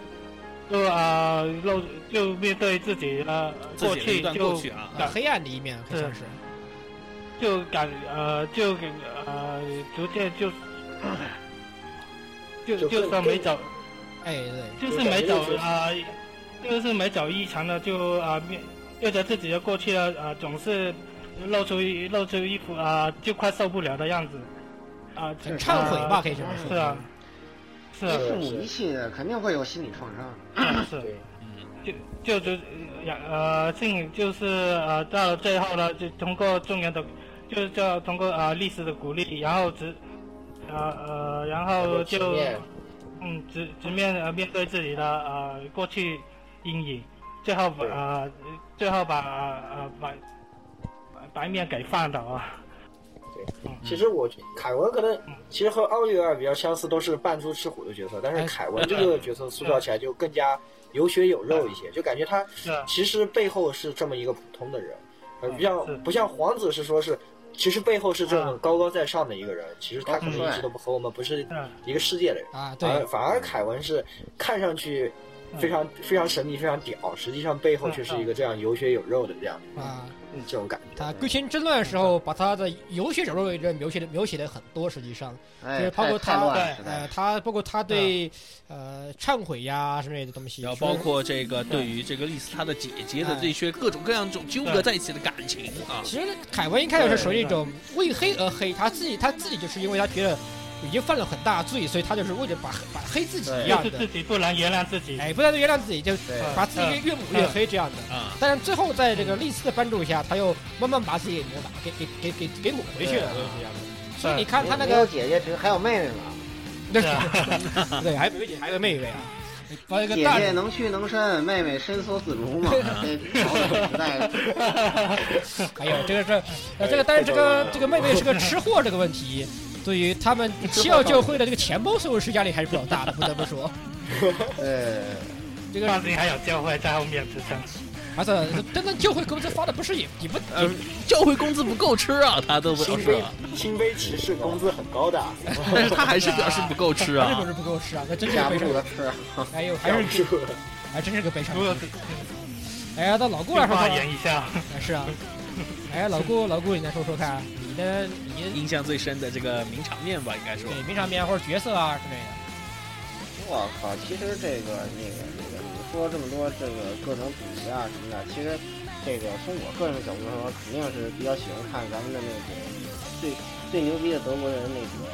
Speaker 4: 就啊、呃露就面对自己的呃
Speaker 1: 自
Speaker 4: 过
Speaker 1: 己的一
Speaker 4: 去
Speaker 1: 段
Speaker 4: 就
Speaker 1: 过去啊，
Speaker 2: 啊黑暗的一面，好像是
Speaker 4: 就感呃就给呃逐渐 就
Speaker 5: 就
Speaker 4: 就就
Speaker 5: 更
Speaker 4: 说没
Speaker 5: 更
Speaker 4: 走。
Speaker 2: 哎，对，
Speaker 4: 就是没走啊、呃就是没走异常的就啊、呃面对着自己的过去啊、呃总是露出一露出一副啊、呃就快受不了的样子啊、呃
Speaker 2: 很忏悔吧，可以这么
Speaker 4: 是啊
Speaker 2: 说。，
Speaker 4: 是啊，
Speaker 3: 父母一系的肯定会有心理创伤。
Speaker 4: 是
Speaker 5: 对，
Speaker 4: 就就呃呃，幸就是呃，到了最后呢，就通过众人的，就是叫通过呃历史的鼓励，然后直，呃呃，然后
Speaker 5: 直
Speaker 4: 就
Speaker 5: 面
Speaker 4: 嗯直直面呃面对自己的呃过去阴影，最后把
Speaker 5: 对
Speaker 4: 呃最后把呃把把白面给放倒啊，
Speaker 5: 其实我凯文可能其实和奥利尔比较相似，都是扮猪吃虎的角色，但是凯文这个角色塑造起来就更加有血有肉一些，就感觉他
Speaker 4: 是啊
Speaker 5: 其实背后是这么一个普通的人，呃，
Speaker 4: 嗯
Speaker 5: 不
Speaker 4: 是
Speaker 5: 像不像皇子是说是，其实背后是这种高高在上的一个人，其实他可能一直都不和我们不是
Speaker 4: 是啊
Speaker 5: 一个世界的人，
Speaker 2: 啊，
Speaker 5: 反而
Speaker 4: 哎
Speaker 2: 对，
Speaker 5: 反而凯文是看上去非常非常神秘、非常屌，实际上背后却是一个这样有血有肉的这样
Speaker 2: 啊，
Speaker 5: 这种感
Speaker 2: 他
Speaker 5: 觉。
Speaker 2: 归心争论的时候，把他的有血有肉的人描写的描写的很多，实际上。就
Speaker 3: 哎
Speaker 2: 是，包括
Speaker 3: 太
Speaker 2: 他
Speaker 3: 太乱
Speaker 2: 对
Speaker 3: 了，实在
Speaker 2: 呃，
Speaker 3: 是。
Speaker 2: 他包括他对呃忏悔呀之类的东西，
Speaker 1: 然后
Speaker 2: 说
Speaker 1: 包括这个对于这个丽丝她的姐姐的这些各种各样种纠葛在一起的感情啊，
Speaker 2: 其实凯文一开始是属于一种为黑而黑，他自己他自己就是因为他觉得已经犯了很大罪，所以他就是为了把把黑自己一
Speaker 4: 就
Speaker 2: 样
Speaker 4: 是
Speaker 2: 的
Speaker 4: 自，己不能原谅自己，
Speaker 2: 哎，不但是原谅自己，就
Speaker 3: 对
Speaker 2: 把自己越越抹越黑这样的。
Speaker 1: 啊，
Speaker 2: 但是最后在这个丽丝的帮助下，他又慢慢把自己给抹打，给给给给给抹回去了，就是这样的。
Speaker 4: 啊
Speaker 2: 所以你看他那
Speaker 3: 没有
Speaker 2: 个，
Speaker 3: 姐姐，只还有妹妹嘛。
Speaker 2: 对 对，还有一姐，还有妹妹啊，把那个
Speaker 3: 姐
Speaker 2: 大
Speaker 3: 姐能屈能伸，妹妹伸缩自如 嘛。这搞得实在是
Speaker 2: 还有哎这个是，呃，这个但是这个这个妹妹是个吃货这个问题，对于他们七要教会的这个钱包收拾压力还是比较大的，不得不 说。
Speaker 3: 呃，
Speaker 2: 这个
Speaker 4: 放心还有教会在后面支撑。
Speaker 2: 而且真的教会工资发的不是也也不
Speaker 1: 呃，教会工资不够吃啊，他 都不
Speaker 5: 新
Speaker 1: 是
Speaker 5: 杯
Speaker 1: 啊，
Speaker 5: 新杯骑士工资很高的， 啊
Speaker 1: 但是他还是表示不够吃
Speaker 2: 日本
Speaker 1: 啊，
Speaker 2: 人不够吃啊，那真是
Speaker 3: 架
Speaker 2: 个
Speaker 3: 不
Speaker 2: 悲
Speaker 3: 住
Speaker 2: 伤。
Speaker 3: 的吃。
Speaker 2: 哎呦，还
Speaker 5: 还
Speaker 2: 是
Speaker 5: 是
Speaker 2: 还真是个悲伤
Speaker 4: 如。果
Speaker 2: 哎呀，那老顾来说
Speaker 4: 发
Speaker 2: 说
Speaker 4: 言
Speaker 2: 吧，
Speaker 4: 一下，
Speaker 2: 哎是啊。哎，老顾，老顾，你来说说看，你的你的
Speaker 1: 印象最深的这个名场面吧，应该说
Speaker 2: 对名场面或者角色啊之类的，
Speaker 3: 我靠，其实这个那个那个，你说这么多这个各种比喻啊什么的，其实这个从我个人的角度说，肯定是比较喜欢看咱们的那个最最牛逼的德国人那个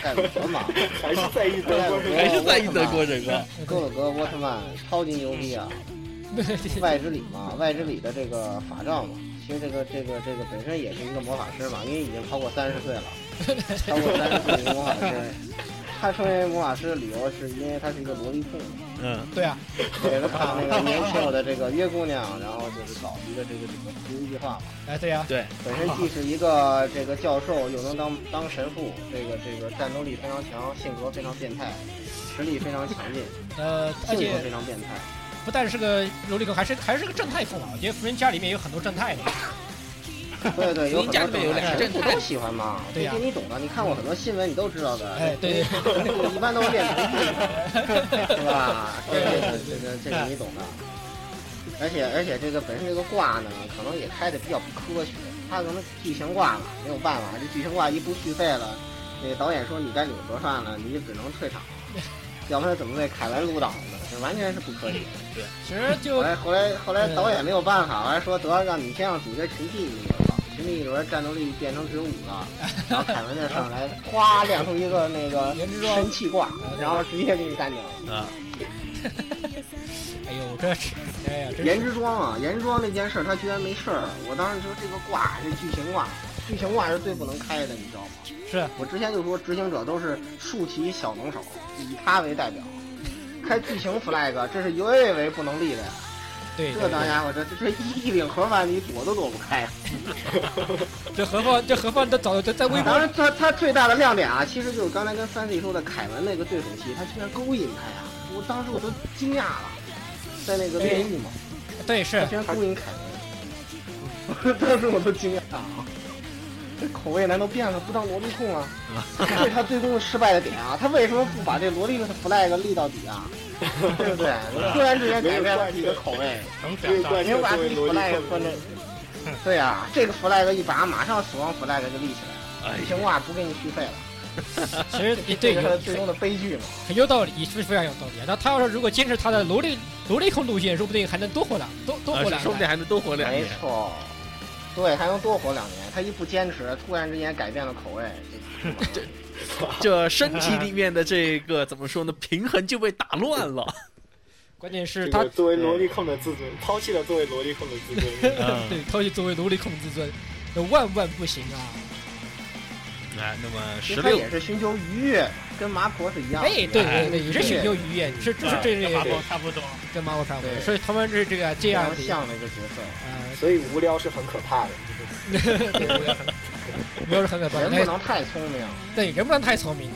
Speaker 3: 盖鲁德嘛，
Speaker 5: 还是在意德国人。
Speaker 1: 还是在意德国人啊，
Speaker 3: 格鲁格沃特曼超级牛逼啊，外之理嘛，外之理的这个法杖嘛。其实这个这个这个本身也是一个魔法师嘛，因为已经超过三十岁了，超过三十岁的一个魔法师，他成为魔法师的理由是因为他是一个萝莉控。
Speaker 1: 嗯，
Speaker 2: 对啊，
Speaker 3: 为了看那个年轻有的这个约姑娘，然后就是搞一个这个这个福音计划嘛。
Speaker 2: 哎对啊，
Speaker 1: 对，
Speaker 3: 本身既是一个这个教授，又能当当神父，这个这个战斗力非常强，性格非常变态，实力非常强劲，
Speaker 2: 呃，而
Speaker 3: 性
Speaker 2: 且
Speaker 3: 格非常变态。
Speaker 2: 不但是个萝莉控，还是还是个正太控啊！我觉得福人家里面有很多正太的，
Speaker 3: 对对，有很
Speaker 1: 您家
Speaker 3: 多
Speaker 1: 里面有两个哎正太
Speaker 3: 正太人不都喜欢嘛？
Speaker 2: 对呀
Speaker 3: 毕竟你懂的，你看过很多新闻，你都知道的。
Speaker 2: 哎，对对
Speaker 3: 一般都是练成 绩，是吧？这个这个这个你懂的。而且而且这个本身这个卦呢，可能也开的比较不科学，它可能巨型卦嘛，没有办法，这巨型卦一不续费了，那个导演说你该扭折扇了，你就只能退场，要不然怎么被凯文撸倒呢？这完全是不科学。
Speaker 2: 其实就
Speaker 3: 后来后来后
Speaker 2: 啊
Speaker 3: 来导演没有办法，完说得让你先让主角群体一轮吧，群体一轮战斗力变成只有五了， 然后凯文就上来哗亮出一个那个
Speaker 2: 颜值啊高
Speaker 3: 神器挂，然后直接给你干掉了。
Speaker 1: 啊，
Speaker 2: 哎呦，这是，哎呀，真
Speaker 3: 颜
Speaker 2: 是
Speaker 3: 值庄啊，颜值庄那件事儿他居然没事儿，我当时说这个挂这剧情挂，剧情挂是最不能开的，你知道吗？
Speaker 2: 是啊
Speaker 3: 我之前就说执行者都是竖起小能手，以他为代表。开剧情 flag，这是 U A 为不能立的呀！
Speaker 2: 对，
Speaker 3: 这当家伙，这这一领盒饭你躲都躲不开。
Speaker 2: 这何况这何况都早都在微博
Speaker 3: 当然他，他最大的亮点啊，其实就是刚才跟三 C 说的凯文那个对手戏，他居然勾引他呀！我当时我都惊讶了，在那个
Speaker 2: 对
Speaker 3: 炼狱嘛，
Speaker 2: 对
Speaker 3: 他
Speaker 2: 是
Speaker 3: 居然勾引凯文， 当时我都惊讶了。这口味难道变了？不当萝莉控啊？这是他最终失败的点啊！他为什么不把这萝莉的 flag 立到底啊？对不对？你突然之间改变了自己的口味，
Speaker 4: 能
Speaker 5: 因为
Speaker 4: 想到
Speaker 5: 怪
Speaker 3: 你又把自己
Speaker 5: 罗
Speaker 3: flag 关着。对呀、这个 flag 一拔，马上死亡 flag 就立起来了，
Speaker 1: 哎
Speaker 3: 平话不给你续费了。
Speaker 2: 其实对
Speaker 3: 这是他
Speaker 2: 有
Speaker 3: 最终的悲剧嘛。
Speaker 2: 很有道理，是非常有道理。那他要是如果坚持他的萝莉萝莉控路线，说不定还能多活两多多活
Speaker 1: 啊
Speaker 2: 两
Speaker 1: 说不定
Speaker 2: 代。
Speaker 1: 还能多活两
Speaker 3: 没
Speaker 1: 年。
Speaker 3: 错，对，还能多活两年。他一不坚持，突然之间改变了口味，
Speaker 1: 这身体里面的这个怎么说呢？平衡就被打乱 了。
Speaker 2: 关键
Speaker 5: 这
Speaker 2: 是他
Speaker 5: 个作为萝莉控的自尊，抛弃了作为萝莉控的自尊。
Speaker 1: 嗯
Speaker 2: 对抛弃作为萝莉控自尊，那万万不行啊！
Speaker 1: 哎，那么
Speaker 3: 其
Speaker 1: 十
Speaker 3: 实他
Speaker 1: 六
Speaker 3: 也是寻求愉悦，跟麻婆是一样的。
Speaker 2: 哎，对对对，也是寻求愉悦，是就是这
Speaker 4: 跟马
Speaker 2: 这
Speaker 4: 博差不多。
Speaker 2: 跟马我上
Speaker 3: 对
Speaker 2: 所以他们是这个这
Speaker 3: 非
Speaker 2: 样
Speaker 3: 常
Speaker 2: 的
Speaker 3: 像的一个角色，
Speaker 2: 呃，
Speaker 5: 所以无聊是很可怕的。
Speaker 2: 没有很可怕。
Speaker 3: 人
Speaker 2: 哎
Speaker 3: 不能太聪明。
Speaker 2: 对，人不能太聪明。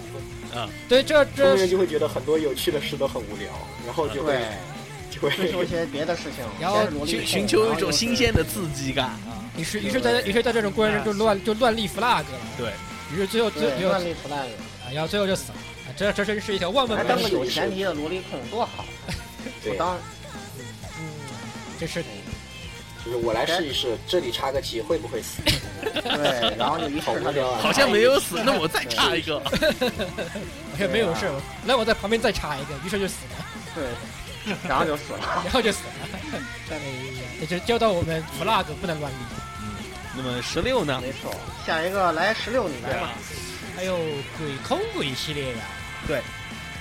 Speaker 1: 啊，
Speaker 2: 对，这
Speaker 5: 聪
Speaker 2: 这
Speaker 5: 明人就会觉得很多有趣的事都很无聊，然后就会
Speaker 3: 对，
Speaker 5: 就会
Speaker 3: 追求一些别的事情，
Speaker 2: 然后
Speaker 3: 先努力
Speaker 1: 寻
Speaker 3: 控
Speaker 1: 寻求一种新。鲜的刺激感。
Speaker 2: 于是于是在于是在这种过程中就乱就乱立 flag 了。
Speaker 1: 对，
Speaker 2: 于是最后
Speaker 3: 然后
Speaker 2: 最
Speaker 3: 又对，
Speaker 2: 最后
Speaker 3: 乱立 flag，
Speaker 2: 啊，然后最后就死了。啊，这这真是一条万
Speaker 3: 还
Speaker 2: 万
Speaker 3: 哎当
Speaker 2: 不
Speaker 3: 个
Speaker 2: 行。
Speaker 3: 有前提的萝莉控多好。我
Speaker 5: 对。
Speaker 3: 当
Speaker 2: 嗯，这是
Speaker 5: 就是我来试一试，这里插个旗会不会死？
Speaker 3: 对，然后就一
Speaker 5: 好
Speaker 3: 试
Speaker 5: 无
Speaker 3: 他
Speaker 5: 聊
Speaker 3: 就
Speaker 5: 啊！
Speaker 1: 好像没有死，那我再插一个。
Speaker 2: 哎没有事，来我在旁边再插一个，于是就死了，
Speaker 3: 对，然后就死了。
Speaker 2: 然后就死了。哎呀，也就教到我们 flag 不能乱立。
Speaker 1: 那么十六呢？
Speaker 3: 没错，下一个来十六，你来吧。
Speaker 2: 还有鬼空鬼系列呀、
Speaker 1: 对，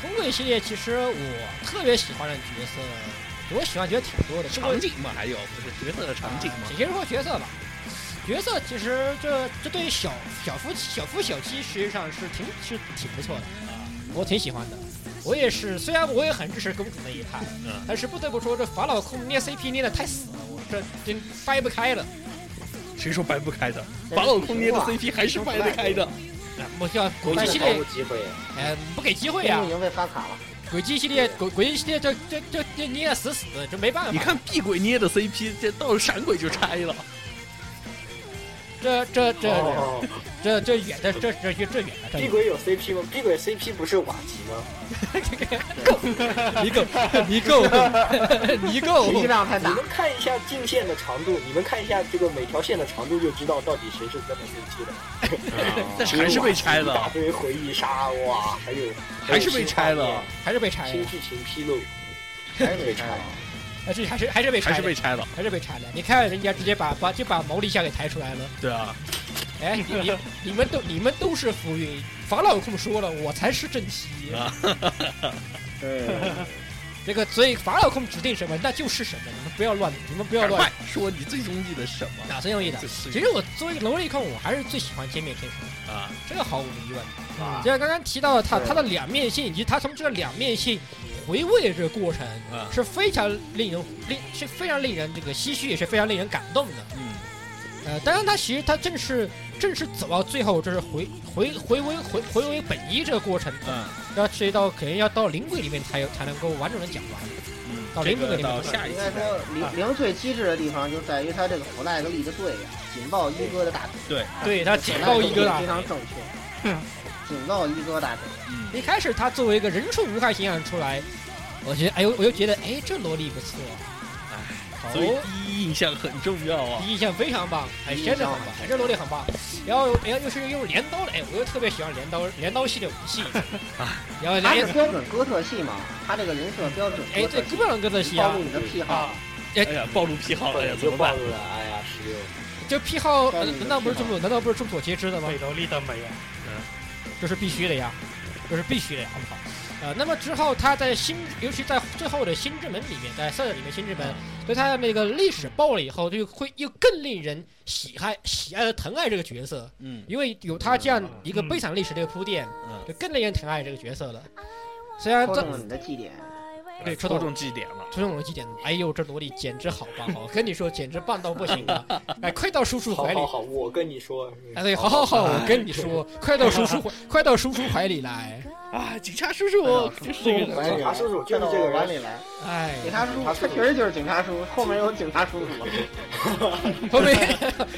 Speaker 2: 空鬼系列其实我特别喜欢的角色，我喜欢角色挺多的，
Speaker 1: 场景嘛，还有不是角色的场景嘛
Speaker 2: 啊？先说角色吧。角色其实这这对于小小夫小夫小妻实际上是挺是挺不错的，啊我挺喜欢的。我也是，虽然我也很支持公主那一派，
Speaker 1: 嗯
Speaker 2: 但是不得不说这法老控捏 CP 捏的太死了，我这真掰不开了。
Speaker 1: 谁说掰不开的？法老空间的 CP 还是掰得开的。
Speaker 2: 我叫
Speaker 5: 国
Speaker 2: 嗯鬼
Speaker 5: 际
Speaker 2: 系
Speaker 5: 毫
Speaker 2: 列
Speaker 5: 无，机会，
Speaker 2: 嗯，不给机会
Speaker 3: 因
Speaker 2: 啊
Speaker 3: 为已！经被发卡了。
Speaker 2: 轨迹系列，轨轨迹系列这这这这捏得死死的，这没办法。
Speaker 1: 你看碧鬼捏的 CP，这到了闪鬼就拆了。
Speaker 2: 这这这
Speaker 5: 哦，
Speaker 2: 这这远的这这这这远了，这
Speaker 5: 碧
Speaker 2: 远
Speaker 5: 鬼有 CP 吗？碧鬼 CP 不是瓦吉吗？
Speaker 2: 你够 你够你
Speaker 1: 哦
Speaker 2: 够
Speaker 3: 信息量太
Speaker 5: 你
Speaker 3: 大。
Speaker 5: 们看一下近线的长度，你们看一下这个每条线的长度，就知道到底谁是真的 CP 了。
Speaker 1: 但是还是被拆
Speaker 5: 一大
Speaker 1: 了。
Speaker 5: 堆回忆杀，哇，还有
Speaker 1: 还是被拆了，
Speaker 2: 还是被拆
Speaker 5: 还有
Speaker 2: 了
Speaker 5: 新画面，新剧情披露，
Speaker 3: 还是
Speaker 5: 被
Speaker 3: 得
Speaker 5: 拆
Speaker 3: 拆
Speaker 5: 了。
Speaker 2: 还是呃还是还是被拆
Speaker 1: 还是
Speaker 2: 了，
Speaker 1: 被拆了，
Speaker 2: 还是被拆了。你看人家直接把把就把毛利夏给抬出来了。
Speaker 1: 对啊，
Speaker 2: 哎，你 你你们都你们都是浮云，法老有空说了，我才是正妻。
Speaker 1: 啊
Speaker 3: 对，
Speaker 2: 这个所以法老控指定什么，那就是什么，你们不要乱，你们不要
Speaker 1: 赶快
Speaker 2: 乱。
Speaker 1: 说你最中意的是什么？哎
Speaker 2: 哪最容易的？
Speaker 1: 最最
Speaker 2: 其实我作为萝莉控，我还是最喜欢歼灭天使，
Speaker 1: 啊，
Speaker 2: 这个毫无疑问。
Speaker 4: 啊
Speaker 2: 就像刚刚提到的他
Speaker 3: 对
Speaker 2: 他的两面性，以及他从这个两面性回味这个过程，
Speaker 1: 啊
Speaker 2: 是非常令人令是非常令人这个唏嘘，也是非常令人感动的。
Speaker 1: 嗯，
Speaker 2: 呃，当然他其实他正式正式走到最后，就是回回回归回回归本一这个过程，
Speaker 1: 嗯
Speaker 2: 要涉及到可能要到零轨里面才有才能够完整的讲完。
Speaker 1: 嗯，
Speaker 2: 到
Speaker 1: 这
Speaker 2: 零
Speaker 1: 个
Speaker 2: 这个
Speaker 1: 到
Speaker 2: 地方
Speaker 1: 下一
Speaker 3: 应
Speaker 1: 期
Speaker 3: 该
Speaker 1: 再
Speaker 3: 说零零最机智的地方就在于它这个福袋都立得对呀，紧抱一哥的大腿，
Speaker 2: 对他警告一
Speaker 3: 福
Speaker 2: 哥
Speaker 3: 袋都立得
Speaker 2: 啊
Speaker 3: 非，常正确
Speaker 4: 嗯，
Speaker 3: 紧抱一哥大腿，
Speaker 1: 嗯
Speaker 2: 一开始他作为一个人畜无害形象出来，我觉得哎呦，我又觉得哎这萝莉不错，好
Speaker 1: 所以第一印象很重要啊。
Speaker 2: 第一印象非常棒，哎，
Speaker 3: 第一
Speaker 2: 真的
Speaker 3: 印象
Speaker 2: 很棒，哎，这萝莉很棒。然后，然后又是用镰刀的，哎，我又特别喜欢镰刀，镰刀系的武器。然后，
Speaker 3: 他
Speaker 2: 哎
Speaker 3: 是，标准哥特系嘛，他这个人设标准
Speaker 2: 哎，
Speaker 3: 哥
Speaker 2: 这
Speaker 3: 特
Speaker 2: 哥
Speaker 3: 系，
Speaker 2: 们儿哥的系
Speaker 3: 暴
Speaker 2: 啊
Speaker 3: 露，你的癖好
Speaker 4: 啊，，
Speaker 1: 哎呀，暴露癖好了呀，怎
Speaker 5: 就
Speaker 1: 么
Speaker 5: 暴
Speaker 1: 办？
Speaker 5: 露了，哎呀，十六，
Speaker 2: 就癖好，呃
Speaker 3: 暴露你的
Speaker 2: 难道不是众所难道不是众所皆知的吗嗯
Speaker 4: 对？萝莉的美啊，
Speaker 2: 这是必须的呀，这是必须的呀，好不好？呃，那么之后他在新，尤其在最后的新之门里面，在赛道里面新之
Speaker 1: 嗯
Speaker 2: 门，对他的那个历史爆了以后，就会又更令人喜爱、喜爱和疼爱这个角色，
Speaker 1: 嗯
Speaker 2: 因为有他这样一个悲惨历史的一个铺垫。
Speaker 1: 嗯，
Speaker 2: 就更令人疼爱这个角色了。虽然
Speaker 3: 戳
Speaker 2: 这
Speaker 3: 中了你的绩点。
Speaker 2: 对
Speaker 1: 戳
Speaker 2: 戳
Speaker 1: 中绩点了。
Speaker 2: 推动逻辑点，哎呦，这萝莉简直好棒！我跟你说，简直棒到不行 啊！哎，快到叔叔
Speaker 5: 好
Speaker 2: 怀里
Speaker 5: 好！好，我跟你说，
Speaker 2: 哎，对，好好好，我跟你说，快到叔叔怀，快到叔叔怀里来！
Speaker 1: 啊，警察叔叔就是这个。
Speaker 5: 警察叔叔就是这个
Speaker 3: 碗
Speaker 5: 人，
Speaker 3: 里来，
Speaker 2: 哎，
Speaker 3: 警察叔叔，他确实就是警察叔，叔，后面有警察叔叔。
Speaker 2: 后面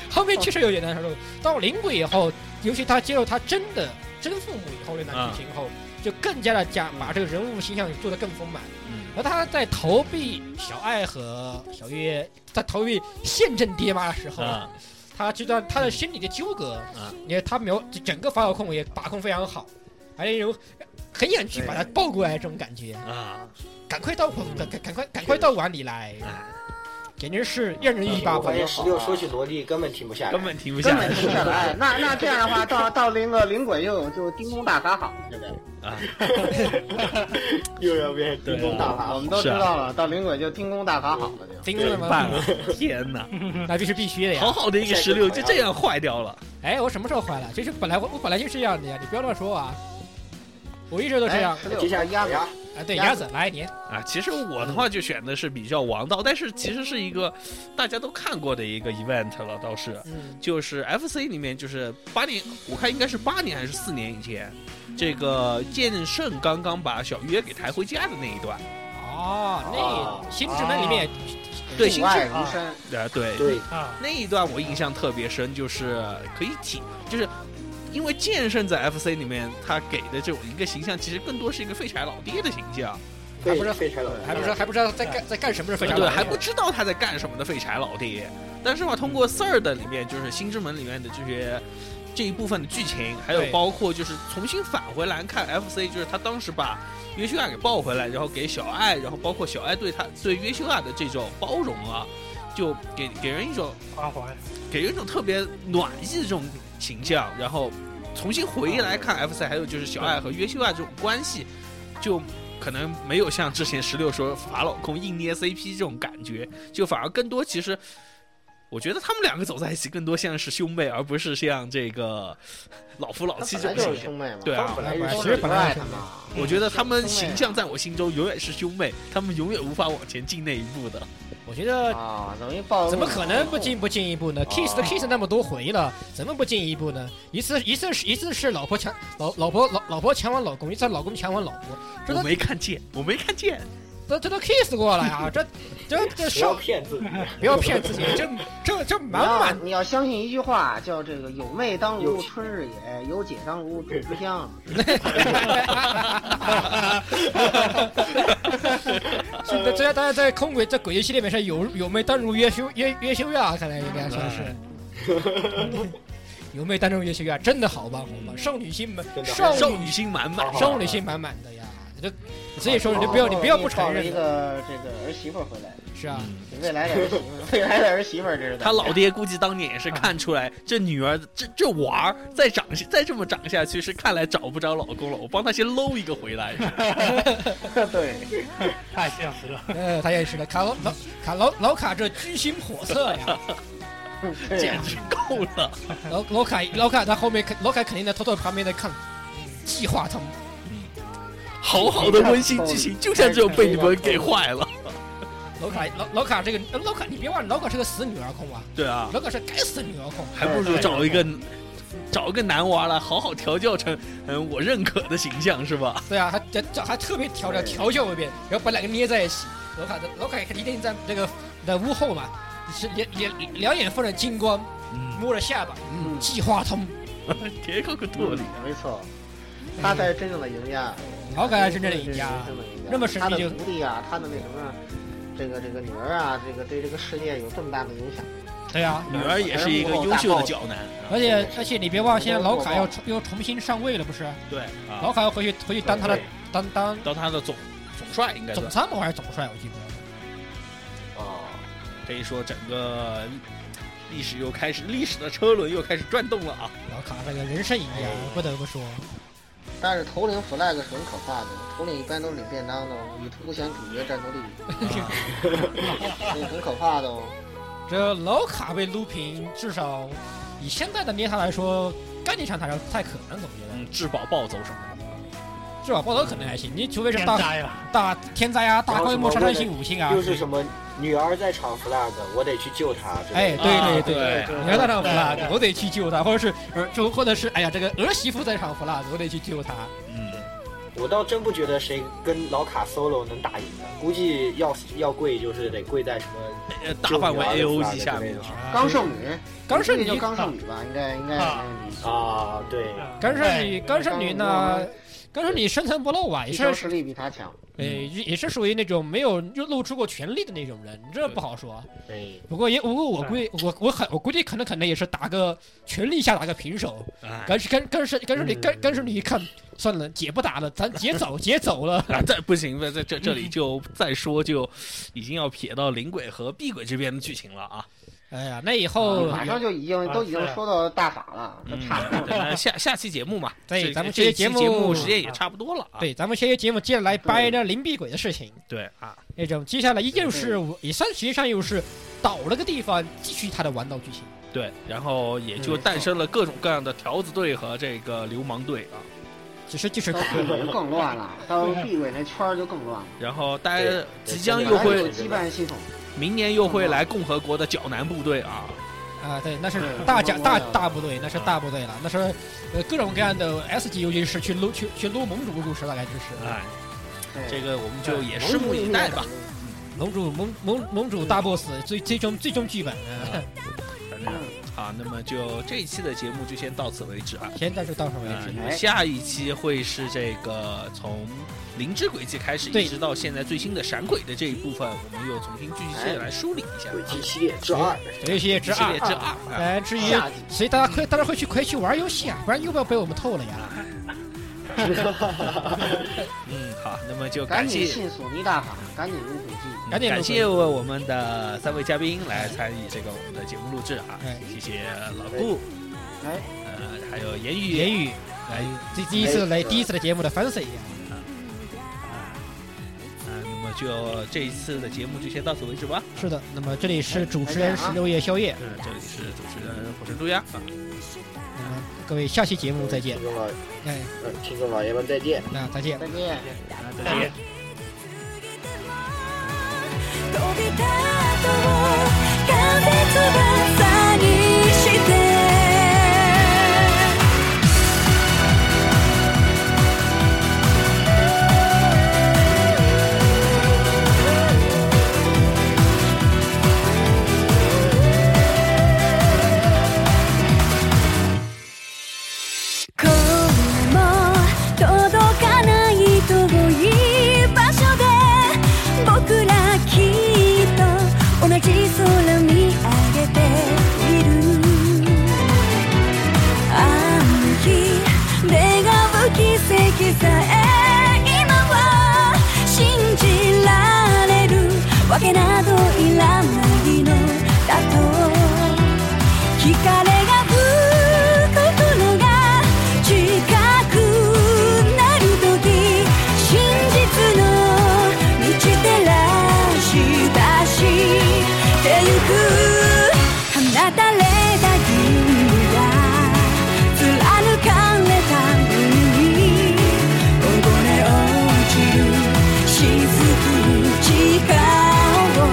Speaker 2: 后面确实有点难受。到灵鬼以后，尤其他接受他真的真父母以后的
Speaker 1: 嗯
Speaker 2: 男主情后，就更加的加把这个人物形象做得更丰满。
Speaker 1: 嗯
Speaker 2: 而他在逃避小爱和小月，在逃避宪政爹妈的时候，
Speaker 1: 啊，
Speaker 2: 他知道他的心理的纠葛，
Speaker 1: 嗯
Speaker 2: 因为他描整个法老控也把控非常好，还有一种很想去把他抱过来这种感觉，
Speaker 1: 啊，
Speaker 2: 赶快到赶赶赶快赶快到碗里来，简直是让人欲罢
Speaker 5: 哎我
Speaker 2: 不
Speaker 5: 发现
Speaker 2: 能。
Speaker 5: 十六说
Speaker 2: 啊
Speaker 5: 起萝莉根本停不下
Speaker 1: 根
Speaker 5: 来，
Speaker 1: 本停不
Speaker 3: 根
Speaker 1: 下
Speaker 3: 本
Speaker 1: 来
Speaker 3: 停 不下来。那那这样的话，到到那个灵鬼又有就叮咚大法好，对不对？
Speaker 1: 啊！
Speaker 5: 又要变叮咚大法
Speaker 2: 啊
Speaker 3: 我，们都知道了，到灵鬼就叮咚大法好了就。
Speaker 2: 听
Speaker 1: 怎
Speaker 2: 了
Speaker 1: 么
Speaker 2: 吗？
Speaker 1: 办啊？天哪，
Speaker 2: 那这是必须的呀
Speaker 1: 好！好的一个十啊六就这样坏掉了。
Speaker 2: 哎，我什么时候坏了？其实本来我我本来就是这样的呀，你不要乱说啊！我一直都这样
Speaker 3: 哎，
Speaker 5: 接下来
Speaker 3: 鸭
Speaker 5: 鸭
Speaker 3: 子
Speaker 5: 子，
Speaker 2: 啊！对，鸭子来你，
Speaker 1: 啊，其实我的话就选的是比较王道，但是其实是一个大家都看过的一个 event 了，倒是
Speaker 2: 嗯，
Speaker 1: 就是 FC 里面就是八年，我看应该是八年还是四年以前，这个剑圣刚刚把小约给抬回家的那一段，
Speaker 2: 哦，那新之门里面
Speaker 1: 对
Speaker 3: 境
Speaker 1: 新
Speaker 3: 外如山，
Speaker 1: 啊对，
Speaker 5: 对，
Speaker 4: 啊，
Speaker 1: 那一段我印象特别深，就是可以体就是。因为剑圣在 FC 里面，他给的这种一个形象，其实更多是一个废柴老爹的形象，
Speaker 5: 对，废柴老
Speaker 2: 还不知道还不知道在干在干什么是非常
Speaker 1: 对，还不知道他在干什么的废柴老爹。但是嘛，通过 Third 里面，就是新之门里面的这些这一部分的剧情，还有
Speaker 2: 对
Speaker 1: 包括就是重新返回来看 FC，就是他当时把约修亚给抱回来，然后给小爱，然后包括小爱对他对约修亚的这种包容啊，就给给人一种
Speaker 4: 花环，
Speaker 1: 给人一种特别暖意的这种形象，然后重新回忆来
Speaker 3: 嗯
Speaker 1: 看 FC，还有就是小爱和约修亚这种关系，就可能没有像之前十六说法老控硬捏 CP 这种感觉，就反而更多其实。我觉得他们两个走在一起，更多像是兄妹，而不是像这个老夫老
Speaker 3: 他
Speaker 1: 妻
Speaker 3: 本
Speaker 1: 这
Speaker 3: 来
Speaker 1: 种
Speaker 3: 就
Speaker 1: 形
Speaker 3: 是
Speaker 1: 象。
Speaker 3: 兄妹嘛。
Speaker 1: 对啊，
Speaker 5: 本来
Speaker 2: 本来
Speaker 3: 都
Speaker 2: 其
Speaker 5: 就是
Speaker 3: 是
Speaker 5: 是
Speaker 2: 本
Speaker 3: 不
Speaker 2: 来
Speaker 3: 爱
Speaker 2: 就
Speaker 3: 他
Speaker 2: 是
Speaker 3: 们。
Speaker 1: 我觉得他们形象在我心中永远是兄妹，他们永远无法往前进那一步的。
Speaker 2: 我觉得
Speaker 3: 啊，等于暴露
Speaker 2: 怎么可能不进不进一步呢？kiss 的 kiss 那么多回了，怎么不进一步呢？一次一次是一次是老婆强老老婆老老婆强吻老公，一次老公强吻老婆，这
Speaker 1: 我
Speaker 2: 都
Speaker 1: 没看见，我没看见。
Speaker 2: 这这都 kiss 过了 呀！这这这
Speaker 5: 不要
Speaker 2: 少
Speaker 5: 骗自己，
Speaker 2: 不要骗自己，这这这
Speaker 3: 你
Speaker 2: 满
Speaker 3: 要
Speaker 2: 满
Speaker 3: 你要相信一句话，叫这个有妹当如
Speaker 5: 有
Speaker 3: 春日野，有姐当如竹之香。
Speaker 2: 是
Speaker 5: 啊
Speaker 2: 的，这大家在空轨在轨迹系列里面是有有没单如约修约约修亚，看来应该算是。
Speaker 5: 哎
Speaker 2: 有没单如约修亚真的好棒好棒，少女心满
Speaker 5: 真的
Speaker 3: 哦
Speaker 2: 少
Speaker 1: 少
Speaker 2: 女
Speaker 1: 女心满满，
Speaker 2: 少女心满满的呀！这所以说 你就不要你不要不承认
Speaker 3: 哦一个这个儿媳妇回来，
Speaker 2: 是啊。
Speaker 3: 未来的儿媳妇，未来的儿媳妇这是
Speaker 1: 他老爹估计当年也是看出来，这女儿这这娃儿再长再这么长下去，是看来找不着老公了。我帮他先搂一个回来。
Speaker 3: 对。
Speaker 4: 太现实了，
Speaker 2: 呃，他也是的，卡老老卡老老卡这居心叵测 呀，
Speaker 3: 对
Speaker 1: 简直够 了。
Speaker 2: 老老卡老卡他后面肯老卡肯定在偷偷旁边在看，计划他们
Speaker 1: 好好的温馨剧情，就像这种被你们给坏了。
Speaker 2: 老卡老老卡这个呃老卡，你别忘了老卡是个死女儿控啊，
Speaker 1: 对啊，
Speaker 2: 老卡是该死的女儿控。啊
Speaker 1: 还不如找一个找一个男娃来好好调教成嗯我认可的形象是吧？
Speaker 2: 对啊，还这这还特别调教
Speaker 5: 对
Speaker 2: 调教一遍，然后把两个捏在一起。老卡的老卡一定在那个在屋后嘛，是两两两眼放着金光，
Speaker 1: 嗯，
Speaker 2: 摸着下巴，
Speaker 3: 嗯
Speaker 2: 计划通。
Speaker 1: 别个个道理。
Speaker 3: 没错，他才是真正的赢家。
Speaker 2: 老卡是真正的赢家，
Speaker 3: 真正的赢家
Speaker 2: 那么神
Speaker 3: 他
Speaker 2: 秘
Speaker 3: 的
Speaker 2: 就
Speaker 3: 徒弟啊，他的那什么，这个这个女儿啊，这个对这个世界有这么大的影响。
Speaker 2: 对啊。
Speaker 1: 女儿也是一个优秀的角男，
Speaker 2: 而且而且你别忘，现在老卡
Speaker 3: 嗯
Speaker 2: 要重又重新上位了，不是？
Speaker 1: 对啊，
Speaker 2: 老卡要回去回去当他的
Speaker 5: 对
Speaker 2: 当当
Speaker 1: 当他的总总帅应该
Speaker 2: 总
Speaker 1: 算
Speaker 2: 参谋还是总帅，我记不得了。
Speaker 5: 哦，
Speaker 1: 可以说整个历史又开始历史的车轮又开始转动了啊！
Speaker 2: 老卡这个人生赢家，不得不说，
Speaker 3: 但是头领 flag 是很可怕的，头领一般都是领便当的哦，以凸显主角战斗力，
Speaker 2: 啊
Speaker 3: 这很可怕的哦。
Speaker 2: 这老卡被撸平，至少以现在的捏他来说，概念上他是不太可能，总觉 得
Speaker 1: 嗯，质保暴走什么的，
Speaker 2: 至少报道可能还行，你除非是
Speaker 4: 天
Speaker 2: 大
Speaker 4: 灾了，
Speaker 2: 大天灾啊，大规模杀伤性武器啊，
Speaker 5: 又是什么女儿在场 flag，我得去救她。之类
Speaker 2: 哎，对
Speaker 5: 的
Speaker 2: 对
Speaker 1: 啊
Speaker 2: 对，
Speaker 1: 对
Speaker 2: 你要大丈夫啦，我得去救他，或者是儿就或者是哎呀，这个儿媳妇在场不啦，我得去救他。
Speaker 1: 嗯，
Speaker 5: 我倒真不觉得谁跟老卡 solo 能打赢的，估计要要跪就是得跪在什么
Speaker 1: 呃大范围 A O E 下面，
Speaker 3: 刚圣女，
Speaker 2: 刚圣女
Speaker 3: 就刚圣女吧，应该应该
Speaker 4: 啊
Speaker 3: 没问题。
Speaker 5: 啊，对，
Speaker 4: 嗯
Speaker 2: 干剩女，干剩女呢
Speaker 3: 刚？
Speaker 2: 干剩女深藏不露啊，也
Speaker 3: 一
Speaker 2: 是
Speaker 3: 生实力比他强，
Speaker 2: 呃也是属于那种没有露出过全力的那种人，这不好说。
Speaker 5: 哎，
Speaker 2: 不过也不过我估我我很我估计可能可能也是打个全力下打个平手，
Speaker 1: 哎，
Speaker 2: 干是干干是干是你干干是你一看算了，姐不打了，咱姐走姐走了。
Speaker 1: 啊，这不行，在在这这里 就再说就已经要撇到灵鬼和碧鬼这边的剧情了啊。
Speaker 2: 哎呀，那以
Speaker 1: 哦
Speaker 2: 后
Speaker 3: 马上就已经
Speaker 4: 啊
Speaker 3: 都已经
Speaker 4: 是
Speaker 3: 说到大法了，都
Speaker 1: 嗯
Speaker 3: 差不多，了。
Speaker 1: 那下下期节目嘛，
Speaker 2: 对
Speaker 1: 这
Speaker 2: 咱们
Speaker 1: 这
Speaker 2: 这
Speaker 1: 一
Speaker 2: 期节
Speaker 1: 期
Speaker 2: 目
Speaker 1: 节目时间也差不多了啊。
Speaker 2: 对咱们先节目接着来掰着灵璧鬼的事情。
Speaker 1: 对啊，
Speaker 2: 那种接下来依旧是我也算实际上又是倒了个地方，继续他的玩闹剧情。
Speaker 1: 对，然后也就
Speaker 3: 嗯
Speaker 1: 诞生了各种各样的条子队和这个流氓队啊。
Speaker 2: 只 是就是
Speaker 3: 到地鬼就更乱了，到地鬼那圈儿就更乱了。
Speaker 1: 然后大家
Speaker 5: 对
Speaker 1: 即将
Speaker 5: 对
Speaker 1: 又
Speaker 5: 本来
Speaker 3: 还
Speaker 1: 会
Speaker 3: 有羁绊系统，
Speaker 1: 明年又会来共和国的角南部队啊，
Speaker 2: 啊，对，那是大奖
Speaker 3: 嗯
Speaker 2: 大
Speaker 3: 我懂了
Speaker 2: 大部队，那是大部队了，那是呃各种各样的 S 级游戏是去撸去去撸盟主故事，大概就是
Speaker 1: 哎，
Speaker 3: 对
Speaker 1: 这个我们就也拭目以待吧。。
Speaker 2: 盟主盟盟盟主大 boss 最最终最终剧本，啊
Speaker 1: 反正
Speaker 3: 嗯
Speaker 1: 好，嗯啊那么就这一期的节目就先到此为止啊。
Speaker 2: 现在就到此为
Speaker 1: 呃
Speaker 2: 止。
Speaker 1: 那么下一期会是这个从灵之轨迹开始，
Speaker 2: 对
Speaker 1: 一直到现在最新的闪鬼的这一部分，我们又重新继续来梳理一下。
Speaker 5: 轨迹系列之二，
Speaker 2: 这游戏也
Speaker 1: 之
Speaker 2: 之
Speaker 1: 系列
Speaker 2: 二，
Speaker 1: 之二啊，
Speaker 2: 哎，至于
Speaker 3: 下集
Speaker 2: 所以大家快大家快去快去玩游戏啊，不然又不要被我们透了呀。
Speaker 1: 嗯，好，那么就
Speaker 3: 赶
Speaker 1: 感
Speaker 3: 紧
Speaker 1: 谢嗯
Speaker 3: 信索尼大法，赶紧入轨迹。
Speaker 2: 赶紧
Speaker 1: 感
Speaker 2: 录
Speaker 1: 谢我们的三位嘉宾来参与这个我们的节目录制啊
Speaker 2: 哎，
Speaker 1: 谢谢老顾，
Speaker 3: 哎
Speaker 1: 呃，还有言语，
Speaker 2: 言语，哎，这第一次来第一次的节目的 fancy 呀。
Speaker 1: 啊，那么就这一次的节目就先到此为止吧。
Speaker 2: 是的，那么这里
Speaker 1: 哎
Speaker 2: 是主持人十六夜宵夜，
Speaker 1: 嗯，这里是主持人火神猪鸭啊，
Speaker 2: 那么各位下期节目再见
Speaker 5: 听，众老，
Speaker 2: 哎，
Speaker 5: 呃听众老爷们再见。
Speaker 2: 那再见。
Speaker 3: 再见。
Speaker 1: 再见。
Speaker 6: 飛び立とう風翼にして今日も届かない遠い場所で僕らきっと同じ空見上げているあの日願う奇跡さえ今は信じられるわけなどいらないのだと光が吹くのが近くなるとき真実の満ち照らし出してゆく放たれた銀河貫かれた海にこぼれ落ちる雫に力を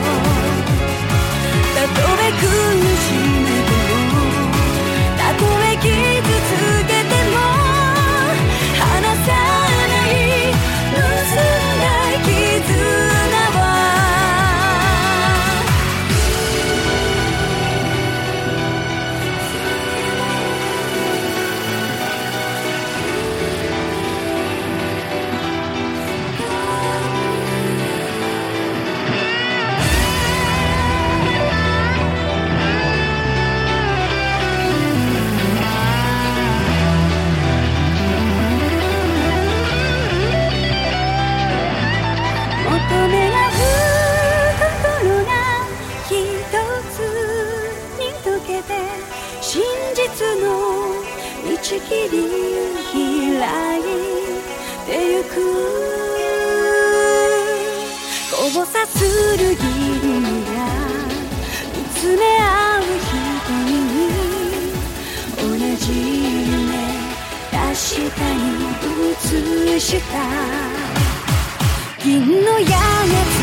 Speaker 6: 切り開いてゆく交差する銀河見つめ合う瞳に同じ夢確かに映した銀の屋根